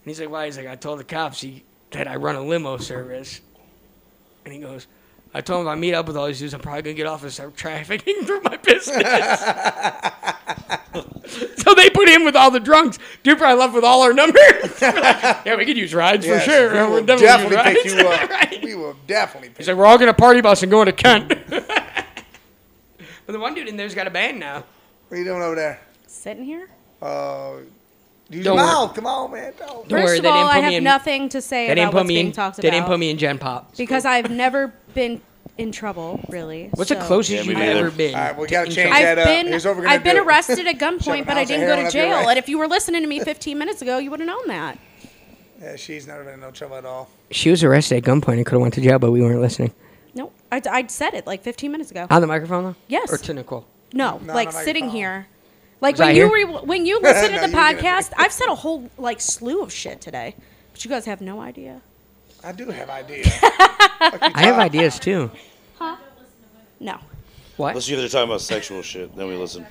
Speaker 4: he's like, "Why?" He's like, "I told the cops he Dad, I run a limo service. And he goes, I told him if I meet up with all these dudes, I'm probably going to get off and start trafficking for my business. so they put him with all the drunks. Dude probably left with all our numbers. We're like, yeah, we could use rides
Speaker 2: Yes,
Speaker 4: for sure.
Speaker 2: We will
Speaker 4: We'll
Speaker 2: definitely
Speaker 4: use
Speaker 2: pick
Speaker 4: rides.
Speaker 2: you up.
Speaker 4: Right.
Speaker 2: We will definitely pick
Speaker 4: He's like, we're all going to party bus and going to Kent. but the one dude in there's got a band now.
Speaker 2: What are you doing over there?
Speaker 5: Sitting here?
Speaker 2: Uh, use your
Speaker 4: Don't worry.
Speaker 2: mouth. Come on, man. Don't.
Speaker 4: Don't
Speaker 5: First
Speaker 4: worry,
Speaker 5: of
Speaker 4: they didn't
Speaker 5: all, I
Speaker 4: put me
Speaker 5: have
Speaker 4: in-
Speaker 5: nothing to say
Speaker 4: They
Speaker 5: about
Speaker 4: didn't put
Speaker 5: what's
Speaker 4: me
Speaker 5: being
Speaker 4: in.
Speaker 5: talked
Speaker 4: They didn't
Speaker 5: about
Speaker 4: put me in Gen Pop.
Speaker 5: because I've never been in trouble, really.
Speaker 4: What's
Speaker 5: so-
Speaker 4: the closest
Speaker 6: Yeah, me
Speaker 4: you've
Speaker 6: neither.
Speaker 4: ever been?
Speaker 2: All right, we
Speaker 4: to
Speaker 2: gotta
Speaker 4: in
Speaker 2: change
Speaker 4: trouble?
Speaker 2: that up.
Speaker 5: I've been,
Speaker 2: Here's what we're
Speaker 5: I've
Speaker 2: gonna
Speaker 5: been
Speaker 2: do.
Speaker 5: arrested at
Speaker 2: Shove an
Speaker 5: gunpoint, but I
Speaker 2: ounce of
Speaker 5: didn't go
Speaker 2: heroin
Speaker 5: to
Speaker 2: up your
Speaker 5: jail.
Speaker 2: right.
Speaker 5: And if you were listening to me 15 minutes ago, you would have known that.
Speaker 2: Yeah, she's never been in no trouble at all.
Speaker 4: She was arrested at gunpoint and could have went to jail, but we weren't listening.
Speaker 5: Nope. I, I said it like 15 minutes ago.
Speaker 4: On the microphone, though?
Speaker 5: Yes.
Speaker 4: Or to Nicole?
Speaker 5: No,
Speaker 2: Not
Speaker 5: like
Speaker 2: on my
Speaker 5: sitting
Speaker 2: phone.
Speaker 5: here. Like
Speaker 4: Was I
Speaker 5: when you
Speaker 4: here?
Speaker 5: re- when you listen
Speaker 2: No,
Speaker 5: to
Speaker 2: you
Speaker 5: the
Speaker 2: didn't.
Speaker 5: podcast, I've said a whole like slew of shit today, but you guys have no idea.
Speaker 2: I do have ideas.
Speaker 4: I have ideas, too.
Speaker 5: No,
Speaker 4: What?
Speaker 6: Let's see if they're talking about sexual shit. Then we listen.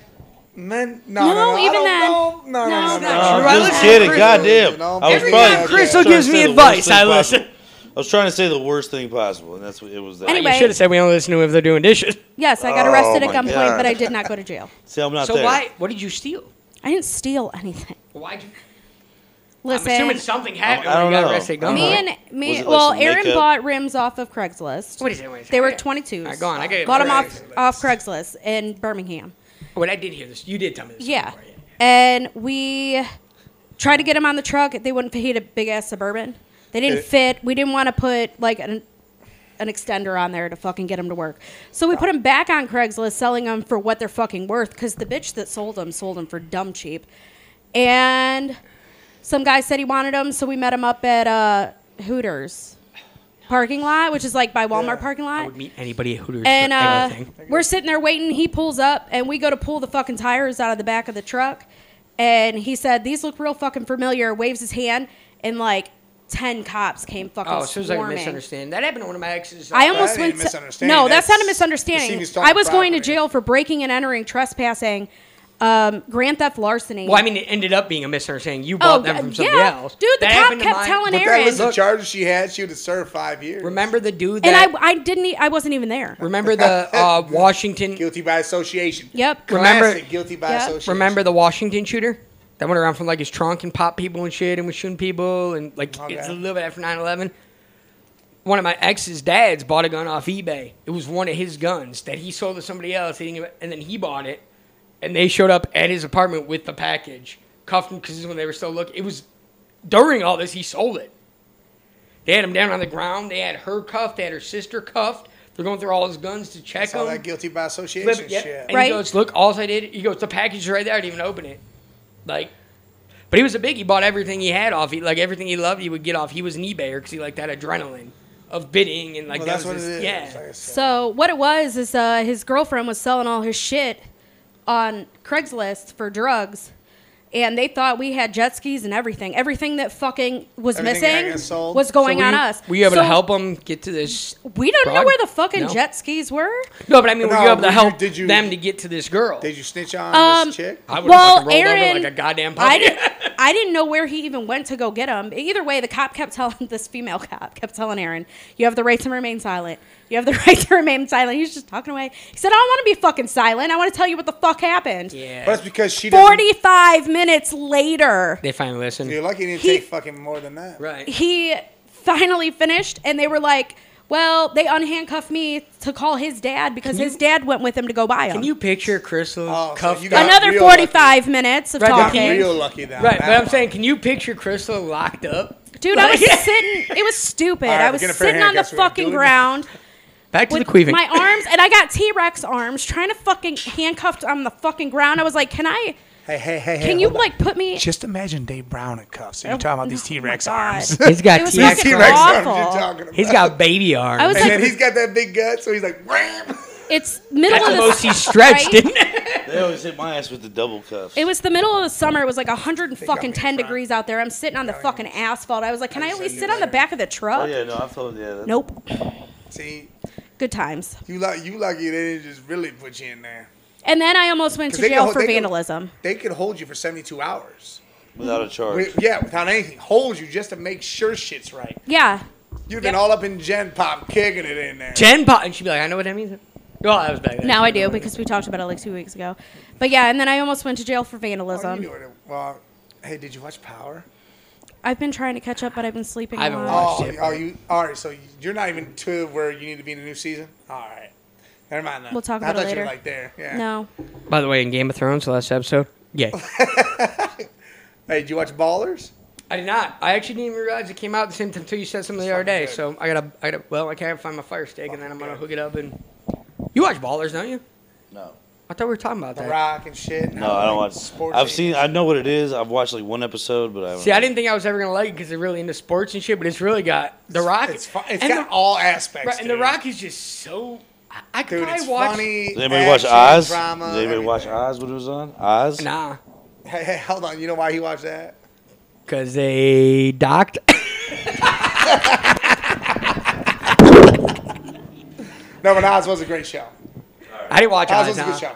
Speaker 2: Man, no, no,
Speaker 5: No,
Speaker 2: no, I
Speaker 5: even
Speaker 2: don't
Speaker 5: then.
Speaker 2: know. No, no, no,
Speaker 5: No,
Speaker 2: no.
Speaker 5: it's not
Speaker 4: true. I
Speaker 6: I'm
Speaker 4: listen
Speaker 6: just
Speaker 4: to
Speaker 6: kidding.
Speaker 4: Crystal,
Speaker 6: Goddamn.
Speaker 2: you know?
Speaker 6: I was
Speaker 2: Every
Speaker 6: probably-
Speaker 2: time
Speaker 6: I was
Speaker 2: Crystal
Speaker 6: trying to
Speaker 4: gives
Speaker 6: say
Speaker 4: me
Speaker 6: the
Speaker 4: advice,
Speaker 6: worst thing
Speaker 4: I listen.
Speaker 6: possible. I was trying to say the worst thing possible, and that's what it was. That.
Speaker 5: Anyway.
Speaker 4: You should have said we only listen to him if they're doing dishes.
Speaker 5: yes, I got
Speaker 6: Oh,
Speaker 5: arrested at
Speaker 6: my
Speaker 5: gunpoint,
Speaker 6: God.
Speaker 5: but I did not go to jail.
Speaker 6: See, I'm not
Speaker 4: So
Speaker 6: there.
Speaker 4: why? What did you steal?
Speaker 5: I didn't steal anything.
Speaker 4: Why'd you? I'm assuming
Speaker 5: Listen,
Speaker 4: something happened
Speaker 6: I
Speaker 4: when you
Speaker 6: don't
Speaker 4: got
Speaker 6: know.
Speaker 4: arrested at
Speaker 6: I don't
Speaker 5: me
Speaker 4: gunpoint.
Speaker 5: and me.
Speaker 6: Was it like
Speaker 5: well,
Speaker 6: some
Speaker 5: Aaron
Speaker 6: makeup?
Speaker 5: bought rims off of Craigslist.
Speaker 4: What is it? What is it?
Speaker 5: They were
Speaker 4: Yeah.
Speaker 5: 22s.
Speaker 4: All right, go on. I get it.
Speaker 5: Bought them
Speaker 4: All
Speaker 5: off, off Craigslist in Birmingham.
Speaker 4: What I did hear this. You did tell me this.
Speaker 5: Yeah.
Speaker 4: before,
Speaker 5: And we tried to get him on the truck. They wouldn't fit a big ass suburban. They didn't fit. We didn't want to put like an an extender on there to fucking get him to work. So we put him back on Craigslist, selling them for what they're fucking worth. Because the bitch that sold them sold them for dumb cheap. And some guy said he wanted them, so we met him up at uh, Hooters parking lot, which is like by Walmart parking lot.
Speaker 4: I would meet anybody at Hooters
Speaker 5: And
Speaker 4: for
Speaker 5: uh,
Speaker 4: anything.
Speaker 5: we're sitting there waiting. He pulls up, and we go to pull the fucking tires out of the back of the truck. And he said, "These look real fucking familiar." Waves his hand, and like ten cops came fucking.
Speaker 4: Oh, so it was like a
Speaker 5: swarming.
Speaker 4: misunderstanding. That happened to one of my exes.
Speaker 5: I
Speaker 4: Uh,
Speaker 5: almost
Speaker 2: That ain't
Speaker 5: went.
Speaker 2: a
Speaker 5: To,
Speaker 2: misunderstanding.
Speaker 5: no, that's, not a
Speaker 2: That's
Speaker 5: misunderstanding.
Speaker 2: receiving stolen
Speaker 5: I was going to
Speaker 2: property.
Speaker 5: jail for breaking and entering, trespassing, um, grand theft larceny.
Speaker 4: Well, I mean, it ended up being a misunderstanding. You bought them
Speaker 5: Oh, yeah,
Speaker 4: from somebody
Speaker 5: yeah.
Speaker 4: else.
Speaker 5: Dude, the
Speaker 4: That
Speaker 5: cop
Speaker 4: happened to
Speaker 5: kept
Speaker 4: mine.
Speaker 5: telling
Speaker 2: But that
Speaker 5: Aaron-
Speaker 2: was the charge she had. She would have served five years.
Speaker 4: Remember the dude
Speaker 5: and
Speaker 4: that.
Speaker 5: I, I didn't. e- I wasn't even there.
Speaker 4: remember the uh, Washington.
Speaker 2: guilty by association.
Speaker 5: Yep.
Speaker 4: Remember-
Speaker 2: Classic guilty by
Speaker 5: Yep.
Speaker 2: association.
Speaker 4: Remember the Washington shooter that went around from like his trunk and popped people and shit and was shooting people and like it's
Speaker 2: Okay.
Speaker 4: a little bit after 9/11. One of my ex's dads bought a gun off eBay. It was one of his guns that he sold to somebody else, he didn't give a- and then he bought it. And they showed up at his apartment with the package, cuffed him because when they were still looking. It was during all this he sold it. They had him down on the ground. They had her cuffed. They had her sister cuffed. They're going through all his guns to check
Speaker 2: It's all
Speaker 4: them
Speaker 2: that guilty by association
Speaker 4: flip it, yeah.
Speaker 2: shit.
Speaker 4: And
Speaker 5: Right.
Speaker 4: he goes, look, all I did, he goes, the package is right there. I didn't even open it. Like, but he was a big. He bought everything he had off. He, like everything he loved, he would get off. He was an eBayer because he liked that adrenaline of bidding and like
Speaker 2: well,
Speaker 4: that
Speaker 2: that's what
Speaker 4: was his-
Speaker 2: it is. It's like
Speaker 4: yeah.
Speaker 2: I said.
Speaker 5: So what it was is uh, his girlfriend was selling all his shit on Craigslist for drugs, and they thought we had jet skis and everything. Everything that fucking was
Speaker 2: Everything that got
Speaker 5: missing
Speaker 2: sold.
Speaker 5: was going
Speaker 4: So
Speaker 5: on
Speaker 4: were you-
Speaker 5: us.
Speaker 4: Were you able
Speaker 5: So
Speaker 4: to help him get to this?
Speaker 5: We don't know
Speaker 4: broad?
Speaker 5: where the fucking
Speaker 4: No.
Speaker 5: jet skis were.
Speaker 4: No, but I mean, were you
Speaker 2: No,
Speaker 4: able to
Speaker 2: you-
Speaker 4: help
Speaker 2: did you-
Speaker 4: them to get to this girl?
Speaker 2: Did you snitch on
Speaker 5: Um,
Speaker 2: this chick?
Speaker 4: I would've
Speaker 5: well,
Speaker 4: fucking rolled over
Speaker 5: Aaron,
Speaker 4: like a goddamn puppy.
Speaker 5: I didn't, I didn't know where he even went to go get him. Either way, the cop kept telling this female cop kept telling Aaron, "You have the right to remain silent. You have the right to remain silent." He was just talking away. He said, "I don't want to be fucking silent. I want to tell you what the fuck happened."
Speaker 4: yeah.
Speaker 2: But that's because she doesn't-
Speaker 5: 45 minutes later,
Speaker 4: they finally listened.
Speaker 2: You're lucky it didn't
Speaker 5: He-
Speaker 2: take fucking more than that.
Speaker 4: Right.
Speaker 5: he finally finished, and they were like, well, they unhandcuffed me to call his dad because
Speaker 4: you-
Speaker 5: his dad went with him to go buy him.
Speaker 4: Can you picture Crystal
Speaker 2: Oh, so
Speaker 4: cuffed
Speaker 2: you
Speaker 4: up?
Speaker 2: got-
Speaker 5: Another
Speaker 2: real
Speaker 5: 45 minutes of
Speaker 4: Right, but
Speaker 2: Got
Speaker 4: can
Speaker 5: talking.
Speaker 4: you-
Speaker 2: real lucky then.
Speaker 4: Right, but I'm saying, can you picture Crystal locked up?
Speaker 5: Dude, I was
Speaker 4: Like-
Speaker 5: sitting. It was stupid.
Speaker 2: All right,
Speaker 5: I
Speaker 2: we're
Speaker 5: was
Speaker 2: getting a fair
Speaker 5: sitting on the
Speaker 2: handcuffs. We're gonna do
Speaker 5: fucking
Speaker 2: it.
Speaker 5: ground
Speaker 4: Back to
Speaker 5: with
Speaker 4: the queeving.
Speaker 5: my arms, and I got T Rex arms trying to fucking handcuffed on the fucking ground. I was like, can I?
Speaker 2: Hey, hey, hey, hey.
Speaker 5: Can you
Speaker 2: hold on.
Speaker 5: like put me?
Speaker 2: Just imagine Dave Brown in cuffs. And you're
Speaker 5: Oh,
Speaker 2: talking about these
Speaker 5: oh
Speaker 2: T Rex
Speaker 5: my God.
Speaker 2: arms.
Speaker 4: He's got
Speaker 5: It was
Speaker 4: teeth.
Speaker 5: fucking
Speaker 2: arms
Speaker 5: awful.
Speaker 2: you're talking about.
Speaker 4: He's got baby arms.
Speaker 5: I was
Speaker 2: and then
Speaker 5: like,
Speaker 2: he's got that big gut, so he's like, wham!
Speaker 5: it's middle
Speaker 4: That's
Speaker 5: of
Speaker 4: the
Speaker 5: the
Speaker 4: most he stretched,
Speaker 5: right?
Speaker 4: didn't it?
Speaker 6: They always hit my ass with the double cuffs.
Speaker 5: It was the middle of the summer. It was like
Speaker 2: got
Speaker 5: 110
Speaker 2: me in front.
Speaker 5: degrees out there. I'm sitting on the fucking asphalt. I was like, can I at least
Speaker 2: you
Speaker 5: sit on the
Speaker 2: later.
Speaker 5: back of the
Speaker 6: Oh
Speaker 5: truck?
Speaker 6: yeah, no, I felt yeah. That,
Speaker 5: Nope.
Speaker 2: See,
Speaker 5: Good times.
Speaker 2: you, lu- you lucky they didn't just really put you in there.
Speaker 5: And then I almost went
Speaker 2: 'Cause
Speaker 5: to
Speaker 2: they
Speaker 5: jail
Speaker 2: could-
Speaker 5: for
Speaker 2: they could-
Speaker 5: vandalism.
Speaker 2: They could hold you for 72 hours.
Speaker 6: without
Speaker 4: Hmm.
Speaker 6: a charge.
Speaker 2: We- yeah, without anything, holds you just to make sure shit's right.
Speaker 5: Yeah.
Speaker 2: You've
Speaker 5: Yep.
Speaker 2: been all up in Gen Pop, kicking it in there.
Speaker 4: Jen Pop, and she'd be like, I know what that means. Oh, that was back then.
Speaker 5: Now I do because we talked about it like two weeks ago. But yeah, and then I almost went to jail for
Speaker 2: Oh, you
Speaker 5: vandalism.
Speaker 2: knew it. Well, hey, did you watch Power?
Speaker 5: I've been trying to catch up, but I've been sleeping.
Speaker 4: I
Speaker 5: a
Speaker 4: haven't
Speaker 5: lot.
Speaker 4: watched
Speaker 2: Oh,
Speaker 4: it,
Speaker 2: are you? All right, so you're not even to where you need to be in the new season. All right, never mind that.
Speaker 5: We'll talk
Speaker 2: I
Speaker 5: about it
Speaker 2: thought you
Speaker 5: later.
Speaker 2: were like there. Yeah.
Speaker 5: No.
Speaker 4: By the way, in Game of Thrones, the last episode, yay.
Speaker 2: Hey, did you watch Ballers?
Speaker 4: I did not. I actually didn't even realize it came out at the same time until you said something the other day.
Speaker 2: Fucking
Speaker 4: So I gotta, I gotta. Well, I can't find my fire stick, and then I'm gonna hook it up and. You watch Ballers, don't you?
Speaker 6: No.
Speaker 4: I thought we were talking about
Speaker 2: The
Speaker 4: that.
Speaker 2: Rock and shit.
Speaker 6: No, I don't watch
Speaker 2: sports.
Speaker 6: I've seen. I know what it is. I've watched like one episode, but I haven't.
Speaker 4: See, I didn't think I was ever gonna like it because they're really into sports and shit, but it's really got the Rock.
Speaker 2: It's fun. It's
Speaker 4: and
Speaker 2: got
Speaker 4: the,
Speaker 2: all aspects.
Speaker 4: right, and the
Speaker 2: dude.
Speaker 4: Rock is just so. I, I could
Speaker 2: Dude,
Speaker 4: probably
Speaker 2: it's
Speaker 4: watch.
Speaker 2: funny.
Speaker 6: Did anybody watch
Speaker 2: action,
Speaker 6: Oz?
Speaker 2: Drama,
Speaker 6: Did anybody watch
Speaker 2: everything.
Speaker 6: Oz when it was on? Oz?
Speaker 4: Nah,
Speaker 2: Hey, hey, hold on. You know why he watched that?
Speaker 4: because they docked.
Speaker 2: No, but Oz was a great show.
Speaker 4: I didn't watch Oz.
Speaker 2: Oz was a
Speaker 4: nah.
Speaker 2: good show.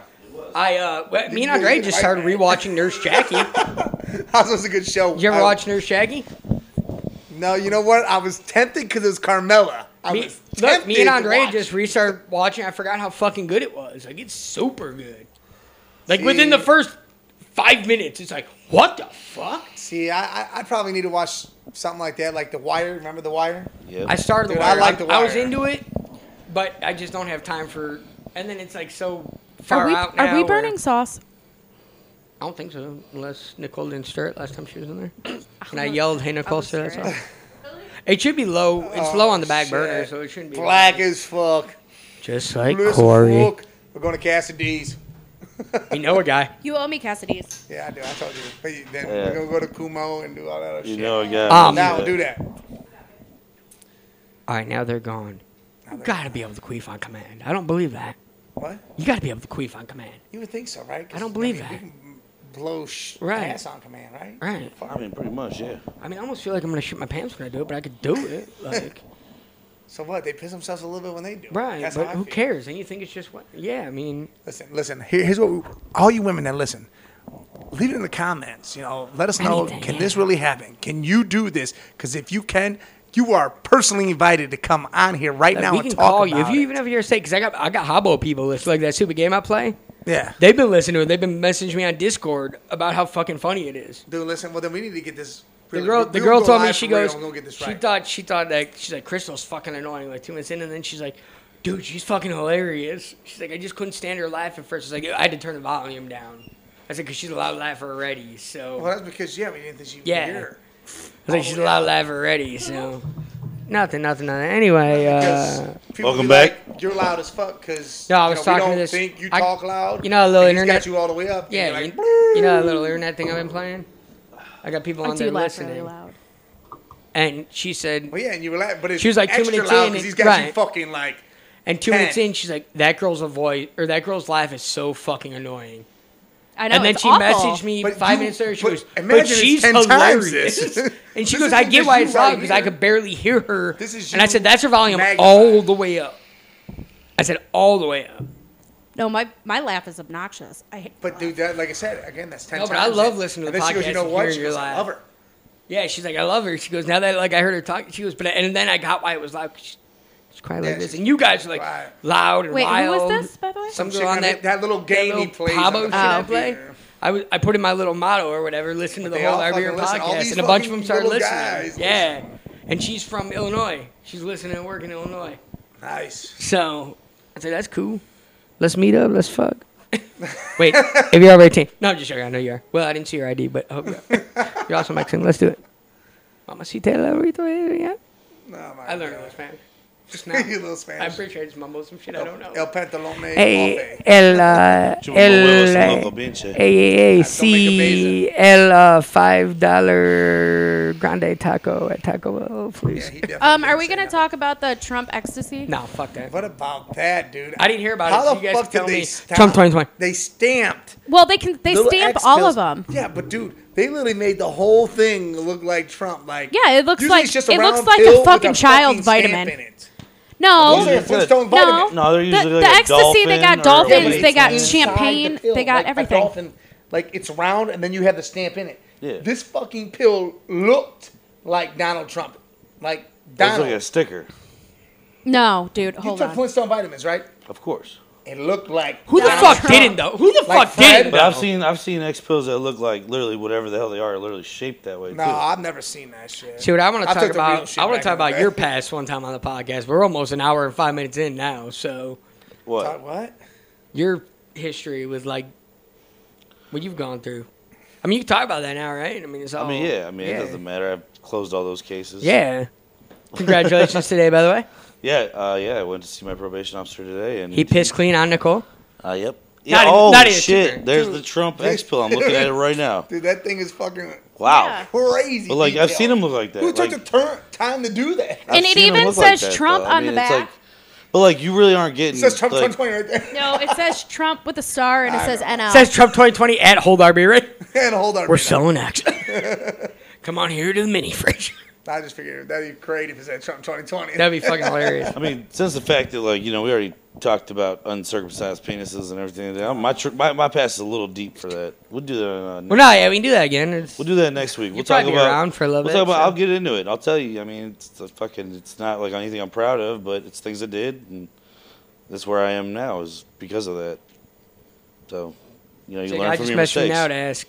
Speaker 4: I uh, well, me and
Speaker 2: you-
Speaker 4: Andre just
Speaker 2: I-
Speaker 4: started rewatching Nurse Jackie. Did
Speaker 2: Oz was a good show.
Speaker 4: you ever
Speaker 2: I-
Speaker 4: watch Nurse Jackie?
Speaker 2: No, you know what? I was tempted because it was Carmella. I
Speaker 4: Me,
Speaker 2: was
Speaker 4: look, me
Speaker 2: tempted
Speaker 4: and
Speaker 2: to
Speaker 4: Andre
Speaker 2: watch.
Speaker 4: just restarted watching. I forgot how fucking good it was. Like it's super good. Like
Speaker 2: See-
Speaker 4: within the first five minutes, it's like what the fuck.
Speaker 2: See, I, I I probably need to watch something like that, like The Wire. Remember The Wire?
Speaker 6: Yep.
Speaker 4: I started
Speaker 2: Dude,
Speaker 4: the
Speaker 2: I
Speaker 4: wire. I,
Speaker 2: like The
Speaker 4: I was
Speaker 2: Wire.
Speaker 4: into it, but I just don't have time for. And then it's like so far
Speaker 5: Are we
Speaker 4: out.
Speaker 5: are
Speaker 4: now
Speaker 5: we
Speaker 4: where-
Speaker 5: burning sauce?
Speaker 4: I don't think so, unless Nicole didn't stir it last time she was in there. And I yelled, "Hey Nicole, stir that
Speaker 5: stir
Speaker 4: sauce." It should be low. It's low on the back
Speaker 2: Oh, Shit.
Speaker 4: burner, so it shouldn't be
Speaker 2: black as fuck.
Speaker 4: Just like
Speaker 2: Blue as
Speaker 4: Corey.
Speaker 2: fuck. We're going to Cassidy's.
Speaker 4: We know a guy.
Speaker 5: You owe me Cassidy's.
Speaker 2: Yeah, I do. I told you. But you- then
Speaker 6: Yeah.
Speaker 2: we're gonna go to Kumo and do all that other
Speaker 6: you
Speaker 2: shit.
Speaker 6: know a guy.
Speaker 4: Um,
Speaker 2: now do that.
Speaker 4: All right, now they're gone. You gotta be able to queef on command. I don't believe that.
Speaker 2: What?
Speaker 4: You gotta be able to queef on command.
Speaker 2: You would think so, right? 'Cause,
Speaker 4: I don't believe
Speaker 2: mean,
Speaker 4: that.
Speaker 2: We can blow sh-
Speaker 4: Right.
Speaker 2: ass on command, right?
Speaker 4: Right.
Speaker 6: I mean, pretty much, yeah.
Speaker 4: I mean, I almost feel like I'm gonna shit my pants when I do it, but I could do it. Like,
Speaker 2: So what? They piss themselves a little bit when they do. it.
Speaker 4: right?
Speaker 2: That's
Speaker 4: but
Speaker 2: how I
Speaker 4: who
Speaker 2: feel.
Speaker 4: cares? And you think it's just what? Yeah, I mean,
Speaker 2: Listen, listen. Here, here's what we, all you women that listen, leave it in the comments. You know, let us know.
Speaker 4: Anything,
Speaker 2: can
Speaker 4: yeah.
Speaker 2: this really happen? Can you do this? Because if you can, you are personally invited to come on here right
Speaker 4: like,
Speaker 2: now
Speaker 4: we
Speaker 2: and
Speaker 4: can
Speaker 2: talk
Speaker 4: call
Speaker 2: about
Speaker 4: you if you
Speaker 2: it.
Speaker 4: even have your say. Because I got I got Hobo people that's like that stupid game I play.
Speaker 2: yeah.
Speaker 4: They've been listening to it. They've been messaging me on Discord about how fucking funny it is.
Speaker 2: Dude, listen. Well, then we need to get this.
Speaker 4: The
Speaker 2: really-
Speaker 4: girl,
Speaker 2: we-
Speaker 4: the
Speaker 2: we
Speaker 4: girl
Speaker 2: go
Speaker 4: told me
Speaker 2: live
Speaker 4: she
Speaker 2: for real
Speaker 4: goes.
Speaker 2: and We'll get this
Speaker 4: she
Speaker 2: right.
Speaker 4: thought she thought like she's like Crystal's fucking annoying. Like two minutes in, and then she's like, "Dude, she's fucking hilarious." She's like, "I just couldn't stand her laugh at first. It's like I had to turn the volume down." I said, "Cause she's a loud laugher already." So
Speaker 2: Well, that's because yeah, we didn't think she would
Speaker 4: Yeah.
Speaker 2: hear.
Speaker 4: I think she's a loud laugher already. So nothing, nothing, nothing. Anyway,
Speaker 2: Because
Speaker 4: uh,
Speaker 2: people
Speaker 6: Welcome
Speaker 2: be
Speaker 6: back.
Speaker 2: Like, You're loud as fuck because
Speaker 4: No, I was
Speaker 2: you know,
Speaker 4: talking
Speaker 2: we
Speaker 4: to
Speaker 2: don't
Speaker 4: this-
Speaker 2: Think you
Speaker 4: I-
Speaker 2: talk loud.
Speaker 4: you know, a little
Speaker 2: and he's
Speaker 4: internet-
Speaker 2: got you all the way up.
Speaker 4: yeah,
Speaker 2: and you're
Speaker 4: you,
Speaker 2: like,
Speaker 4: you know that little internet thing I've been playing. I got people on
Speaker 5: I do
Speaker 4: there
Speaker 5: laugh
Speaker 4: listening,
Speaker 5: really loud.
Speaker 4: and she said,
Speaker 2: well, yeah, and you were like, but it's
Speaker 4: She was like, two
Speaker 2: extra
Speaker 4: minutes
Speaker 2: loud
Speaker 4: in,
Speaker 2: because he's got you
Speaker 4: right.
Speaker 2: fucking like.
Speaker 4: and two
Speaker 2: Ten.
Speaker 4: minutes in, she's like, "That girl's a voice, or that girl's laugh is so fucking annoying."
Speaker 5: I know.
Speaker 4: and then
Speaker 5: it's
Speaker 4: she
Speaker 5: awful.
Speaker 4: messaged me
Speaker 2: But
Speaker 4: five
Speaker 2: you-
Speaker 4: minutes later. She
Speaker 2: but
Speaker 4: goes,
Speaker 2: imagine
Speaker 4: "But
Speaker 2: it's
Speaker 4: she's
Speaker 2: 10 times
Speaker 4: hilarious."
Speaker 2: this.
Speaker 4: and
Speaker 2: This
Speaker 4: she
Speaker 2: is
Speaker 4: goes, "I
Speaker 2: just
Speaker 4: get why
Speaker 2: you
Speaker 4: it's loud
Speaker 2: right
Speaker 4: because I
Speaker 2: here.
Speaker 4: could barely hear her."
Speaker 2: This is
Speaker 4: and I
Speaker 2: you
Speaker 4: said, "That's her volume
Speaker 2: magnified."
Speaker 4: all the way up." I said, "All the way up."
Speaker 5: No, my my laugh is obnoxious. I hate
Speaker 2: But dude, that, like I said, again, that's ten
Speaker 4: No, but I
Speaker 2: times
Speaker 4: love
Speaker 2: it.
Speaker 4: listening to
Speaker 2: and
Speaker 4: the
Speaker 2: then she goes,
Speaker 4: podcast
Speaker 2: you know
Speaker 4: and
Speaker 2: what?
Speaker 4: hearing
Speaker 2: She
Speaker 4: your
Speaker 2: goes, I
Speaker 4: laugh.
Speaker 2: love her.
Speaker 4: Yeah, she's like, "I love her." She goes, "Now that like I heard her talk, she goes, but and then I got why it was loud." 'cause She, she's crying
Speaker 2: Yeah,
Speaker 4: like this,
Speaker 2: she's-
Speaker 4: and you guys are like
Speaker 2: Right.
Speaker 4: loud and
Speaker 5: Wait, who
Speaker 4: wild.
Speaker 5: was this, by the way?
Speaker 4: Some girl
Speaker 2: Some chick
Speaker 4: on
Speaker 2: on
Speaker 4: that
Speaker 2: that- that little game
Speaker 4: that
Speaker 2: he
Speaker 4: little
Speaker 2: plays on
Speaker 4: Pabo
Speaker 2: the
Speaker 4: shit I
Speaker 2: computer.
Speaker 4: play. I, was, I put in my little motto or whatever. Listen to the
Speaker 2: they
Speaker 4: whole
Speaker 2: all
Speaker 4: Every Year
Speaker 2: fucking listen. All
Speaker 4: podcast,
Speaker 2: these
Speaker 4: and a bunch of
Speaker 2: fucking
Speaker 4: them started
Speaker 2: little
Speaker 4: listening.
Speaker 2: guys
Speaker 4: yeah, and she's from Illinois. She's listening to work in Illinois.
Speaker 2: Nice.
Speaker 4: So I said, "That's cool. Let's meet up. Let's fuck." Wait, if you're over 18. No, I'm just joking. I know you are. Well, I didn't see your ID, but I hope you are. You're also Mexican. Let's do it. Mamacita, la burrito, eh, yeah.
Speaker 2: Oh, my
Speaker 4: I learned a
Speaker 2: God.
Speaker 4: little Spanish. Just now.
Speaker 2: You little
Speaker 4: I
Speaker 2: Spanish.
Speaker 4: appreciate it's mumble some shit I don't know.
Speaker 2: El pantalón me
Speaker 4: Hey,
Speaker 2: coge.
Speaker 4: el, uh,
Speaker 6: Chupa huevos, loco,
Speaker 4: el, hey,
Speaker 6: pinche.
Speaker 4: hey, hey,
Speaker 2: amazing.
Speaker 4: see el uh, five dollar grande taco at Taco Bell,
Speaker 2: Yeah,
Speaker 4: please.
Speaker 2: he definitely
Speaker 5: Um, are
Speaker 2: didn't
Speaker 5: we
Speaker 2: say
Speaker 5: gonna
Speaker 2: no.
Speaker 5: talk about the Trump ecstasy?
Speaker 4: no, fuck that.
Speaker 2: What about that, dude?
Speaker 4: I didn't hear about it,
Speaker 2: How
Speaker 4: so
Speaker 2: the
Speaker 4: you guys
Speaker 2: fuck
Speaker 4: can
Speaker 2: did
Speaker 4: tell
Speaker 2: they
Speaker 4: me.
Speaker 2: stamp-
Speaker 4: Trump 2020.
Speaker 2: They stamped.
Speaker 5: Well, they can they
Speaker 2: little
Speaker 5: stamp
Speaker 2: X
Speaker 5: all
Speaker 2: pills.
Speaker 5: of them.
Speaker 2: Yeah, but dude, they literally made the whole thing look like Trump. Like
Speaker 5: Yeah, it looks
Speaker 2: usually
Speaker 5: like-
Speaker 2: it's just a
Speaker 5: it looks
Speaker 2: round
Speaker 5: like a
Speaker 2: pill with
Speaker 5: fucking child's
Speaker 2: fucking stamp
Speaker 5: vitamin.
Speaker 2: in it.
Speaker 5: No,
Speaker 2: Oh. Those are the Flintstone
Speaker 5: no,
Speaker 2: vitamin.
Speaker 6: No, they're usually
Speaker 5: the,
Speaker 6: like
Speaker 5: the
Speaker 6: a
Speaker 5: ecstasy. They
Speaker 6: dolphin
Speaker 5: got
Speaker 6: or-
Speaker 2: Yeah, but
Speaker 5: dolphins.
Speaker 2: it's
Speaker 5: they got
Speaker 2: inside
Speaker 5: champagne.
Speaker 2: the pill,
Speaker 5: they got
Speaker 2: like a
Speaker 5: everything.
Speaker 2: dolphin- like it's round and then you have the stamp in it.
Speaker 6: Yeah.
Speaker 2: This fucking pill looked like Donald Trump. Like
Speaker 6: That's like
Speaker 2: Donald.
Speaker 6: a sticker,
Speaker 5: No, dude,
Speaker 2: you
Speaker 5: hold
Speaker 2: took
Speaker 5: on.
Speaker 2: Flintstone vitamins, right?
Speaker 6: of course.
Speaker 2: It looked like
Speaker 4: Who the
Speaker 2: Donald
Speaker 4: fuck
Speaker 2: Trump.
Speaker 4: didn't though? Who the
Speaker 2: Like
Speaker 4: fuck didn't?
Speaker 2: Fred?
Speaker 6: But
Speaker 4: though?
Speaker 6: I've seen I've seen X pills that look like literally whatever the hell they are, literally shaped that way.
Speaker 2: No,
Speaker 6: too.
Speaker 2: I've never seen that shit.
Speaker 4: See what I want to
Speaker 2: I
Speaker 4: talk
Speaker 2: took the real
Speaker 4: about.
Speaker 2: shit
Speaker 4: I want
Speaker 2: back
Speaker 4: to talk
Speaker 2: in the
Speaker 4: about your
Speaker 2: day.
Speaker 4: past one time on the podcast. We're almost an hour and five minutes in now, so
Speaker 2: Thought,
Speaker 6: what?
Speaker 2: What?
Speaker 4: your history with like what you've gone through. I mean, you can talk about that now, right? I mean, it's all.
Speaker 6: I mean, yeah. I mean,
Speaker 4: yeah.
Speaker 6: it doesn't matter. I've closed all those cases.
Speaker 4: Yeah. Congratulations today, by the way.
Speaker 6: Yeah. Uh, yeah. I went to see my probation officer today, and
Speaker 4: He pissed clean on Nicole.
Speaker 6: Uh, yep.
Speaker 4: Not
Speaker 6: Yeah,
Speaker 4: even-
Speaker 6: oh
Speaker 4: not even a
Speaker 6: shit!
Speaker 4: sticker.
Speaker 6: There's
Speaker 4: Dude.
Speaker 6: the Trump X pill. I'm looking at it right now.
Speaker 2: Dude, that thing is fucking
Speaker 6: Wow.
Speaker 7: Yeah.
Speaker 2: crazy.
Speaker 6: But like I've seen him
Speaker 2: detailed.
Speaker 6: look like that.
Speaker 2: Who took
Speaker 6: like,
Speaker 2: the tur- time to do that?
Speaker 6: I've
Speaker 5: And it
Speaker 6: seen him
Speaker 5: even
Speaker 6: look like
Speaker 5: says
Speaker 6: that,
Speaker 5: Trump
Speaker 6: though. I
Speaker 5: on
Speaker 6: mean,
Speaker 5: the
Speaker 6: it's
Speaker 5: back.
Speaker 6: like- but like you really aren't getting.
Speaker 2: It says Trump
Speaker 6: like,
Speaker 2: 2020 right there.
Speaker 5: No, it says Trump with a star and it
Speaker 2: I
Speaker 5: says
Speaker 2: don't
Speaker 5: NL.
Speaker 4: Says Trump 2020 at Hold RB, right?
Speaker 2: and hold on.
Speaker 4: We're
Speaker 2: right now.
Speaker 4: selling action. Come on here to the mini fridge.
Speaker 2: I just figured that'd be great if it said Trump 2020.
Speaker 4: That'd be fucking hilarious.
Speaker 6: I mean, since the fact that like you know we already talked about uncircumcised penises and everything. My tr- my my pass is a little deep for that. We'll do that. On, uh,
Speaker 4: Well, no, yeah, we can do that again. It's,
Speaker 6: We'll do that next week. We'll talk
Speaker 4: probably be
Speaker 6: about
Speaker 4: around for a little
Speaker 6: we'll
Speaker 4: bit,
Speaker 6: Talk about,
Speaker 4: so-
Speaker 6: I'll get into it. I'll tell you. I mean, it's a fucking. It's not like anything I'm proud of, but it's things I did, and that's where I am now is because of that. So, you know, you
Speaker 4: Jake,
Speaker 6: learn
Speaker 4: I
Speaker 6: from
Speaker 4: just eh?
Speaker 6: your
Speaker 4: messed you
Speaker 6: mistakes.
Speaker 4: now to ask.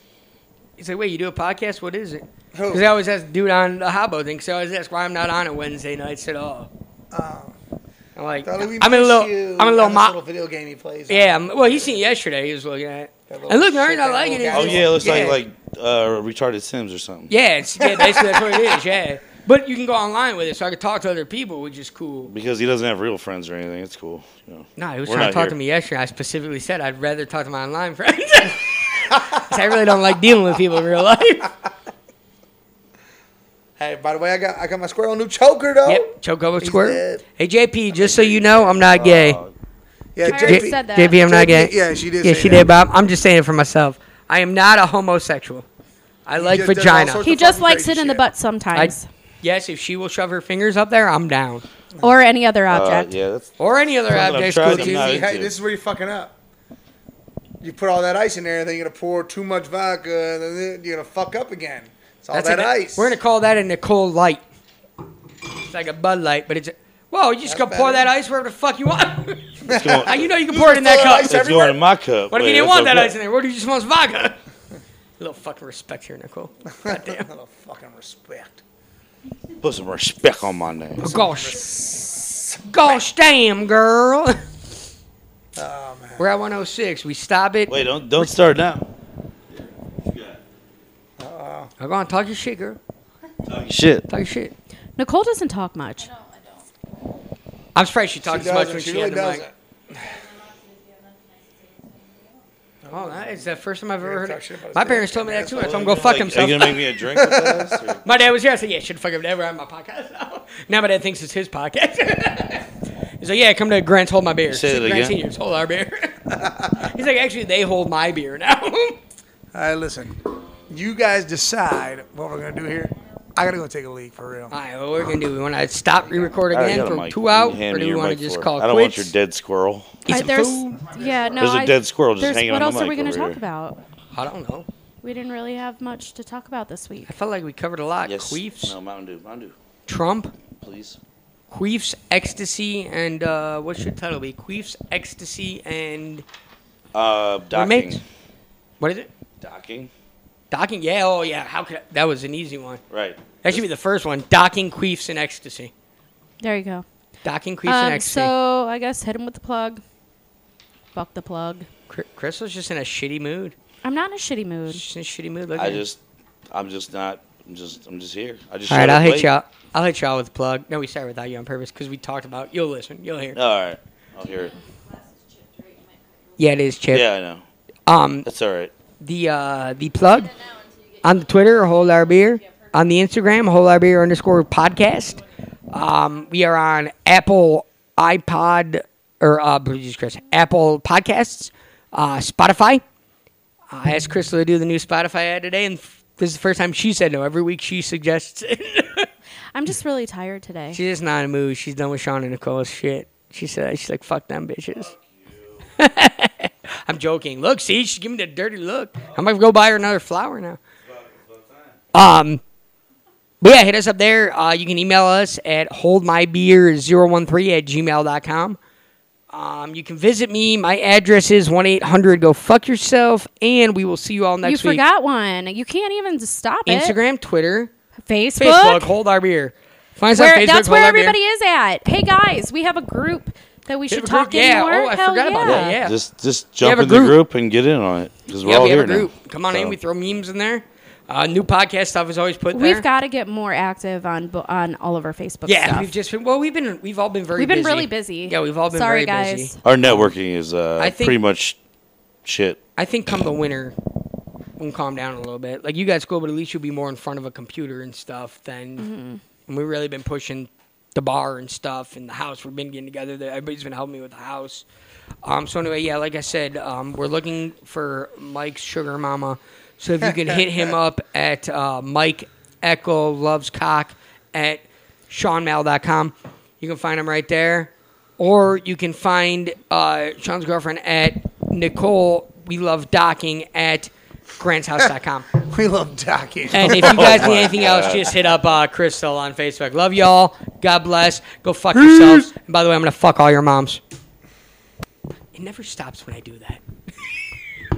Speaker 4: He's like, wait, you do a podcast? What is it?
Speaker 2: Who?
Speaker 4: Because I always ask dude on the Hobo thing. So I always ask why I'm not on it Wednesday nights at all. I'm like,
Speaker 2: Dolly, Um, we
Speaker 4: I'm in a
Speaker 2: miss
Speaker 4: little,
Speaker 2: you
Speaker 4: I'm in a little,
Speaker 2: on this
Speaker 4: mo-
Speaker 2: little video game he plays.
Speaker 4: yeah. I'm, well, he seen it yesterday. He was looking at it.
Speaker 2: That
Speaker 4: And look,
Speaker 2: little
Speaker 4: Nerd, I
Speaker 2: shit,
Speaker 4: like
Speaker 2: that
Speaker 4: it. It's
Speaker 2: little
Speaker 6: Oh
Speaker 4: just-
Speaker 6: yeah, it looks like like uh, retarded Sims or something.
Speaker 4: yeah, it's, yeah. Basically, that's what it is. Yeah, but you can go online with it, so I could talk to other people, which is cool.
Speaker 6: Because he doesn't have real friends or anything. It's cool. You know.
Speaker 4: No, he was
Speaker 6: We're
Speaker 4: trying to
Speaker 6: not
Speaker 4: talk
Speaker 6: here.
Speaker 4: to me yesterday. I specifically said I'd rather talk to my online friends. 'Cause I really don't like dealing with people in real life.
Speaker 2: Hey, by the way, I got I got my squirrel new choker though.
Speaker 4: Yep, choke over
Speaker 2: He's
Speaker 4: squirt.
Speaker 2: dead. Oh,
Speaker 4: Hey JP, just so you know, I'm not gay.
Speaker 6: Uh,
Speaker 2: Yeah,
Speaker 5: Karen
Speaker 2: JP.
Speaker 5: said that.
Speaker 4: JP, I'm not
Speaker 2: JP,
Speaker 4: gay.
Speaker 2: yeah, she did
Speaker 4: Yeah,
Speaker 2: say
Speaker 4: she
Speaker 2: that.
Speaker 4: did, but I'm, I'm just saying it for myself. I am not a homosexual. I like
Speaker 2: just does all
Speaker 4: vagina.
Speaker 2: sorts
Speaker 5: he
Speaker 2: It's
Speaker 5: just
Speaker 2: fucking
Speaker 5: likes it
Speaker 2: crazy
Speaker 5: in the
Speaker 2: shit.
Speaker 5: butt sometimes,
Speaker 4: Yes, if she will shove her fingers up there, I'm down.
Speaker 5: or any other
Speaker 6: uh,
Speaker 5: object.
Speaker 6: yeah, that's
Speaker 4: Or any other
Speaker 6: Well,
Speaker 4: object.
Speaker 6: I've tried
Speaker 4: cool
Speaker 6: them,
Speaker 4: too.
Speaker 6: not-
Speaker 2: See,
Speaker 6: into
Speaker 2: hey,
Speaker 6: it.
Speaker 2: this is where you're fucking up. You put all that ice in there, and then you're gonna pour too much vodka, and then you're gonna fuck up again. It's all
Speaker 4: That's
Speaker 2: that
Speaker 4: a-
Speaker 2: ice.
Speaker 4: We're gonna call that a Nicole Light. It's like a Bud Light, but it's. A, whoa! You just
Speaker 2: That's
Speaker 4: gonna pour that
Speaker 2: better.
Speaker 4: ice wherever the fuck you want.
Speaker 6: it's going,
Speaker 4: Now, Ah, you know you can pour it in that
Speaker 2: Fill
Speaker 4: cup.
Speaker 2: ice
Speaker 6: it's
Speaker 2: everywhere.
Speaker 6: going in my cup.
Speaker 4: What if
Speaker 6: but
Speaker 4: you didn't
Speaker 6: that's
Speaker 4: want that
Speaker 6: okay.
Speaker 4: ice in there? What if you just want vodka? A little fucking respect here, Nicole. Goddamn.
Speaker 2: A little fucking respect.
Speaker 6: Put some respect on my name.
Speaker 4: Gosh. Gosh damn, girl.
Speaker 2: Oh man.
Speaker 4: We're at 106. We stop it.
Speaker 6: Wait, don't don't start now.
Speaker 4: I'm going to talk your shit, girl.
Speaker 6: Shit.
Speaker 4: Talk your shit.
Speaker 5: Nicole doesn't talk much.
Speaker 4: I'm surprised she talked
Speaker 2: She
Speaker 4: as much
Speaker 2: doesn't.
Speaker 4: when she,
Speaker 2: She really
Speaker 4: had the mic.
Speaker 2: doesn't.
Speaker 4: Oh, that is the first time I've
Speaker 2: gonna
Speaker 4: ever heard
Speaker 2: talk shit about
Speaker 4: it.
Speaker 2: his
Speaker 4: My
Speaker 2: dad.
Speaker 4: parents told me that too. I told him
Speaker 6: Like,
Speaker 4: go fuck
Speaker 6: Are
Speaker 4: himself.
Speaker 6: you gonna make me a drink with this? or-
Speaker 4: My dad was here. I said, yeah, shit, fuck him. Never on my podcast. now my dad thinks it's his podcast. He's like, yeah, come to Grant's Hold My Beer.
Speaker 6: Say
Speaker 4: Said
Speaker 6: that
Speaker 4: Grant's
Speaker 6: again.
Speaker 4: Seniors Hold Our Beer. He's like, actually, they hold my beer now.
Speaker 2: All right, listen. You guys decide what we're gonna do here. I gotta go take a leak for real.
Speaker 4: All right, what we're gonna do? We want to stop re-record
Speaker 6: I already
Speaker 4: again
Speaker 6: got a
Speaker 4: from
Speaker 6: mic.
Speaker 4: two
Speaker 6: You
Speaker 4: out,
Speaker 6: hand
Speaker 4: or do
Speaker 6: me
Speaker 4: we
Speaker 6: your
Speaker 4: want to
Speaker 6: mic
Speaker 4: just
Speaker 6: for it.
Speaker 4: call it
Speaker 6: I don't
Speaker 4: quits?
Speaker 6: want your dead squirrel.
Speaker 4: Eat
Speaker 5: I-
Speaker 4: some
Speaker 5: there's,
Speaker 4: food.
Speaker 5: yeah, no.
Speaker 6: There's a
Speaker 5: I-
Speaker 6: dead squirrel just
Speaker 5: there's-
Speaker 6: hanging
Speaker 5: What
Speaker 6: on the
Speaker 5: else are
Speaker 6: mic
Speaker 5: we gonna
Speaker 6: over
Speaker 5: talk
Speaker 6: here.
Speaker 5: about?
Speaker 4: I don't know.
Speaker 5: We didn't really have much to talk about this week.
Speaker 4: I felt like we covered a lot. Queefs,
Speaker 6: No, Mountain Dew. Mountain Dew,
Speaker 4: Trump,
Speaker 6: please.
Speaker 4: Queefs, ecstasy, and uh, what should title be? Queefs, ecstasy, and
Speaker 6: Uh, docking.
Speaker 4: roommates. What is it?
Speaker 6: Docking.
Speaker 4: Docking? Yeah. Oh yeah. How could I? that was an easy one?
Speaker 6: Right.
Speaker 4: That should be the first one. Docking, queefs, and ecstasy.
Speaker 5: There you go.
Speaker 4: Docking, queefs, and
Speaker 5: Um,
Speaker 4: ecstasy.
Speaker 5: so I guess hit him with the plug. Fuck the plug.
Speaker 4: Cr- Chris was just in a shitty mood.
Speaker 5: I'm not in a shitty mood.
Speaker 4: Just in a shitty mood. Look at
Speaker 6: I
Speaker 4: him.
Speaker 6: just, I'm just not. I'm just, I'm just here. I just.
Speaker 4: All right,
Speaker 6: showed
Speaker 4: I'll
Speaker 6: up
Speaker 4: hit
Speaker 6: late.
Speaker 4: y'all. I'll hit y'all with the plug. No, we started without you on purpose because we talked about. You'll listen. You'll hear.
Speaker 6: All right, I'll hear it.
Speaker 4: Yeah, it is Chip.
Speaker 6: Yeah, I know.
Speaker 4: Um,
Speaker 6: That's all right.
Speaker 4: the uh, the plug on the Twitter, hold our beer. On the Instagram, hold our beer underscore podcast. Um, we are on Apple iPod or uh, Jesus Christ, Apple Podcasts, uh, Spotify. Uh, I asked Crystal to do the new Spotify ad today, and f- this is the first time she said no. Every week she suggests it.
Speaker 5: I'm just really tired today.
Speaker 4: She's just not in a mood. She's done with Sean and Nicole's shit. She said she's like, fuck them bitches. I'm joking. Look, see, she's giving me the dirty look. I'm gonna go buy her another flower now. Um, but yeah, hit us up there. Uh, you can email us at holdmybeer013 at gmail.com. Um, you can visit me. My address is 1 800 Go Fuck Yourself. And we will see you all
Speaker 5: you
Speaker 4: next week.
Speaker 5: forgot one. You can't even stop it.
Speaker 4: Instagram, Twitter,
Speaker 5: Facebook.
Speaker 4: Facebook, Hold Our Beer. Find us on
Speaker 5: Where-
Speaker 4: Facebook,
Speaker 5: that's
Speaker 4: Hold
Speaker 5: where
Speaker 4: Our Beer.
Speaker 5: everybody is at. Hey guys, we have a group that we
Speaker 4: We
Speaker 5: should
Speaker 4: have a
Speaker 5: talk
Speaker 4: group.
Speaker 5: in
Speaker 4: Yeah,
Speaker 5: more.
Speaker 4: oh, I
Speaker 5: Hell
Speaker 4: forgot about that. Yeah.
Speaker 6: Just just
Speaker 4: We have
Speaker 6: jump
Speaker 4: a
Speaker 6: in the
Speaker 4: group.
Speaker 6: group and get in on it because we're
Speaker 4: yeah,
Speaker 6: all
Speaker 4: we have
Speaker 6: here
Speaker 4: a group.
Speaker 6: now.
Speaker 4: Come on in.
Speaker 6: So,
Speaker 4: We throw memes in there. Uh, new podcast stuff is always put there.
Speaker 5: We've got to get more active on bo- on all of our Facebook
Speaker 4: yeah.
Speaker 5: stuff.
Speaker 4: We've just been well. We've been we've all been very
Speaker 5: We've been
Speaker 4: busy.
Speaker 5: really busy.
Speaker 4: Yeah, we've all been very
Speaker 5: Sorry, guys.
Speaker 4: busy.
Speaker 6: our networking is uh,
Speaker 4: I think-
Speaker 6: pretty much shit.
Speaker 4: I think come the winter, we'll calm down a little bit. Like you guys go, but at least you'll be more in front of a computer and stuff than.
Speaker 5: Mm-hmm.
Speaker 4: And we've really been pushing the bar and stuff and the house. We've been getting together. There. Everybody's been helping me with the house. Um, so anyway, yeah, like I said, um, we're looking for Mike's sugar mama. So if you can hit him up at uh, Mike Echo Loves Cock at SeanMal.com. You can find him right there. Or you can find uh, Sean's girlfriend at Nicole We Love Docking at grantshouse.com.
Speaker 2: We love docking.
Speaker 4: And if you guys
Speaker 6: Oh my
Speaker 4: need anything else,
Speaker 6: God.
Speaker 4: just hit up uh, Crystal on Facebook. Love y'all. God bless. Go fuck yourselves. And by the way, I'm going to fuck all your moms. It never stops when I do that.